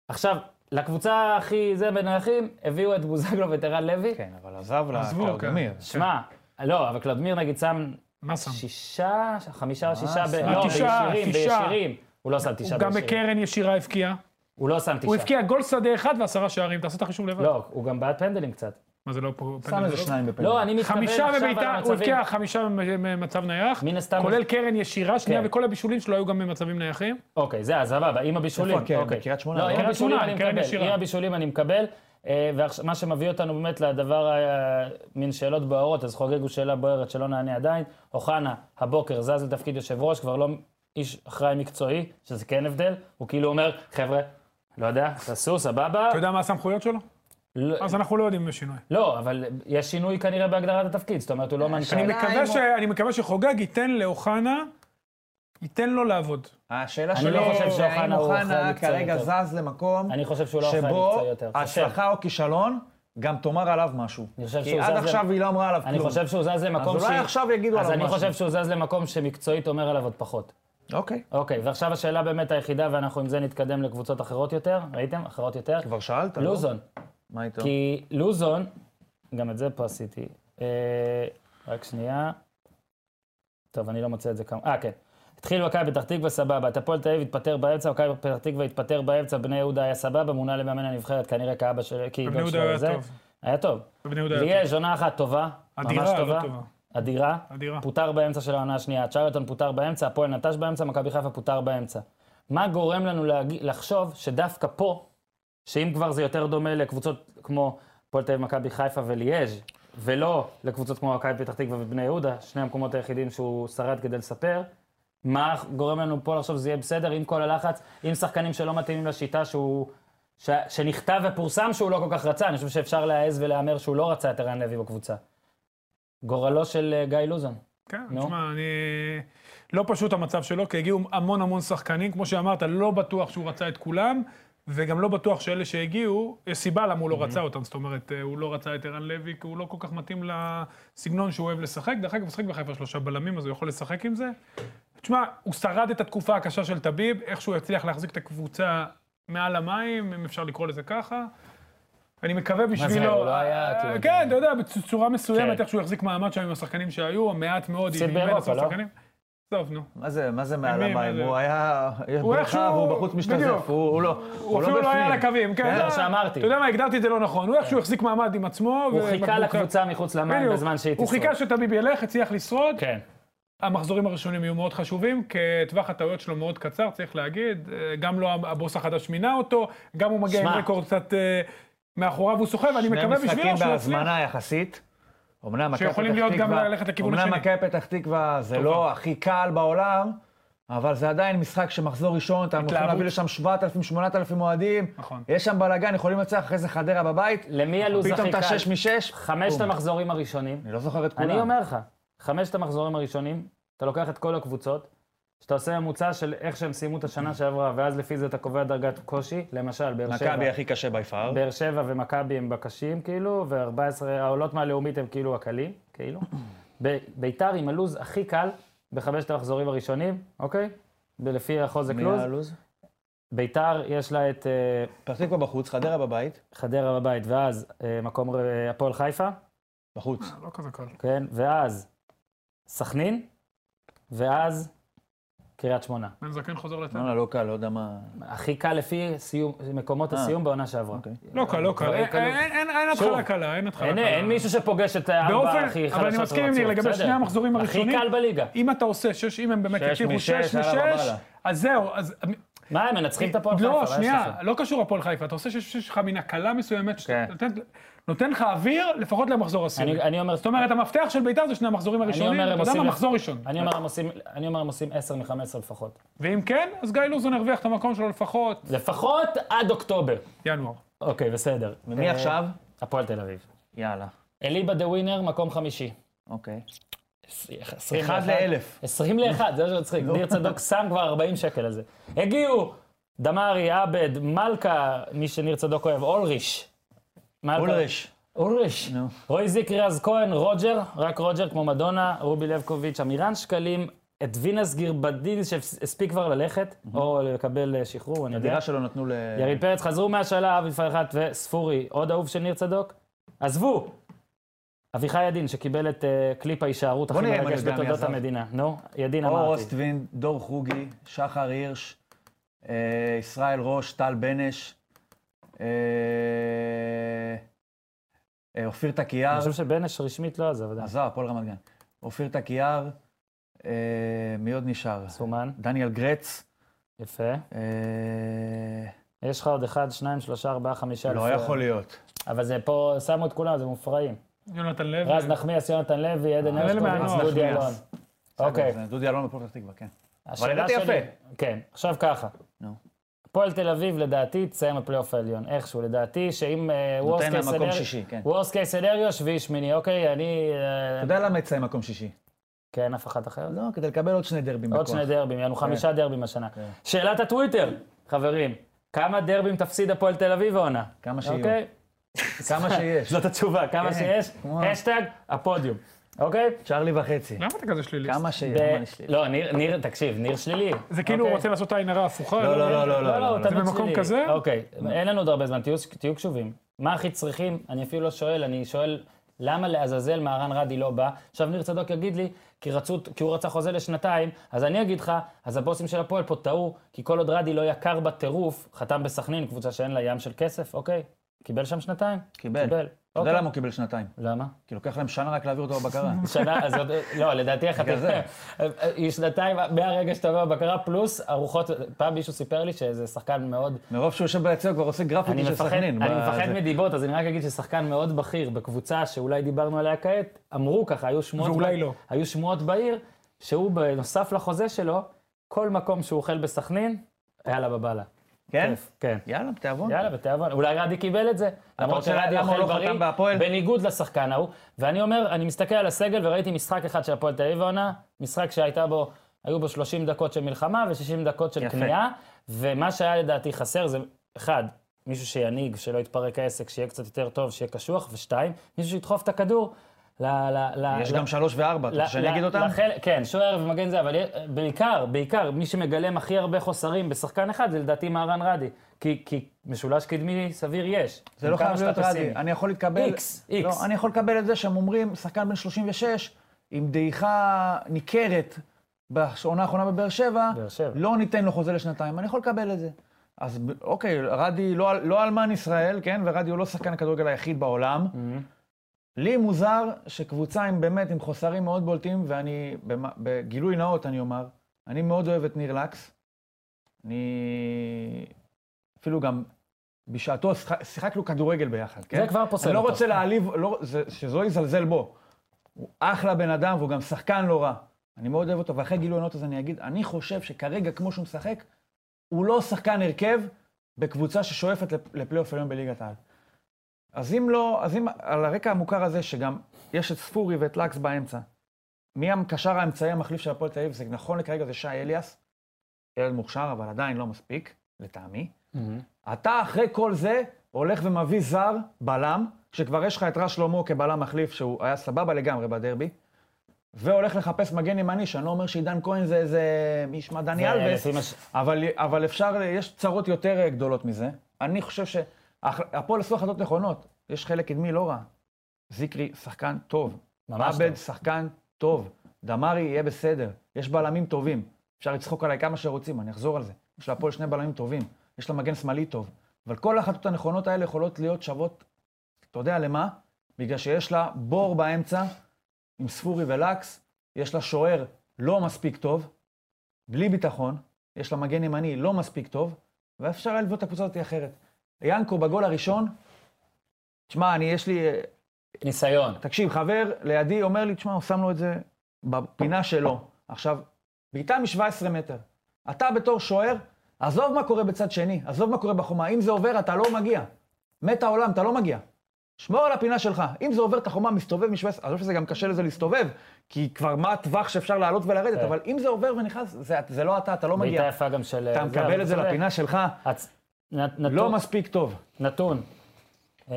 [SPEAKER 1] עכשיו, לקבוצה הכי זה בנייחים, הביאו את בוזגלו ואת ערן לוי.
[SPEAKER 3] כן, אבל עזב
[SPEAKER 2] עזבו, כן.
[SPEAKER 3] לקלאודמיר.
[SPEAKER 1] שמע, לא, אבל קלדמיר נגיד שם
[SPEAKER 2] מה שם?
[SPEAKER 1] שישה, חמישה, שישה, ב-
[SPEAKER 2] אה, עשה?
[SPEAKER 1] לא,
[SPEAKER 2] תשעה,
[SPEAKER 1] בישירים,
[SPEAKER 2] תשעה.
[SPEAKER 1] בישירים. הוא לא שם
[SPEAKER 2] הוא
[SPEAKER 1] תשעה
[SPEAKER 2] גם
[SPEAKER 1] בישירים.
[SPEAKER 2] בקרן ישירה הבקיע.
[SPEAKER 1] הוא לא שם
[SPEAKER 2] הוא
[SPEAKER 1] תשעה.
[SPEAKER 2] הבקיע גול שדה אחד ועשרה שערים, תעשו את החישוב לבד.
[SPEAKER 1] לא, הוא גם בעד פנדלים קצת.
[SPEAKER 2] מה זה לא פה?
[SPEAKER 3] שם
[SPEAKER 2] פנדלים?
[SPEAKER 3] איזה שניים בפנדל.
[SPEAKER 1] לא, אני מתכוון
[SPEAKER 2] חמישה
[SPEAKER 1] עכשיו על
[SPEAKER 2] בביתה, הוא
[SPEAKER 1] המצבים.
[SPEAKER 2] הבקיע חמישה במצב נייח,
[SPEAKER 1] מן הסתם-
[SPEAKER 2] כולל קרן ישירה שנייה,
[SPEAKER 1] כן.
[SPEAKER 2] וכל הבישולים שלו היו גם במצבים נייחים.
[SPEAKER 1] אוקיי, זה, אז סבבה, עם הבישולים.
[SPEAKER 3] איפה הקרן?
[SPEAKER 1] אוקיי.
[SPEAKER 3] בקריית שמונה,
[SPEAKER 1] לא,
[SPEAKER 3] לא?
[SPEAKER 1] עם
[SPEAKER 2] קריית
[SPEAKER 1] הבישולים
[SPEAKER 2] שמונה,
[SPEAKER 1] אני
[SPEAKER 2] קרן
[SPEAKER 1] מקבל.
[SPEAKER 2] ישירה.
[SPEAKER 1] עם הבישולים אני מקבל. ומה שמביא אותנו באמת לדבר, אה, מין שאלות בוערות, אז חוגג הוא שאלה בוערת שלא נענה עדיין. אוחנה, הבוקר, זז לתפקיד יושב ראש, כבר לא איש אחראי מקצועי, שזה כן הבדל. הוא כאילו אומר, חבר'ה, לא יודע, תעשו, סבבה.
[SPEAKER 2] אתה יודע מה הסמכויות שלו?
[SPEAKER 1] לא-
[SPEAKER 2] אז אנחנו לא יודעים אם יש שינוי.
[SPEAKER 1] לא, אבל יש שינוי כנראה בהגדרת התפקיד, זאת אומרת, הוא לא מנכ"ל.
[SPEAKER 2] אני מקווה ש- אני מקווה שחוגג ייתן לאוחנה, ייתן לו לעבוד.
[SPEAKER 3] השאלה
[SPEAKER 1] אני
[SPEAKER 3] שלי,
[SPEAKER 1] לא חושב
[SPEAKER 3] זה האם
[SPEAKER 1] שאוחנה הוא אחראי
[SPEAKER 3] אוחנה
[SPEAKER 1] מקצועי
[SPEAKER 3] כרגע
[SPEAKER 1] יותר.
[SPEAKER 3] זז למקום
[SPEAKER 1] אני חושב שהוא לא אחראי
[SPEAKER 3] שבו
[SPEAKER 1] מקצועי יותר. חושב.
[SPEAKER 3] הצלחה או כישלון, גם תאמר עליו משהו.
[SPEAKER 1] אני חושב
[SPEAKER 3] כי
[SPEAKER 1] שהוא
[SPEAKER 3] עד
[SPEAKER 1] זז
[SPEAKER 3] עכשיו
[SPEAKER 1] למ-
[SPEAKER 3] היא לא אמרה עליו כלום.
[SPEAKER 1] אני חושב שהוא זז למקום
[SPEAKER 3] אז אולי עכשיו יגידו
[SPEAKER 1] אז
[SPEAKER 3] עליו
[SPEAKER 1] אני
[SPEAKER 3] משהו.
[SPEAKER 1] חושב שהוא זז למקום שמקצועית אומר עליו עוד פחות.
[SPEAKER 3] אוקיי,
[SPEAKER 1] אוקיי, ועכשיו השאלה באמת היחידה, ואנחנו עם זה נתקדם לקבוצות אחרות יותר, ראיתם? אחרות יותר?
[SPEAKER 3] כבר שאלת, לא?
[SPEAKER 1] לוזון.
[SPEAKER 3] מה איתו?
[SPEAKER 1] כי לוזון, גם את זה פה עשיתי. אה, רק שנייה. טוב, אני לא מוצא את זה כמה... אה, כן. התחיל מכבי פתח תקווה, סבבה. את הפועל תל אביב התפטר באמצע, מכבי פתח תקווה התפטר באמצע, בני יהודה היה סבבה, מונה למאמן הנבחרת, כנראה כאבא שלו, כי
[SPEAKER 2] בני
[SPEAKER 1] עידו שלו
[SPEAKER 2] יהודה היה
[SPEAKER 1] זה.
[SPEAKER 2] טוב.
[SPEAKER 1] היה טוב.
[SPEAKER 2] בבני יהודה היה
[SPEAKER 1] ליאז' עונה אחת טובה, ממש
[SPEAKER 2] אדירה, לא
[SPEAKER 1] טובה.
[SPEAKER 2] טובה.
[SPEAKER 1] אדירה.
[SPEAKER 2] אדירה.
[SPEAKER 1] פוטר באמצע של העונה השנייה, צ'רלטון פוטר באמצע, הפועל נטש באמצע, מכבי חיפה פוטר באמצע. מה גורם לנו להג... לחשוב שדווקא פה, שאם כבר זה יותר דומה לקבוצות כמו הפועל תל אביב, מכבי חיפה וליאז', ולא לקבוצות כמו מכבי פתח תקווה ובני יהודה, שני המקומות היחידים שהוא שרד כדי לספר, מה גורם לנו פה לחשוב שזה יהיה בסדר עם כל הלחץ, עם שחקנים שלא מתאימים לשיטה שהוא... ש... שנכתב ופורסם שהוא לא כל כך רצה, אני חושב שאפשר להעז ולהמר שהוא לא רצה את ערן לוי בקבוצה. גורלו של אה, גיא לוזון.
[SPEAKER 2] כן,
[SPEAKER 1] נו.
[SPEAKER 2] תשמע, אני... לא פשוט המצב שלו, כי הגיעו המון המון שחקנים, כמו שאמרת, לא בטוח שהוא רצה את כולם, וגם לא בטוח שאלה שהגיעו, יש סיבה למה הוא לא רצה אותם, זאת אומרת, אה, הוא לא רצה את ערן לוי, כי הוא לא כל כך מתאים לסגנון שהוא אוהב לשחק. דרך אגב, הוא משחק בחיפה שלושה בלמים, אז הוא יכול לשחק עם זה. תשמע, הוא שרד את התקופה הקשה של טביב, איכשהו הצליח להחזיק את הקבוצה מעל המים, אם אפשר לקרוא לזה ככה. אני מקווה בשבילו...
[SPEAKER 1] הוא לא היה,
[SPEAKER 2] אה,
[SPEAKER 1] כאילו,
[SPEAKER 2] כן, אתה יודע, בצורה מסוימת,
[SPEAKER 1] כן.
[SPEAKER 2] איך שהוא החזיק מעמד שם עם השחקנים שהיו, המעט מאוד,
[SPEAKER 1] הפסיד
[SPEAKER 2] עם מאה
[SPEAKER 1] באירופה,
[SPEAKER 2] עשרה
[SPEAKER 1] לא?
[SPEAKER 2] שחקנים. טוב, נו.
[SPEAKER 3] מה זה, מה זה מעל
[SPEAKER 2] מי, מה
[SPEAKER 3] המים?
[SPEAKER 2] זה?
[SPEAKER 3] הוא היה... יש בריכה
[SPEAKER 2] איכשהו-
[SPEAKER 3] והוא בחוץ
[SPEAKER 2] בדיוק.
[SPEAKER 3] משתזף, הוא הוא לא
[SPEAKER 2] הוא אפילו לא היה על הקווים, כן.
[SPEAKER 1] זה
[SPEAKER 2] אתה-
[SPEAKER 1] מה שאמרתי. כן.
[SPEAKER 2] אתה יודע מה, הגדרתי את זה לא נכון. הוא איכשהו החזיק מעמד עם עצמו.
[SPEAKER 1] הוא
[SPEAKER 2] ועם
[SPEAKER 1] חיכה
[SPEAKER 2] הקבוצה.
[SPEAKER 1] לקבוצה מחוץ למים
[SPEAKER 2] בדיוק.
[SPEAKER 1] בזמן שהיא
[SPEAKER 2] הוא
[SPEAKER 1] תשרוד.
[SPEAKER 2] חיכה שטביב ילך, הצליח לשרוד.
[SPEAKER 1] כן.
[SPEAKER 2] המחזורים הראשונים יהיו מאוד חשובים, כי טווח הטעויות שלו מאוד קצר, צריך להגיד. אה, גם לא הבוס החדש מינה אותו, גם הוא מגיע עם
[SPEAKER 1] שמע.
[SPEAKER 2] רקורד קצת אה, מאחוריו, הוא סוחב, אני מקווה בשבילו שהוא
[SPEAKER 3] שני משחקים
[SPEAKER 2] יצליח.
[SPEAKER 3] בהזמנה יחסית. אומנם מכבי פתח תקווה...
[SPEAKER 2] שיכולים להיות גם ללכת לכיוון
[SPEAKER 3] אומנם
[SPEAKER 2] השני.
[SPEAKER 3] מכבי פתח תקווה זה לא הכי קל בעולם, אבל זה עדיין משחק שמחזור ראשון, אתה יכול
[SPEAKER 2] התלהבות.
[SPEAKER 3] להביא לשם 7,000-8,000 אוהדים.
[SPEAKER 2] נכון.
[SPEAKER 3] יש שם בלאגן, יכולים לצאת אחרי זה חדרה בבית.
[SPEAKER 1] למי הלו"ז לא הכי קל?
[SPEAKER 3] פתאום אתה 6 מ-6.
[SPEAKER 1] חמשת המחזורים הראשונים.
[SPEAKER 3] אני לא זוכר את כולם.
[SPEAKER 1] אני אומר לך, חמשת המחזורים הראשונים, אתה לוקח את כל הקבוצות, שאתה עושה ממוצע של איך שהם סיימו את השנה שעברה, ואז לפי זה אתה קובע דרגת קושי, למשל, באר שבע.
[SPEAKER 3] מכבי הכי קשה ביפר.
[SPEAKER 1] באר שבע ומכבי הם בקשים, כאילו, ו-14 העולות מהלאומית הם כאילו הקלים, כאילו. ב- ביתר עם הלו"ז הכי קל בחמשת המחזורים הראשונים, אוקיי? ב- לפי החוזק לו"ז. ביתר יש לה את אה,
[SPEAKER 3] פתח תקווה בחוץ, חדרה בבית,
[SPEAKER 1] חדרה בבית, ואז אה, מקום אה, הפועל חיפה,
[SPEAKER 3] בחוץ.
[SPEAKER 2] לא כזה קל.
[SPEAKER 1] כן? ואז סכנין, ואז קריית שמונה.
[SPEAKER 2] בן זקן חוזר לתל.
[SPEAKER 3] לא, לא קל, לא יודע מה...
[SPEAKER 1] הכי קל לפי סיום, מקומות
[SPEAKER 3] אה,
[SPEAKER 1] הסיום בעונה שעברה.
[SPEAKER 3] אוקיי.
[SPEAKER 2] לא קל, לא קל.
[SPEAKER 1] דברים
[SPEAKER 2] אין-
[SPEAKER 1] קלים.
[SPEAKER 2] אין- אין אין
[SPEAKER 1] שוב.
[SPEAKER 2] התחלה קלה, אין התחלה
[SPEAKER 1] אין,
[SPEAKER 2] קלה.
[SPEAKER 1] אין מישהו שפוגש את הארבע
[SPEAKER 2] באופן-
[SPEAKER 1] הכי חלשות
[SPEAKER 2] אבל אני מסכים עם ניר,
[SPEAKER 1] ברצוף,
[SPEAKER 2] לגבי
[SPEAKER 1] בסדר.
[SPEAKER 2] שני המחזורים
[SPEAKER 1] הכי
[SPEAKER 2] הראשונים-
[SPEAKER 1] קל בליגה.
[SPEAKER 2] אם אתה עושה שש, אם הם באמת
[SPEAKER 3] שש
[SPEAKER 2] יצליחו
[SPEAKER 3] משש,
[SPEAKER 2] שש
[SPEAKER 3] הלאה
[SPEAKER 2] משש,
[SPEAKER 3] והלאה.
[SPEAKER 2] אז זהו, אז...
[SPEAKER 1] מה, הם מנצחים את הפועל חיפה?
[SPEAKER 2] לא,
[SPEAKER 1] מה יש
[SPEAKER 2] שנייה,
[SPEAKER 1] לכם?
[SPEAKER 2] לא קשור הפועל חיפה, אתה עושה שיש שיש לך מן הקלה מסוימת, שאתה
[SPEAKER 3] כן.
[SPEAKER 2] נותן- נותן לך אוויר לפחות למחזור עשירי.
[SPEAKER 1] אני- אני אומר,
[SPEAKER 2] זאת אומרת, המפתח של בית"ר זה שני המחזורים הראשונים,
[SPEAKER 1] אומר, הם
[SPEAKER 2] אתה יודע מה,
[SPEAKER 1] עושים-
[SPEAKER 2] מחזור ראשון.
[SPEAKER 1] אני אומר, הם עושים, אני אומר, הם עושים 10 מ-15 לפחות.
[SPEAKER 2] ואם כן, אז גיא לוזון הרוויח את המקום שלו לפחות
[SPEAKER 1] לפחות עד אוקטובר.
[SPEAKER 2] ינואר.
[SPEAKER 1] אוקיי, בסדר.
[SPEAKER 3] ומי
[SPEAKER 1] אה,
[SPEAKER 3] עכשיו?
[SPEAKER 1] הפועל תל אביב.
[SPEAKER 3] יאללה.
[SPEAKER 1] אליבא דה ווינר, מקום חמישי.
[SPEAKER 3] אוקיי.
[SPEAKER 1] 21.
[SPEAKER 3] אחד לאלף.
[SPEAKER 1] 20 ל-1, זה מה שמצחיק. ניר צדוק שם כבר 40 שקל על זה. הגיעו דמארי, עבד, מלכה, מי שניר צדוק אוהב, אולריש. מלכה-
[SPEAKER 3] אולריש.
[SPEAKER 1] אולריש.
[SPEAKER 3] נו.
[SPEAKER 1] רועי זיקרי, אז כהן, רוג'ר, רק רוג'ר כמו מדונה, רובי לבקוביץ', אמירן שקלים, את וינס גירבדין שהספיק כבר ללכת, או לקבל אה, שחרור, אני יודע.
[SPEAKER 3] הדירה שלו נתנו ל...
[SPEAKER 1] יריב פרץ, חזרו מהשאלה, אבי פרחת וספורי, עוד אהוב של ניר צדוק. עזבו! אביחי ידין, שקיבל את אה, קליפ ההישארות הכי
[SPEAKER 3] בוא נראה אם אני
[SPEAKER 1] מרגש
[SPEAKER 3] יודע מי
[SPEAKER 1] בתולדות
[SPEAKER 3] עזב.
[SPEAKER 1] המדינה. נו, ידין
[SPEAKER 3] אור
[SPEAKER 1] אמרתי.
[SPEAKER 3] אוסטווין, דור חוגי, שחר הירש, אה, ישראל ראש, טל בנש, אה, אה, אופיר
[SPEAKER 1] אני
[SPEAKER 3] תקיאר,
[SPEAKER 1] חושב שבנש רשמית לא עזב, עדיין.
[SPEAKER 3] עזב, הפועל רמת גן, אופיר תקיאר, אה, מי עוד נשאר?
[SPEAKER 1] סומן,
[SPEAKER 3] דניאל גרץ,
[SPEAKER 1] יפה.
[SPEAKER 3] אה,
[SPEAKER 1] יש לך עוד אחד, שניים, שלושה, ארבעה, חמישה.
[SPEAKER 3] לא
[SPEAKER 1] לפי ה-
[SPEAKER 3] יכול להיות. אה.
[SPEAKER 1] אבל זה פה, שמו את כולם, זה מופרעים.
[SPEAKER 2] יונתן לוי.
[SPEAKER 1] רז נחמיאס, יונתן לוי, עדן
[SPEAKER 2] אלה
[SPEAKER 1] הרשקוביץ,
[SPEAKER 2] מהנוער.
[SPEAKER 1] דודי
[SPEAKER 3] אה, נחמיאס.
[SPEAKER 1] אלון.
[SPEAKER 3] בסדר,
[SPEAKER 1] אוקיי.
[SPEAKER 3] זה דודי אלון בפועל פתח תקווה, כן.
[SPEAKER 1] השאלה
[SPEAKER 3] הגעת
[SPEAKER 1] שלי-
[SPEAKER 3] יפה.
[SPEAKER 1] כן, עכשיו ככה.
[SPEAKER 3] נו.
[SPEAKER 1] הפועל תל אביב, לדעתי, תסיים בפלייאוף העליון, איכשהו. לדעתי, שאם... אה, worst
[SPEAKER 3] נותן
[SPEAKER 1] case
[SPEAKER 3] לה מקום
[SPEAKER 1] scenario-
[SPEAKER 3] שישי, כן.
[SPEAKER 1] worst case scenario, שביעי, שמיני, אוקיי? אני... אה,
[SPEAKER 3] אתה יודע למה יצא עם מקום שישי?
[SPEAKER 1] כן, אף אחת אחרת.
[SPEAKER 3] לא, כן. כדי לקבל עוד שני דרבים
[SPEAKER 1] עוד
[SPEAKER 3] בכוח.
[SPEAKER 1] שני דרבים, יענו חמישה דרבים השנה. שאלת הטוויטר, חברים, כמה דרבים תפסיד הפועל תל אביב העונה?
[SPEAKER 3] כמה שיהיו.
[SPEAKER 1] אוקיי?
[SPEAKER 3] כמה שיש.
[SPEAKER 1] זאת התשובה, כמה
[SPEAKER 3] כן,
[SPEAKER 1] שיש,
[SPEAKER 3] כמו-
[SPEAKER 1] השטג, הפודיום, אוקיי?
[SPEAKER 3] צ'רלי וחצי.
[SPEAKER 2] למה אתה כזה שלילי?
[SPEAKER 3] כמה שיש.
[SPEAKER 1] ב-
[SPEAKER 3] למה אני שלילי?
[SPEAKER 1] לא, ניר- ניר, תקשיב, ניר שלילי.
[SPEAKER 2] זה כאילו הוא
[SPEAKER 1] אוקיי?
[SPEAKER 2] רוצה לעשות את העין הרע הפוכה.
[SPEAKER 3] לא, לא, לא, לא,
[SPEAKER 1] לא, לא,
[SPEAKER 3] לא.
[SPEAKER 1] הוא תמיד שלילי.
[SPEAKER 2] במקום כזה?
[SPEAKER 1] אוקיי, אין לנו עוד הרבה זמן, תהיו- תהיו קשובים. מה הכי צריכים? אני אפילו לא שואל, אני שואל, למה לעזאזל מהרן רדי לא בא? עכשיו ניר צדוק יגיד לי, כי רצו, כי הוא רצה חוזה לשנתיים, אז אני אגיד לך, אז הבוסים של הפועל פה טעו, כי כל עוד רדי לא יקר בטירוף, חתם בסכנין, קבוצה שאין לה ים של כסף, אוקיי? קיבל שם שנתיים?
[SPEAKER 3] קיבל.
[SPEAKER 1] קיבל. אוקיי.
[SPEAKER 3] אתה יודע למה הוא קיבל שנתיים?
[SPEAKER 1] למה?
[SPEAKER 3] כי כאילו, לוקח להם שנה רק להעביר אותו בבקרה.
[SPEAKER 1] שנה, אז עוד... לא, לדעתי איך
[SPEAKER 3] בגלל
[SPEAKER 1] אתה... היא שנתיים, מהרגע שאתה בא בבקרה, פלוס ארוחות... פעם מישהו סיפר לי שזה שחקן מאוד...
[SPEAKER 3] מרוב שהוא יושב ביציע הוא כבר עושה
[SPEAKER 1] אני
[SPEAKER 3] גרפיטי של
[SPEAKER 1] מפחד,
[SPEAKER 3] סכנין.
[SPEAKER 1] אני
[SPEAKER 3] ב-
[SPEAKER 1] מפחד
[SPEAKER 3] זה.
[SPEAKER 1] מדיבות, אז אני רק אגיד ששחקן מאוד בכיר בקבוצה שאולי דיברנו עליה כעת, אמרו ככה, היו שמועות...
[SPEAKER 2] ואולי
[SPEAKER 1] ב-
[SPEAKER 2] לא.
[SPEAKER 1] היו שמועות בעיר, שהוא בנוסף לחוזה שלו, כל מקום שהוא אוכל בסכנין, יאללה בבאללה.
[SPEAKER 3] כן?
[SPEAKER 1] כיף, כן.
[SPEAKER 3] יאללה, בתיאבון.
[SPEAKER 1] יאללה, בתיאבון. אולי רדי קיבל את זה. למרות
[SPEAKER 3] שלא-
[SPEAKER 1] שרדי
[SPEAKER 3] נכון? למה הוא
[SPEAKER 1] אוכל
[SPEAKER 3] לא
[SPEAKER 1] בריא,
[SPEAKER 3] חתם בהפועל?
[SPEAKER 1] בניגוד לשחקן ההוא. ואני אומר, אני מסתכל על הסגל וראיתי משחק אחד של הפועל תל אביב העונה, משחק שהייתה בו, היו בו 30 דקות של מלחמה ו-60 דקות של
[SPEAKER 3] יפה.
[SPEAKER 1] כניעה, ומה שהיה לדעתי חסר זה, אחד, מישהו שינהיג, שלא יתפרק העסק, שיהיה קצת יותר טוב, שיהיה קשוח, ושתיים, מישהו שידחוף את הכדור. ל- ל- ל-
[SPEAKER 3] יש
[SPEAKER 1] ל-
[SPEAKER 3] גם שלוש וארבע, אתה
[SPEAKER 1] ל-
[SPEAKER 3] רוצה שאני
[SPEAKER 1] ל-
[SPEAKER 3] אגיד אותם?
[SPEAKER 1] לחל- כן, שוער ומגן זה, אבל יה- בעיקר, בעיקר, מי שמגלם הכי הרבה חוסרים בשחקן אחד, זה לדעתי מהרן רדי. כי, כי משולש קדמי סביר יש.
[SPEAKER 3] זה לא
[SPEAKER 1] עם כמה
[SPEAKER 3] חייב
[SPEAKER 1] שאתה
[SPEAKER 3] להיות
[SPEAKER 1] פסימי.
[SPEAKER 3] רדי. אני יכול לקבל...
[SPEAKER 1] איקס, איקס.
[SPEAKER 3] לא, אני יכול לקבל את זה שהם אומרים, שחקן בן 36, עם דעיכה ניכרת בעונה האחרונה בבאר שבע,
[SPEAKER 1] באר שבע.
[SPEAKER 3] לא ניתן לו חוזה לשנתיים. אני יכול לקבל את זה. אז ב- אוקיי, רדי לא אל- לא אלמן ישראל, כן? ורדי הוא לא שחקן הכדורגל היחיד בעולם.
[SPEAKER 1] מהמם.
[SPEAKER 3] לי מוזר שקבוצה עם באמת, עם חוסרים מאוד בולטים, ואני, במ- בגילוי נאות אני אומר, אני מאוד אוהב את ניר לקס. אני... אפילו גם בשעתו שח- שיחקנו כדורגל ביחד, כן?
[SPEAKER 1] זה כבר פוסל
[SPEAKER 3] אני לא
[SPEAKER 1] אותו.
[SPEAKER 3] רוצה להעליב, לא, זה, שזו יזלזל בו. הוא אחלה בן אדם והוא גם שחקן לא רע. אני מאוד אוהב אותו, ואחרי גילוי נאות אז אני אגיד, אני חושב שכרגע, כמו שהוא משחק, הוא לא שחקן הרכב בקבוצה ששואפת לפ- לפלייאוף עליון בליגת העל. אז אם לא, אז אם על הרקע המוכר הזה, שגם יש את ספורי ואת לקס באמצע, מי הקשר האמצעי המחליף של הפועל תל אביב? זה נכון לכרגע זה שי אליאס, ילד מוכשר, אבל עדיין לא מספיק, לטעמי.
[SPEAKER 1] מהמם.
[SPEAKER 3] אתה אחרי כל זה הולך ומביא זר, בלם, כשכבר יש לך את רז שלמה כבלם מחליף, שהוא היה סבבה לגמרי בדרבי, והולך לחפש מגן ימני, שאני לא אומר שעידן כהן זה איזה... מי ישמע דני
[SPEAKER 1] זה
[SPEAKER 3] אלבס,
[SPEAKER 1] לפי מה ש-
[SPEAKER 3] אבל, אבל אפשר, יש צרות יותר אה, גדולות מזה. אני חושב שהפועל עשו החלטות נכונות. יש חלק קדמי לא רע. זיקרי, שחקן טוב.
[SPEAKER 1] ממש
[SPEAKER 3] עבד,
[SPEAKER 1] טוב.
[SPEAKER 3] שחקן טוב. דמרי, יהיה בסדר. יש בלמים טובים. אפשר לצחוק עליי כמה שרוצים, אני אחזור על זה. יש להפועל שני בלמים טובים. יש לה מגן שמאלי טוב. אבל כל ההחלטות הנכונות האלה יכולות להיות שוות, אתה יודע למה? בגלל שיש לה בור באמצע, עם ספורי ולקס, יש לה שוער לא מספיק טוב, בלי ביטחון, יש לה מגן ימני לא מספיק טוב, ואפשר היה לבנות את הקבוצה הזאת אחרת. ינקו בגול הראשון, תשמע, אני, יש לי...
[SPEAKER 1] ניסיון.
[SPEAKER 3] תקשיב, חבר לידי אומר לי, תשמע, הוא שם לו את זה בפינה שלו. עכשיו, בעיטה מ-17 מטר. אתה בתור שוער, עזוב מה קורה בצד שני, עזוב מה קורה בחומה. אם זה עובר, אתה לא מגיע. מת העולם, אתה לא מגיע. שמור על הפינה שלך. אם זה עובר את החומה, מסתובב מ-17, עזוב שזה גם קשה לזה להסתובב, כי כבר מה הטווח שאפשר לעלות ולרדת,
[SPEAKER 1] כן.
[SPEAKER 3] אבל אם זה עובר ונכנס, זה, זה לא אתה, אתה לא
[SPEAKER 1] בעיטה
[SPEAKER 3] מגיע.
[SPEAKER 1] יפה גם של...
[SPEAKER 3] אתה
[SPEAKER 1] זה,
[SPEAKER 3] מקבל
[SPEAKER 1] אבל
[SPEAKER 3] את זה
[SPEAKER 1] צודק.
[SPEAKER 3] לפינה שלך,
[SPEAKER 1] הצ- נ-
[SPEAKER 3] לא
[SPEAKER 1] נתון-
[SPEAKER 3] מספיק טוב.
[SPEAKER 1] נתון. אה,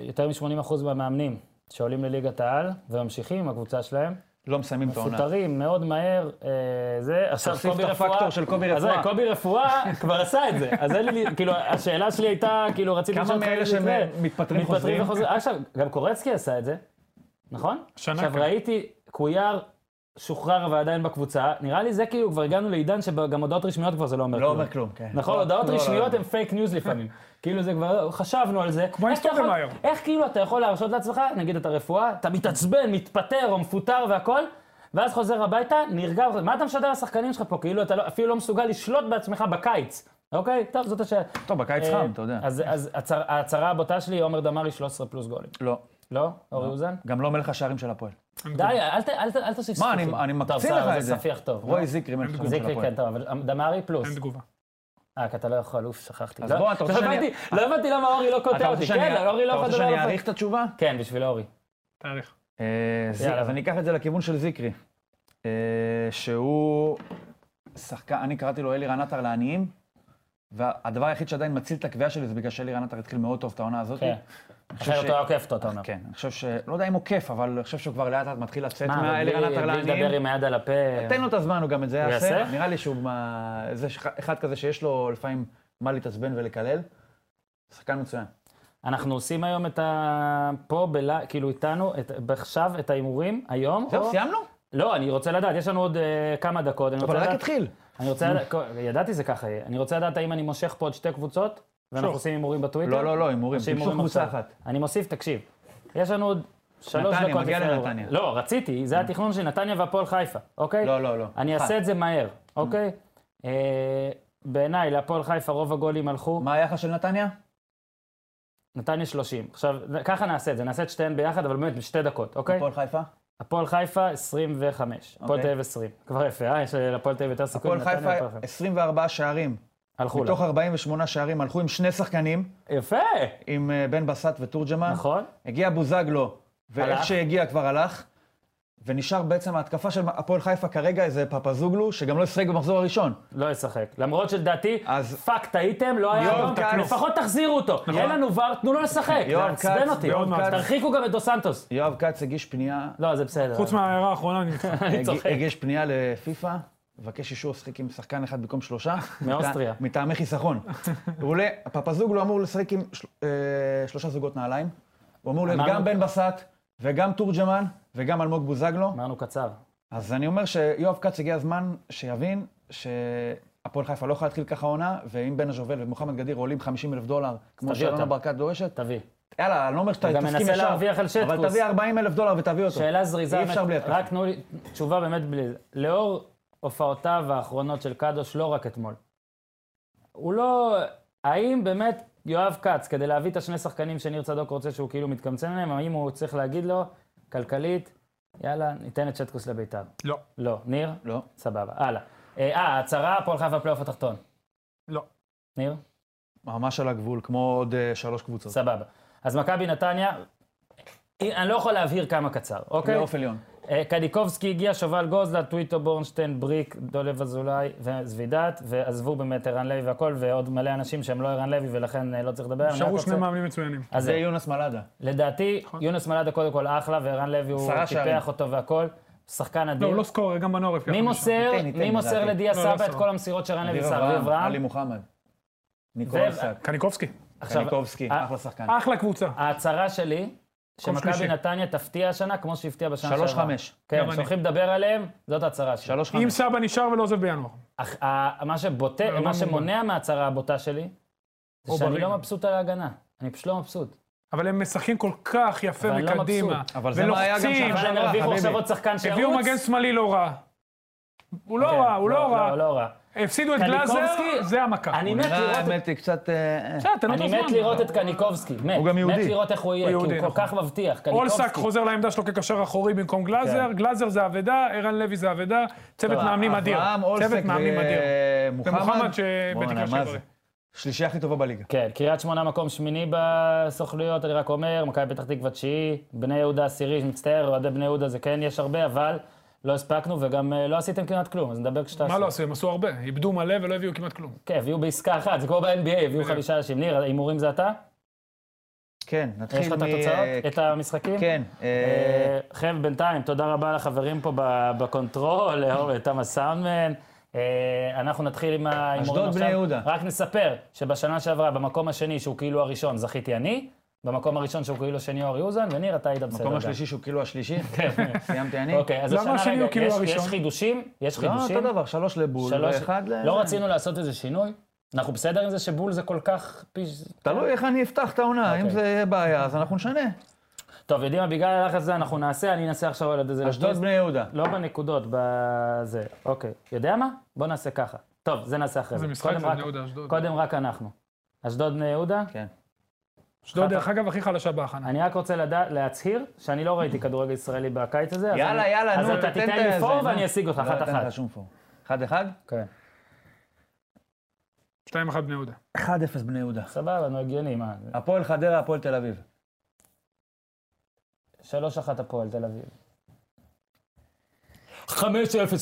[SPEAKER 1] יותר מ-80% מהמאמנים שעולים לליגת העל וממשיכים עם הקבוצה שלהם,
[SPEAKER 3] לא מסיימים את העונה.
[SPEAKER 1] מפוטרים מאוד מהר, אה, זה, עכשיו
[SPEAKER 3] תוסיף
[SPEAKER 1] קובי
[SPEAKER 3] את
[SPEAKER 1] רפואה,
[SPEAKER 3] הפקטור של קובי
[SPEAKER 1] אז
[SPEAKER 3] רפואה.
[SPEAKER 1] רגע, קובי רפואה כבר עשה את זה, אז אין לי, כאילו, השאלה שלי הייתה, כאילו, רציתי
[SPEAKER 3] כמה
[SPEAKER 1] אותך
[SPEAKER 3] מאלה
[SPEAKER 1] אם זה יקרה.
[SPEAKER 3] שמתפטרים חוזרים?
[SPEAKER 1] וחוזרים. אה, עכשיו, גם קורצקי עשה את זה, נכון?
[SPEAKER 2] שנה
[SPEAKER 1] עכשיו
[SPEAKER 2] כן.
[SPEAKER 1] ראיתי, קוויאר שוחרר אבל עדיין בקבוצה, נראה לי זה כאילו, כבר הגענו לעידן שגם הודעות רשמיות כבר זה לא אומר
[SPEAKER 3] לא אומר כלום, כן.
[SPEAKER 1] נכון,
[SPEAKER 3] לא,
[SPEAKER 1] הודעות
[SPEAKER 3] לא, לא,
[SPEAKER 1] רשמיות
[SPEAKER 3] לא.
[SPEAKER 1] הן פייק ניוז לפעמים. כאילו זה כבר, חשבנו על זה.
[SPEAKER 2] כמו
[SPEAKER 1] איך אתה יכול-
[SPEAKER 2] אינסטגרם היום.
[SPEAKER 1] איך כאילו אתה יכול להרשות לעצמך, נגיד אתה רפואה, אתה מתעצבן, מתפטר או מפוטר והכל, ואז חוזר הביתה, נרגע, מה אתה משדר לשחקנים שלך פה? כאילו אתה לא- אפילו לא מסוגל לשלוט בעצמך בקיץ, אוקיי? טוב, זאת השאלה.
[SPEAKER 3] טוב, בקיץ
[SPEAKER 1] אה,
[SPEAKER 3] חם, אתה יודע.
[SPEAKER 1] אז אז הצר- ההצהרה הבוטה שלי, עומר דמארי 13 פלוס גולים.
[SPEAKER 3] לא.
[SPEAKER 1] לא? אורי אוזן?
[SPEAKER 3] גם לא מלך השערים של הפועל.
[SPEAKER 1] די, אל ת- אל ת- אל תוסיף
[SPEAKER 3] מה, אני-
[SPEAKER 1] ספיחים.
[SPEAKER 3] אני
[SPEAKER 1] טוב,
[SPEAKER 3] מקצין
[SPEAKER 1] סבבה,
[SPEAKER 3] לך את זה.
[SPEAKER 1] ספיח טוב.
[SPEAKER 3] רועי זיקרי מלך השערים של
[SPEAKER 1] לא. זיקרי
[SPEAKER 3] הפועל.
[SPEAKER 1] כן טוב, אבל דמארי פלוס.
[SPEAKER 2] אין תגובה.
[SPEAKER 1] אה, כי אתה לא יכול, אוף, שכחתי.
[SPEAKER 3] אז
[SPEAKER 1] לא-
[SPEAKER 3] בוא, אתה רוצה
[SPEAKER 1] לא
[SPEAKER 3] שאני- אה,
[SPEAKER 1] הבנתי- לא הבנתי למה אורי לא
[SPEAKER 3] אתה
[SPEAKER 1] קוטע
[SPEAKER 3] רוצה
[SPEAKER 1] אותי.
[SPEAKER 3] שאני-
[SPEAKER 1] כן, אורי לא
[SPEAKER 3] אתה
[SPEAKER 1] יכול
[SPEAKER 3] רוצה
[SPEAKER 1] לדבר
[SPEAKER 3] שאני
[SPEAKER 1] על הפרק.
[SPEAKER 3] אעריך את התשובה?
[SPEAKER 1] כן, בשביל אורי.
[SPEAKER 2] תאריך.
[SPEAKER 3] אה, זיק-
[SPEAKER 1] יאללה.
[SPEAKER 3] אז אני אקח את זה לכיוון של זיקרי, אה, שהוא שחקן, אני קראתי לו אלירן עטר לעניים, והדבר היחיד שעדיין מציל את הקביעה שלי זה בגלל שאלירן עטר התחיל מאוד טוב את העונה הזאת.
[SPEAKER 1] כן.
[SPEAKER 3] אני חושב
[SPEAKER 1] אחרת
[SPEAKER 3] ש-
[SPEAKER 1] הוא היה עוקף אותו, אתה אומר.
[SPEAKER 3] כן, אני חושב ש... לא יודע אם הוא כיף, אבל אני חושב שהוא כבר לאט לאט מתחיל לצאת
[SPEAKER 1] מה, אבל בלי-
[SPEAKER 3] מהאלירן עטר
[SPEAKER 1] בלי לדבר
[SPEAKER 3] לעניים.
[SPEAKER 1] עם היד על הפה.
[SPEAKER 3] תן לו את הזמן, הוא גם את זה
[SPEAKER 1] הוא
[SPEAKER 3] יעשה.
[SPEAKER 1] יעשה?
[SPEAKER 3] נראה לי שהוא מה- זה שח- אחד כזה שיש לו לפעמים מה להתעצבן ולקלל. שחקן מצוין.
[SPEAKER 1] אנחנו עושים היום את ה... פה, בלה- כאילו איתנו, את- עכשיו, את ההימורים, היום.
[SPEAKER 3] זהו,
[SPEAKER 1] או-
[SPEAKER 3] סיימנו?
[SPEAKER 1] לא, אני רוצה לדעת, יש לנו עוד אה, כמה דקות. אני
[SPEAKER 3] אבל
[SPEAKER 1] רוצה
[SPEAKER 3] רק
[SPEAKER 1] לדעת-
[SPEAKER 3] התחיל.
[SPEAKER 1] אני רוצה לדעת, ידעתי זה ככה יהיה. אני רוצה לדעת האם אני מושך פה עוד שתי קבוצות, ואנחנו
[SPEAKER 2] שוב.
[SPEAKER 1] עושים הימורים בטוויטר.
[SPEAKER 3] לא, לא, לא, הימורים.
[SPEAKER 1] עושים
[SPEAKER 3] תמשוך
[SPEAKER 1] הימורים
[SPEAKER 3] קבוצה
[SPEAKER 1] עכשיו.
[SPEAKER 3] אחת.
[SPEAKER 1] אני מוסיף, תקשיב. יש לנו עוד שלוש
[SPEAKER 3] נתניה,
[SPEAKER 1] דקות.
[SPEAKER 3] מגיע
[SPEAKER 1] לפני-
[SPEAKER 3] לנתניה. Mm.
[SPEAKER 1] לא, רציתי, זה התכנון של נתניה והפועל חיפה, אוקיי?
[SPEAKER 3] לא, לא, לא.
[SPEAKER 1] אני
[SPEAKER 3] אחד. Mm.
[SPEAKER 1] אעשה את זה מהר, אוקיי? אה, בעיניי, להפועל חיפה רוב הגולים הלכו,
[SPEAKER 3] מה היחס של נתניה?
[SPEAKER 1] נתניה 30. עכשיו, ככה נעשה את זה, נעשה את שתיהן ביחד, אבל באמת בשתי דקות, אוקיי?
[SPEAKER 3] הפועל חיפה?
[SPEAKER 1] הפועל חיפה 25, הפועל תל
[SPEAKER 3] אוקיי.
[SPEAKER 1] אביב 20. כבר יפה, אה? יש להפועל תל אביב יותר סיכוי
[SPEAKER 3] הפועל
[SPEAKER 1] מנתניה
[SPEAKER 3] חיפה,
[SPEAKER 1] והפועל חיפה.
[SPEAKER 3] 24 שערים.
[SPEAKER 1] הלכו לה.
[SPEAKER 3] מתוך 48 שערים הלכו עם שני שחקנים,
[SPEAKER 1] יפה,
[SPEAKER 3] עם אה, בן בסט ותורג'מן.
[SPEAKER 1] נכון?
[SPEAKER 3] הגיע בוזגלו, ואיך
[SPEAKER 1] הלך.
[SPEAKER 3] שהגיע כבר הלך. ונשאר בעצם ההתקפה של הפועל חיפה כרגע איזה פפזוגלו, שגם לא ישחק במחזור הראשון.
[SPEAKER 1] לא ישחק. למרות שלדעתי,
[SPEAKER 3] אז-
[SPEAKER 1] פאק, טעיתם, לא היה
[SPEAKER 3] יואב
[SPEAKER 1] אדום,
[SPEAKER 3] כץ.
[SPEAKER 1] לפחות תחזירו אותו. אין לנו ור, תנו לו לשחק. זה
[SPEAKER 3] יואב
[SPEAKER 1] מעצבן
[SPEAKER 3] כץ,
[SPEAKER 1] אותי.
[SPEAKER 3] יואב
[SPEAKER 2] כץ.
[SPEAKER 1] תרחיקו גם את דו סנטוס.
[SPEAKER 3] יואב כץ הגיש פנייה,
[SPEAKER 1] לא, זה בסדר.
[SPEAKER 2] חוץ מההערה האחרונה, אני איתך.
[SPEAKER 1] אני
[SPEAKER 3] הג-
[SPEAKER 1] צוחק.
[SPEAKER 3] הגיש פנייה לפיפ"א, מבקש אישור לשחק עם שחקן אחד במקום שלושה.
[SPEAKER 1] מאוסטריה.
[SPEAKER 3] מטע- מטעמי חיסכון. הוא עולה, פפזוגלו אמור לשחק עם של- אה, שלושה זוגות נעליים. הוא אמור להיות
[SPEAKER 1] אמרנו-
[SPEAKER 3] גם בן בסט, וגם תורג'מן, וגם אלמוג בוזגלו.
[SPEAKER 1] אמרנו קצר.
[SPEAKER 3] אז אני אומר שיואב כץ הגיע הזמן שיבין שהפועל חיפה לא יכולה להתחיל ככה עונה, ואם בן הז'ובל ומוחמד גדיר עולים 50 אלף דולר, כמו
[SPEAKER 1] תביא
[SPEAKER 3] שאלונה
[SPEAKER 1] אותם.
[SPEAKER 3] ברקת דורשת,
[SPEAKER 1] תביא.
[SPEAKER 3] יאללה, אני לא אומר שאתה
[SPEAKER 1] הוא גם
[SPEAKER 3] תסכים
[SPEAKER 1] מנסה
[SPEAKER 3] ישר,
[SPEAKER 1] להרוויח על שטקוס.
[SPEAKER 3] אבל תביא 40 אלף דולר ותביא אותו.
[SPEAKER 1] שאלה זריזה.
[SPEAKER 3] אי אפשר בלי התקפה.
[SPEAKER 1] רק תנו לי תשובה באמת בלי זה. לאור הופעותיו האחרונות של קדוש, לא רק אתמול. הוא לא... האם באמת יואב כץ, כדי להביא את השני שחקנים שניר צדוק רוצה שהוא כאילו מתקמצן עליהם, האם הוא צריך להגיד לו, כלכלית, יאללה, ניתן את שטקוס לביתר.
[SPEAKER 2] לא,
[SPEAKER 1] לא. ניר?
[SPEAKER 3] לא.
[SPEAKER 1] סבבה, הלאה. אה, אה, הצהרה, הפועל חיפה פלייאוף התחתון.
[SPEAKER 2] לא.
[SPEAKER 1] ניר?
[SPEAKER 3] ממש על הגבול, כמו עוד אה, שלוש קבוצות.
[SPEAKER 1] סבבה. אז מכבי נתניה, אה, אני לא יכול להבהיר כמה קצר, אוקיי?
[SPEAKER 3] פלייאוף עליון.
[SPEAKER 1] אה, קניקובסקי הגיע, שובל גוזלה, טוויטו בורנשטיין, בריק, דולב אזולאי וזבידת, ועזבו באמת ערן לוי והכל, ועוד מלא אנשים שהם לא ערן לוי ולכן אה, לא צריך לדבר. אני רק
[SPEAKER 2] נשארו
[SPEAKER 1] רוצה-
[SPEAKER 2] שני נכון. מאמנים מצוינים.
[SPEAKER 1] אז
[SPEAKER 3] זה
[SPEAKER 1] זהו.
[SPEAKER 3] יונס מלאדה.
[SPEAKER 1] לדעתי, יונס מלאדה קודם כל אחלה, וערן לוי הוא
[SPEAKER 3] עשרה שערים.
[SPEAKER 1] טיפח אותו והכל. שחקן
[SPEAKER 2] לא,
[SPEAKER 1] אדיר.
[SPEAKER 2] הוא לא סקורר, גם בנוער הבקיע
[SPEAKER 1] מי
[SPEAKER 2] חמישה.
[SPEAKER 1] מוסר,
[SPEAKER 3] ניתן, ניתן,
[SPEAKER 1] מי מוסר
[SPEAKER 3] לדעתי.
[SPEAKER 1] לדיה
[SPEAKER 2] לא, לא
[SPEAKER 1] סבא את
[SPEAKER 2] סבא.
[SPEAKER 1] כל המסירות שרן לוי עשה? אביב
[SPEAKER 3] לא, עלי
[SPEAKER 1] אברהם?
[SPEAKER 3] מוחמד.
[SPEAKER 1] ו-
[SPEAKER 3] ניקול סק.
[SPEAKER 2] קניקובסקי.
[SPEAKER 1] עכשיו,
[SPEAKER 3] קניקובסקי,
[SPEAKER 1] אה,
[SPEAKER 3] אחלה שחקן.
[SPEAKER 2] אחלה קבוצה.
[SPEAKER 1] ההצהרה שלי, שמכבי
[SPEAKER 2] שלישי.
[SPEAKER 1] נתניה תפתיע השנה כמו שהפתיעה בשנה שעברה.
[SPEAKER 3] שלוש חמש.
[SPEAKER 2] גם
[SPEAKER 1] כן,
[SPEAKER 2] אני.
[SPEAKER 1] שהולכים לדבר עליהם, זאת ההצהרה שלי.
[SPEAKER 3] שלוש
[SPEAKER 2] אם
[SPEAKER 3] חמש.
[SPEAKER 2] סבא נשאר ולא עוזב בינואר.
[SPEAKER 1] אך, ה- מה שבוטה,
[SPEAKER 2] לא
[SPEAKER 1] מה
[SPEAKER 2] מובן.
[SPEAKER 1] שמונע מההצהרה הבוטה שלי, זה
[SPEAKER 2] או
[SPEAKER 1] שאני
[SPEAKER 2] ברגע.
[SPEAKER 1] לא מבסוט על ההגנה. אני פשוט לא מבסוט.
[SPEAKER 2] אבל הם משחקים כל כך יפה
[SPEAKER 1] אבל אני לא
[SPEAKER 2] מקדימה.
[SPEAKER 1] מבסוט.
[SPEAKER 3] אבל זה מה היה גם
[SPEAKER 1] אבל
[SPEAKER 2] ולוחצים.
[SPEAKER 3] שנה
[SPEAKER 1] הם
[SPEAKER 3] שעברה,
[SPEAKER 1] הרוויחו עכשיו
[SPEAKER 3] חביבי.
[SPEAKER 1] עוד שחקן שירוץ.
[SPEAKER 2] הביאו מגן שמאלי לא רע. הוא לא
[SPEAKER 1] כן,
[SPEAKER 2] רע, הוא לא
[SPEAKER 1] לא,
[SPEAKER 2] רע.
[SPEAKER 1] לא רע.
[SPEAKER 2] הפסידו את גלאזר,
[SPEAKER 1] קניקובסקי,
[SPEAKER 2] זה המכה.
[SPEAKER 1] אני
[SPEAKER 3] הוא
[SPEAKER 1] מת
[SPEAKER 3] נראה,
[SPEAKER 1] לראות את-
[SPEAKER 3] האמת היא, קצת... אה, אה.
[SPEAKER 2] בסדר, תן לו את
[SPEAKER 1] אני מת
[SPEAKER 2] הזמן.
[SPEAKER 1] לראות את קניקובסקי, מת.
[SPEAKER 3] הוא גם יהודי.
[SPEAKER 1] מת לראות איך הוא יהיה, כי
[SPEAKER 2] יהודי,
[SPEAKER 1] הוא כל
[SPEAKER 2] נכון.
[SPEAKER 1] כך מבטיח.
[SPEAKER 2] אולסק
[SPEAKER 1] קניקובסקי. כן.
[SPEAKER 2] חוזר לעמדה שלו כקשר אחורי במקום גלאזר, גלאזר זה אבדה, ערן לוי זה אבדה, צוות מאמנים אדיר.
[SPEAKER 3] אברהם,
[SPEAKER 2] צוות
[SPEAKER 3] אולסק
[SPEAKER 2] מאמנים אדיר.
[SPEAKER 1] אה,
[SPEAKER 3] ומוחמד.
[SPEAKER 2] ומוחמד שבתקווה
[SPEAKER 3] בואנה, מה
[SPEAKER 2] שיברי.
[SPEAKER 3] זה? שלישייה הכי טובה בליגה.
[SPEAKER 1] כן, קריית שמונה מקום שמיני בסוכנויות, אני רק אומר, מכבי פתח תקווה תשיעי, בני יהודה עשירי, מצטער, אוהדי בני יהודה זה כן, יש הרבה, אבל לא הספקנו וגם אה, לא עשיתם כמעט כלום, אז נדבר כשתעשו.
[SPEAKER 2] מה לא עשו? הם עשו הרבה. איבדו מלא ולא הביאו כמעט כלום.
[SPEAKER 1] כן, הביאו בעסקה אחת, זה כמו ב-NBA, הביאו חמישה אנשים. ניר, הימורים זה אתה?
[SPEAKER 3] כן, נתחיל
[SPEAKER 1] יש לך את
[SPEAKER 3] אה,
[SPEAKER 1] התוצאות? את המשחקים?
[SPEAKER 3] כן. אה,
[SPEAKER 1] אה, חבר'ה, בינתיים, תודה רבה לחברים פה ב- בקונטרול, לאור, תמה סאונדמן. אה, אנחנו נתחיל עם ההימורים עכשיו.
[SPEAKER 3] אשדוד, בני יהודה.
[SPEAKER 1] רק נספר שבשנה שעברה, במקום השני, שהוא כאילו הראשון, זכיתי אני, במקום הראשון, שהוא כאילו השני, אורי אוזן, וניר, אתה היית בסדר.
[SPEAKER 3] המקום
[SPEAKER 1] גם.
[SPEAKER 3] השלישי שהוא כאילו השלישי.
[SPEAKER 1] כן.
[SPEAKER 3] סיימתי אני.
[SPEAKER 1] אוקיי, אז
[SPEAKER 2] למה
[SPEAKER 1] השנה,
[SPEAKER 2] השני
[SPEAKER 1] רגע,
[SPEAKER 2] הוא כאילו
[SPEAKER 1] יש-
[SPEAKER 2] הראשון?
[SPEAKER 1] יש חידושים? יש
[SPEAKER 3] לא,
[SPEAKER 1] חידושים?
[SPEAKER 3] אותו דבר, שלוש לבול,
[SPEAKER 1] שלוש-
[SPEAKER 3] ואחד ל...
[SPEAKER 1] לא רצינו לעשות איזה שינוי? אנחנו בסדר עם זה שבול זה כל כך... פיש-
[SPEAKER 3] תלוי איך אני אפתח את העונה, אם
[SPEAKER 1] אוקיי.
[SPEAKER 3] זה יהיה בעיה, אז אנחנו נשנה.
[SPEAKER 1] טוב, יודעים מה, בגלל הלחץ הזה אנחנו נעשה, אני אנסה עכשיו על איזה...
[SPEAKER 3] אשדוד בני יהודה.
[SPEAKER 1] לא בנקודות, בזה. אוקיי. יודע מה? בוא נעשה ככה. טוב, זה נעשה אחרי זה.
[SPEAKER 2] זה משחק,
[SPEAKER 1] קודם
[SPEAKER 2] זה
[SPEAKER 1] רק-
[SPEAKER 2] בני יהודה, אשדוד.
[SPEAKER 1] קודם רק אנחנו. אשדוד בני יהודה?
[SPEAKER 3] כן.
[SPEAKER 2] אשדוד, דרך אגב, הכי חלשה בהכנה.
[SPEAKER 1] אני רק רוצה לדע- להצהיר שאני לא ראיתי כדורגל ישראלי בקיץ הזה. אז
[SPEAKER 3] יאללה,
[SPEAKER 1] אני-
[SPEAKER 3] יאללה, נו,
[SPEAKER 1] אז אתה
[SPEAKER 3] תתן
[SPEAKER 1] תיתן
[SPEAKER 3] את
[SPEAKER 1] לי
[SPEAKER 3] זה,
[SPEAKER 1] פור
[SPEAKER 3] נו.
[SPEAKER 1] ואני אשיג אותך,
[SPEAKER 3] לא
[SPEAKER 1] אחת
[SPEAKER 3] אתן לך
[SPEAKER 1] אחת.
[SPEAKER 3] שום פור. אחד אחד?
[SPEAKER 1] כן.
[SPEAKER 2] 2-1 בני יהודה.
[SPEAKER 3] 1-0 בני יהודה.
[SPEAKER 1] סבבה, נו, הגיוני, מה? זה-
[SPEAKER 3] הפועל חדרה, הפועל תל אביב.
[SPEAKER 1] 3-1 הפועל תל אביב. 5-0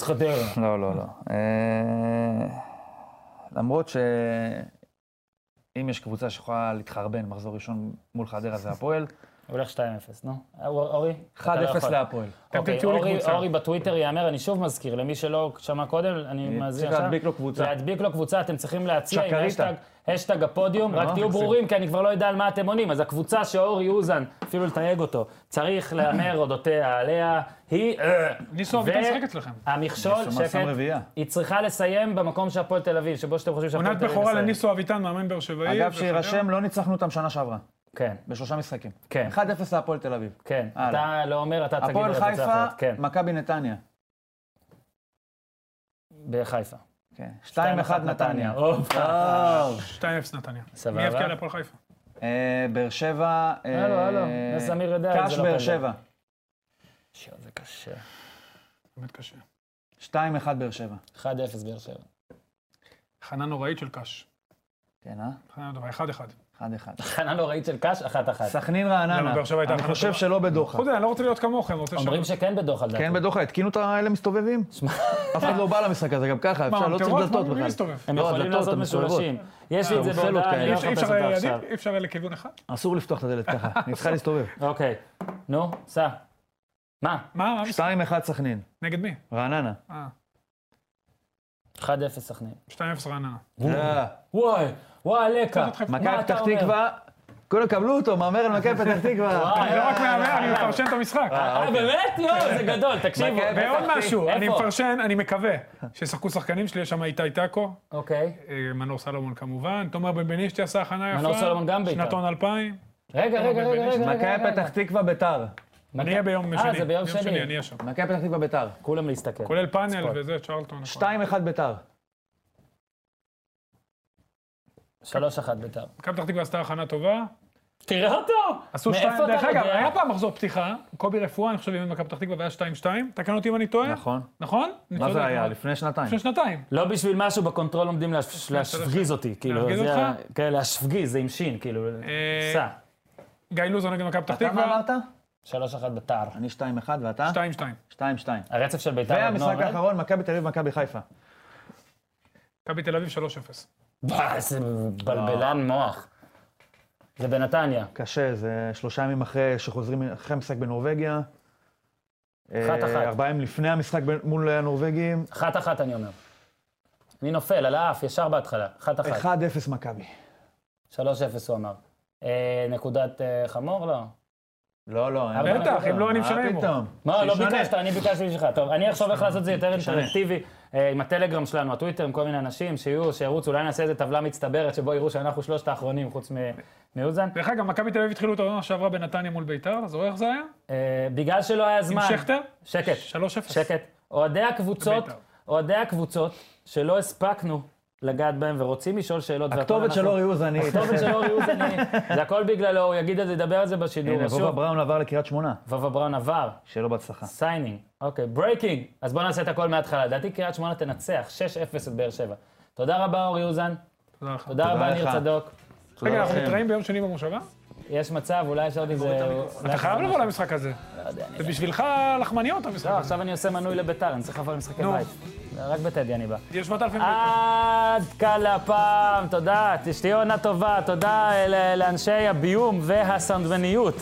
[SPEAKER 1] חדרה.
[SPEAKER 3] לא, לא, לא. אה, למרות ש... אם יש קבוצה שיכולה להתחרבן מחזור ראשון מול חדרה זה הפועל, לא
[SPEAKER 1] הולך 2-0, נו. אור- אורי? אתה
[SPEAKER 3] 1-0
[SPEAKER 1] לא יכול.
[SPEAKER 3] להפועל.
[SPEAKER 1] אוקיי,
[SPEAKER 2] תמצאו לי
[SPEAKER 1] אורי-
[SPEAKER 2] קבוצה.
[SPEAKER 1] אורי בטוויטר יאמר, אני שוב מזכיר, למי שלא שמע קודם, אני מאזין
[SPEAKER 3] צריך
[SPEAKER 1] עכשיו.
[SPEAKER 3] להדביק לו קבוצה.
[SPEAKER 1] להדביק לו קבוצה, אתם צריכים להציע עם
[SPEAKER 3] שקריטה.
[SPEAKER 1] השטג, השטג הפודיום, רק תהיו ברורים, כי אני כבר לא יודע על מה אתם עונים. אז הקבוצה שאורי אוזן, אפילו לתייג אותו, צריך להמר אודותיה עליה, היא... אה,
[SPEAKER 2] ניסו אביטן משחק אצלכם.
[SPEAKER 1] המכשול,
[SPEAKER 3] ניסו מה, שם
[SPEAKER 1] שקט,
[SPEAKER 3] רביעייה.
[SPEAKER 1] היא צריכה לסיים במקום שהפועל תל אביב, שבו שאתם חושבים שהפועל
[SPEAKER 2] עונת
[SPEAKER 1] תל אביב
[SPEAKER 2] בכורה
[SPEAKER 1] מסיים.
[SPEAKER 2] לניסו אביטן, מאמן באר שבעי.
[SPEAKER 3] אגב,
[SPEAKER 2] וחדרה.
[SPEAKER 3] שיירשם, לא ניצחנו אותם שנה שעברה.
[SPEAKER 1] כן,
[SPEAKER 3] בשלושה משחקים.
[SPEAKER 1] כן.
[SPEAKER 3] 1-0 להפועל תל אביב.
[SPEAKER 1] כן.
[SPEAKER 3] הלאה.
[SPEAKER 1] אתה לא אומר, אתה תגיד
[SPEAKER 3] הפועל
[SPEAKER 1] על התוצאה
[SPEAKER 3] חיפה,
[SPEAKER 1] האחרת. כן,
[SPEAKER 3] מכבי נתניה.
[SPEAKER 1] בחיפה.
[SPEAKER 3] כן. 2-1
[SPEAKER 1] 2-1
[SPEAKER 3] נתניה.
[SPEAKER 1] הופה.
[SPEAKER 2] 2-0 נתניה.
[SPEAKER 1] סבבה.
[SPEAKER 2] מי יבקיע להפועל חיפה?
[SPEAKER 3] אה, באר שבע... אה,
[SPEAKER 1] הלו, הלו, נס אמיר יודע, זה
[SPEAKER 3] קש
[SPEAKER 1] לא
[SPEAKER 3] באר
[SPEAKER 1] כזה.
[SPEAKER 3] שבע.
[SPEAKER 1] שיו, זה קשה.
[SPEAKER 2] באמת קשה.
[SPEAKER 3] 2-1 באר שבע.
[SPEAKER 1] 1-0 באר שבע.
[SPEAKER 2] חנה נוראית של קאש.
[SPEAKER 3] כן, אה?
[SPEAKER 2] חנה נוראית, 1-1.
[SPEAKER 1] נכון.
[SPEAKER 3] 1-1.
[SPEAKER 1] הכנה נוראית לא של קאש, אחת אחת.
[SPEAKER 3] סכנין
[SPEAKER 2] למה,
[SPEAKER 3] רעננה.
[SPEAKER 2] באר שבע הייתה
[SPEAKER 3] אני
[SPEAKER 2] הכנה
[SPEAKER 3] חושב
[SPEAKER 2] טובה?
[SPEAKER 3] שלא בדוחה.
[SPEAKER 2] חוץ מזה, אני לא רוצה להיות כמוכם, רוצה
[SPEAKER 1] אומרים שכן בדוח על דעתי.
[SPEAKER 3] כן, בדוחה, התקינו את האלה מסתובבים? אף אחד לא בא למשחק הזה, גם ככה, אפשר, לא צריך דלתות
[SPEAKER 2] מי
[SPEAKER 3] בכלל.
[SPEAKER 2] מסתובב?
[SPEAKER 1] הם
[SPEAKER 3] לא,
[SPEAKER 1] יכולים
[SPEAKER 3] הדלתות,
[SPEAKER 1] לעשות
[SPEAKER 3] הן מסולבות.
[SPEAKER 1] משולשים. יש לי את זה
[SPEAKER 3] המוסלות
[SPEAKER 1] בהודעה,
[SPEAKER 3] כאלה.
[SPEAKER 1] אני לא
[SPEAKER 2] כן. אי
[SPEAKER 1] אחפש
[SPEAKER 2] אפשר
[SPEAKER 1] אותה
[SPEAKER 2] היה
[SPEAKER 1] עכשיו.
[SPEAKER 2] להעדיף? אי אפשר היה לכיוון אחד?
[SPEAKER 3] אסור לפתוח את הדלת ככה, אני צריכה להסתובב.
[SPEAKER 1] אוקיי. נו, סע. מה?
[SPEAKER 2] מה, מה המשחק?
[SPEAKER 3] 2-1 סכנין,
[SPEAKER 2] נגד מי?
[SPEAKER 3] רעננה.
[SPEAKER 2] אה,
[SPEAKER 1] 1-0 סכנין.
[SPEAKER 2] 2-0 רעננה.
[SPEAKER 3] אה,
[SPEAKER 1] וואי, וואי, לקה.
[SPEAKER 3] מכבי פתח תקווה, כולם קבלו אותו, מהמר על מכבי פתח תקווה.
[SPEAKER 1] וואי,
[SPEAKER 2] אני לא רק מהמר, אני מפרשן את המשחק.
[SPEAKER 1] אה, באמת? לא, זה גדול, תקשיבו.
[SPEAKER 3] מכבי-
[SPEAKER 2] ועוד
[SPEAKER 3] פתח
[SPEAKER 2] משהו, אני
[SPEAKER 1] איפה?
[SPEAKER 2] מפרשן, אני מקווה שישחקו שחקנים שלי, יש שם איתי טאקו,
[SPEAKER 1] אוקיי.
[SPEAKER 2] אה, מנור סלומון כמובן, תומר בן בנישתי עשה הכנה יפה.
[SPEAKER 1] מנור סלומון גם בית"ר.
[SPEAKER 2] שנתון 2000.
[SPEAKER 1] רגע, רגע, רגע, רגע, רגע.
[SPEAKER 3] מכבי
[SPEAKER 1] רגע.
[SPEAKER 3] פתח תקווה ביתר.
[SPEAKER 1] מכ-
[SPEAKER 2] אני אהיה ביום שני.
[SPEAKER 1] אה, זה ביום שני.
[SPEAKER 2] אני אהיה שם.
[SPEAKER 3] מכבי פתח תקווה ביתר.
[SPEAKER 1] כולם להסתכל.
[SPEAKER 2] כולל פאנל
[SPEAKER 1] ספורט.
[SPEAKER 2] וזה, צ'רלטון. הכל.
[SPEAKER 3] 2-1 ביתר.
[SPEAKER 1] אה? 3-1 בית"ר.
[SPEAKER 2] מכבי פתח תקווה עשתה הכנה טובה.
[SPEAKER 1] תראה אותו!
[SPEAKER 2] עשו
[SPEAKER 1] מאיפה
[SPEAKER 2] שתיים,
[SPEAKER 1] אתה
[SPEAKER 2] דרך אגב,
[SPEAKER 1] יודע?
[SPEAKER 2] היה פעם מחזור פתיחה, קובי רפואה, אני חושב, עם מכבי פתח תקווה, והיה 2-2, תקן אותי אם אני טועה.
[SPEAKER 3] נכון.
[SPEAKER 2] נכון? אני
[SPEAKER 3] מה
[SPEAKER 2] צודק,
[SPEAKER 3] זה היה?
[SPEAKER 2] אבל-
[SPEAKER 3] לפני שנתיים.
[SPEAKER 2] לפני שנתיים.
[SPEAKER 1] לא בשביל משהו בקונטרול עומדים להש- להשפגיז אותי, כאילו,
[SPEAKER 2] להפגיז
[SPEAKER 1] זה
[SPEAKER 2] אותך?
[SPEAKER 1] ה- כן, להשפגיז, זה עם שין, כאילו,
[SPEAKER 2] אה,
[SPEAKER 1] סע.
[SPEAKER 2] גיא לוזון נגד מכבי פתח
[SPEAKER 3] אתה מה
[SPEAKER 2] תקווה,
[SPEAKER 3] אמרת?
[SPEAKER 1] 3-1 בית"ר.
[SPEAKER 3] אני 2-1 ואתה?
[SPEAKER 1] אה?
[SPEAKER 2] 2-2.
[SPEAKER 3] 2-2.
[SPEAKER 1] הרצף של בית"ר עוד לא
[SPEAKER 3] והמשחק
[SPEAKER 1] עובד?
[SPEAKER 3] האחרון, מכבי תל אביב, מכבי חיפה.
[SPEAKER 2] מכבי תל אביב 3-0.
[SPEAKER 1] וואי, איזה בלבלן מוח. זה בנתניה.
[SPEAKER 3] קשה, זה שלושה ימים אחרי שחוזרים, אחרי המשחק בנורבגיה.
[SPEAKER 1] אחת,
[SPEAKER 3] אה,
[SPEAKER 1] אחת.
[SPEAKER 3] ארבעה ימים לפני המשחק ב- מול הנורבגים.
[SPEAKER 1] אחת-אחת אני אומר. אני נופל, על האף, ישר בהתחלה. אחת-אחת.
[SPEAKER 3] 1-0 מכבי.
[SPEAKER 1] 3-0 הוא אמר. אה, נקודת אה, חמור? לא.
[SPEAKER 3] לא, לא. אין-
[SPEAKER 1] בטח,
[SPEAKER 3] מה
[SPEAKER 2] אם לא, אני
[SPEAKER 3] מה
[SPEAKER 2] משלם בו.
[SPEAKER 3] פתאום?
[SPEAKER 1] מה, לא
[SPEAKER 3] שישנה.
[SPEAKER 1] ביקשת, אני ביקשתי בשבילך. טוב, אני אחשוב איך לעשות את זה יותר
[SPEAKER 3] משנה.
[SPEAKER 1] אינטרנטיבי אה, עם הטלגרם שלנו, הטוויטר, עם כל מיני אנשים שיהיו, שירוצו, אולי נעשה איזה טבלה מצטברת שבו יראו שאנחנו שלושת האחרונים, חוץ מ- מאוזן.
[SPEAKER 2] דרך אגב, מכבי תל אביב התחילו את העונה שעברה בנתניה מול ביתר, אתה זוכר איך זה היה?
[SPEAKER 1] אה, בגלל שלא היה
[SPEAKER 2] עם
[SPEAKER 1] זמן...
[SPEAKER 2] שכטר?
[SPEAKER 1] שקט,
[SPEAKER 2] 3-0.
[SPEAKER 1] שקט. אוהדי הקבוצות,
[SPEAKER 2] בבית"ר.
[SPEAKER 1] אוהדי הקבוצות שלא הספקנו לגעת בהם ורוצים לשאול שאלות. והכל
[SPEAKER 3] הכתובת
[SPEAKER 1] אנחנו-
[SPEAKER 3] של אורי אוזן היא...
[SPEAKER 1] הכתובת של אורי אוזן היא, זה הכל בגללו, הוא יגיד את זה, ידבר על זה בשידור.
[SPEAKER 3] הנה,
[SPEAKER 1] אז שוב,
[SPEAKER 3] בובה בראון עבר לקריית שמונה.
[SPEAKER 1] וובה בראון עבר,
[SPEAKER 3] שיהיה לו בהצלחה.
[SPEAKER 1] סיינינג, אוקיי, ברייקינג. אז בואו נעשה את הכל מההתחלה. לדעתי קריית שמונה תנצח, 6-0 את באר שבע. תודה רבה אורי אוזן,
[SPEAKER 2] תודה לך.
[SPEAKER 1] תודה רבה
[SPEAKER 3] לך.
[SPEAKER 1] ניר צדוק.
[SPEAKER 2] רגע, אנחנו
[SPEAKER 3] לכם.
[SPEAKER 2] מתראים ביום שני במושבה?
[SPEAKER 1] יש מצב, אולי יש עוד איזה... אולי
[SPEAKER 2] אתה
[SPEAKER 1] יש
[SPEAKER 2] חייב
[SPEAKER 1] איזה
[SPEAKER 2] לבוא למשחק הזה.
[SPEAKER 1] יודע, אני
[SPEAKER 2] זה בשבילך לחמניות המשחק
[SPEAKER 1] לא,
[SPEAKER 2] הזה.
[SPEAKER 1] עכשיו אני עושה מנוי לביתר, אני צריך לבוא למשחקי
[SPEAKER 2] נו.
[SPEAKER 1] בית. רק בטדי אני בא.
[SPEAKER 2] יש 7,000
[SPEAKER 1] אה,
[SPEAKER 2] ביתר.
[SPEAKER 1] עד כאן להפעם, תודה, תשתהיה עונה טובה, תודה אה, ל- לאנשי הביום והסנדווניות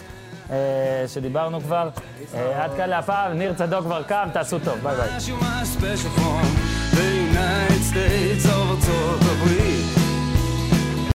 [SPEAKER 1] אה, שדיברנו כבר. אה, עד כאן להפעם, ניר צדוק כבר קם, תעשו טוב, ביי ביי.
[SPEAKER 4] As you my special from the United States of Total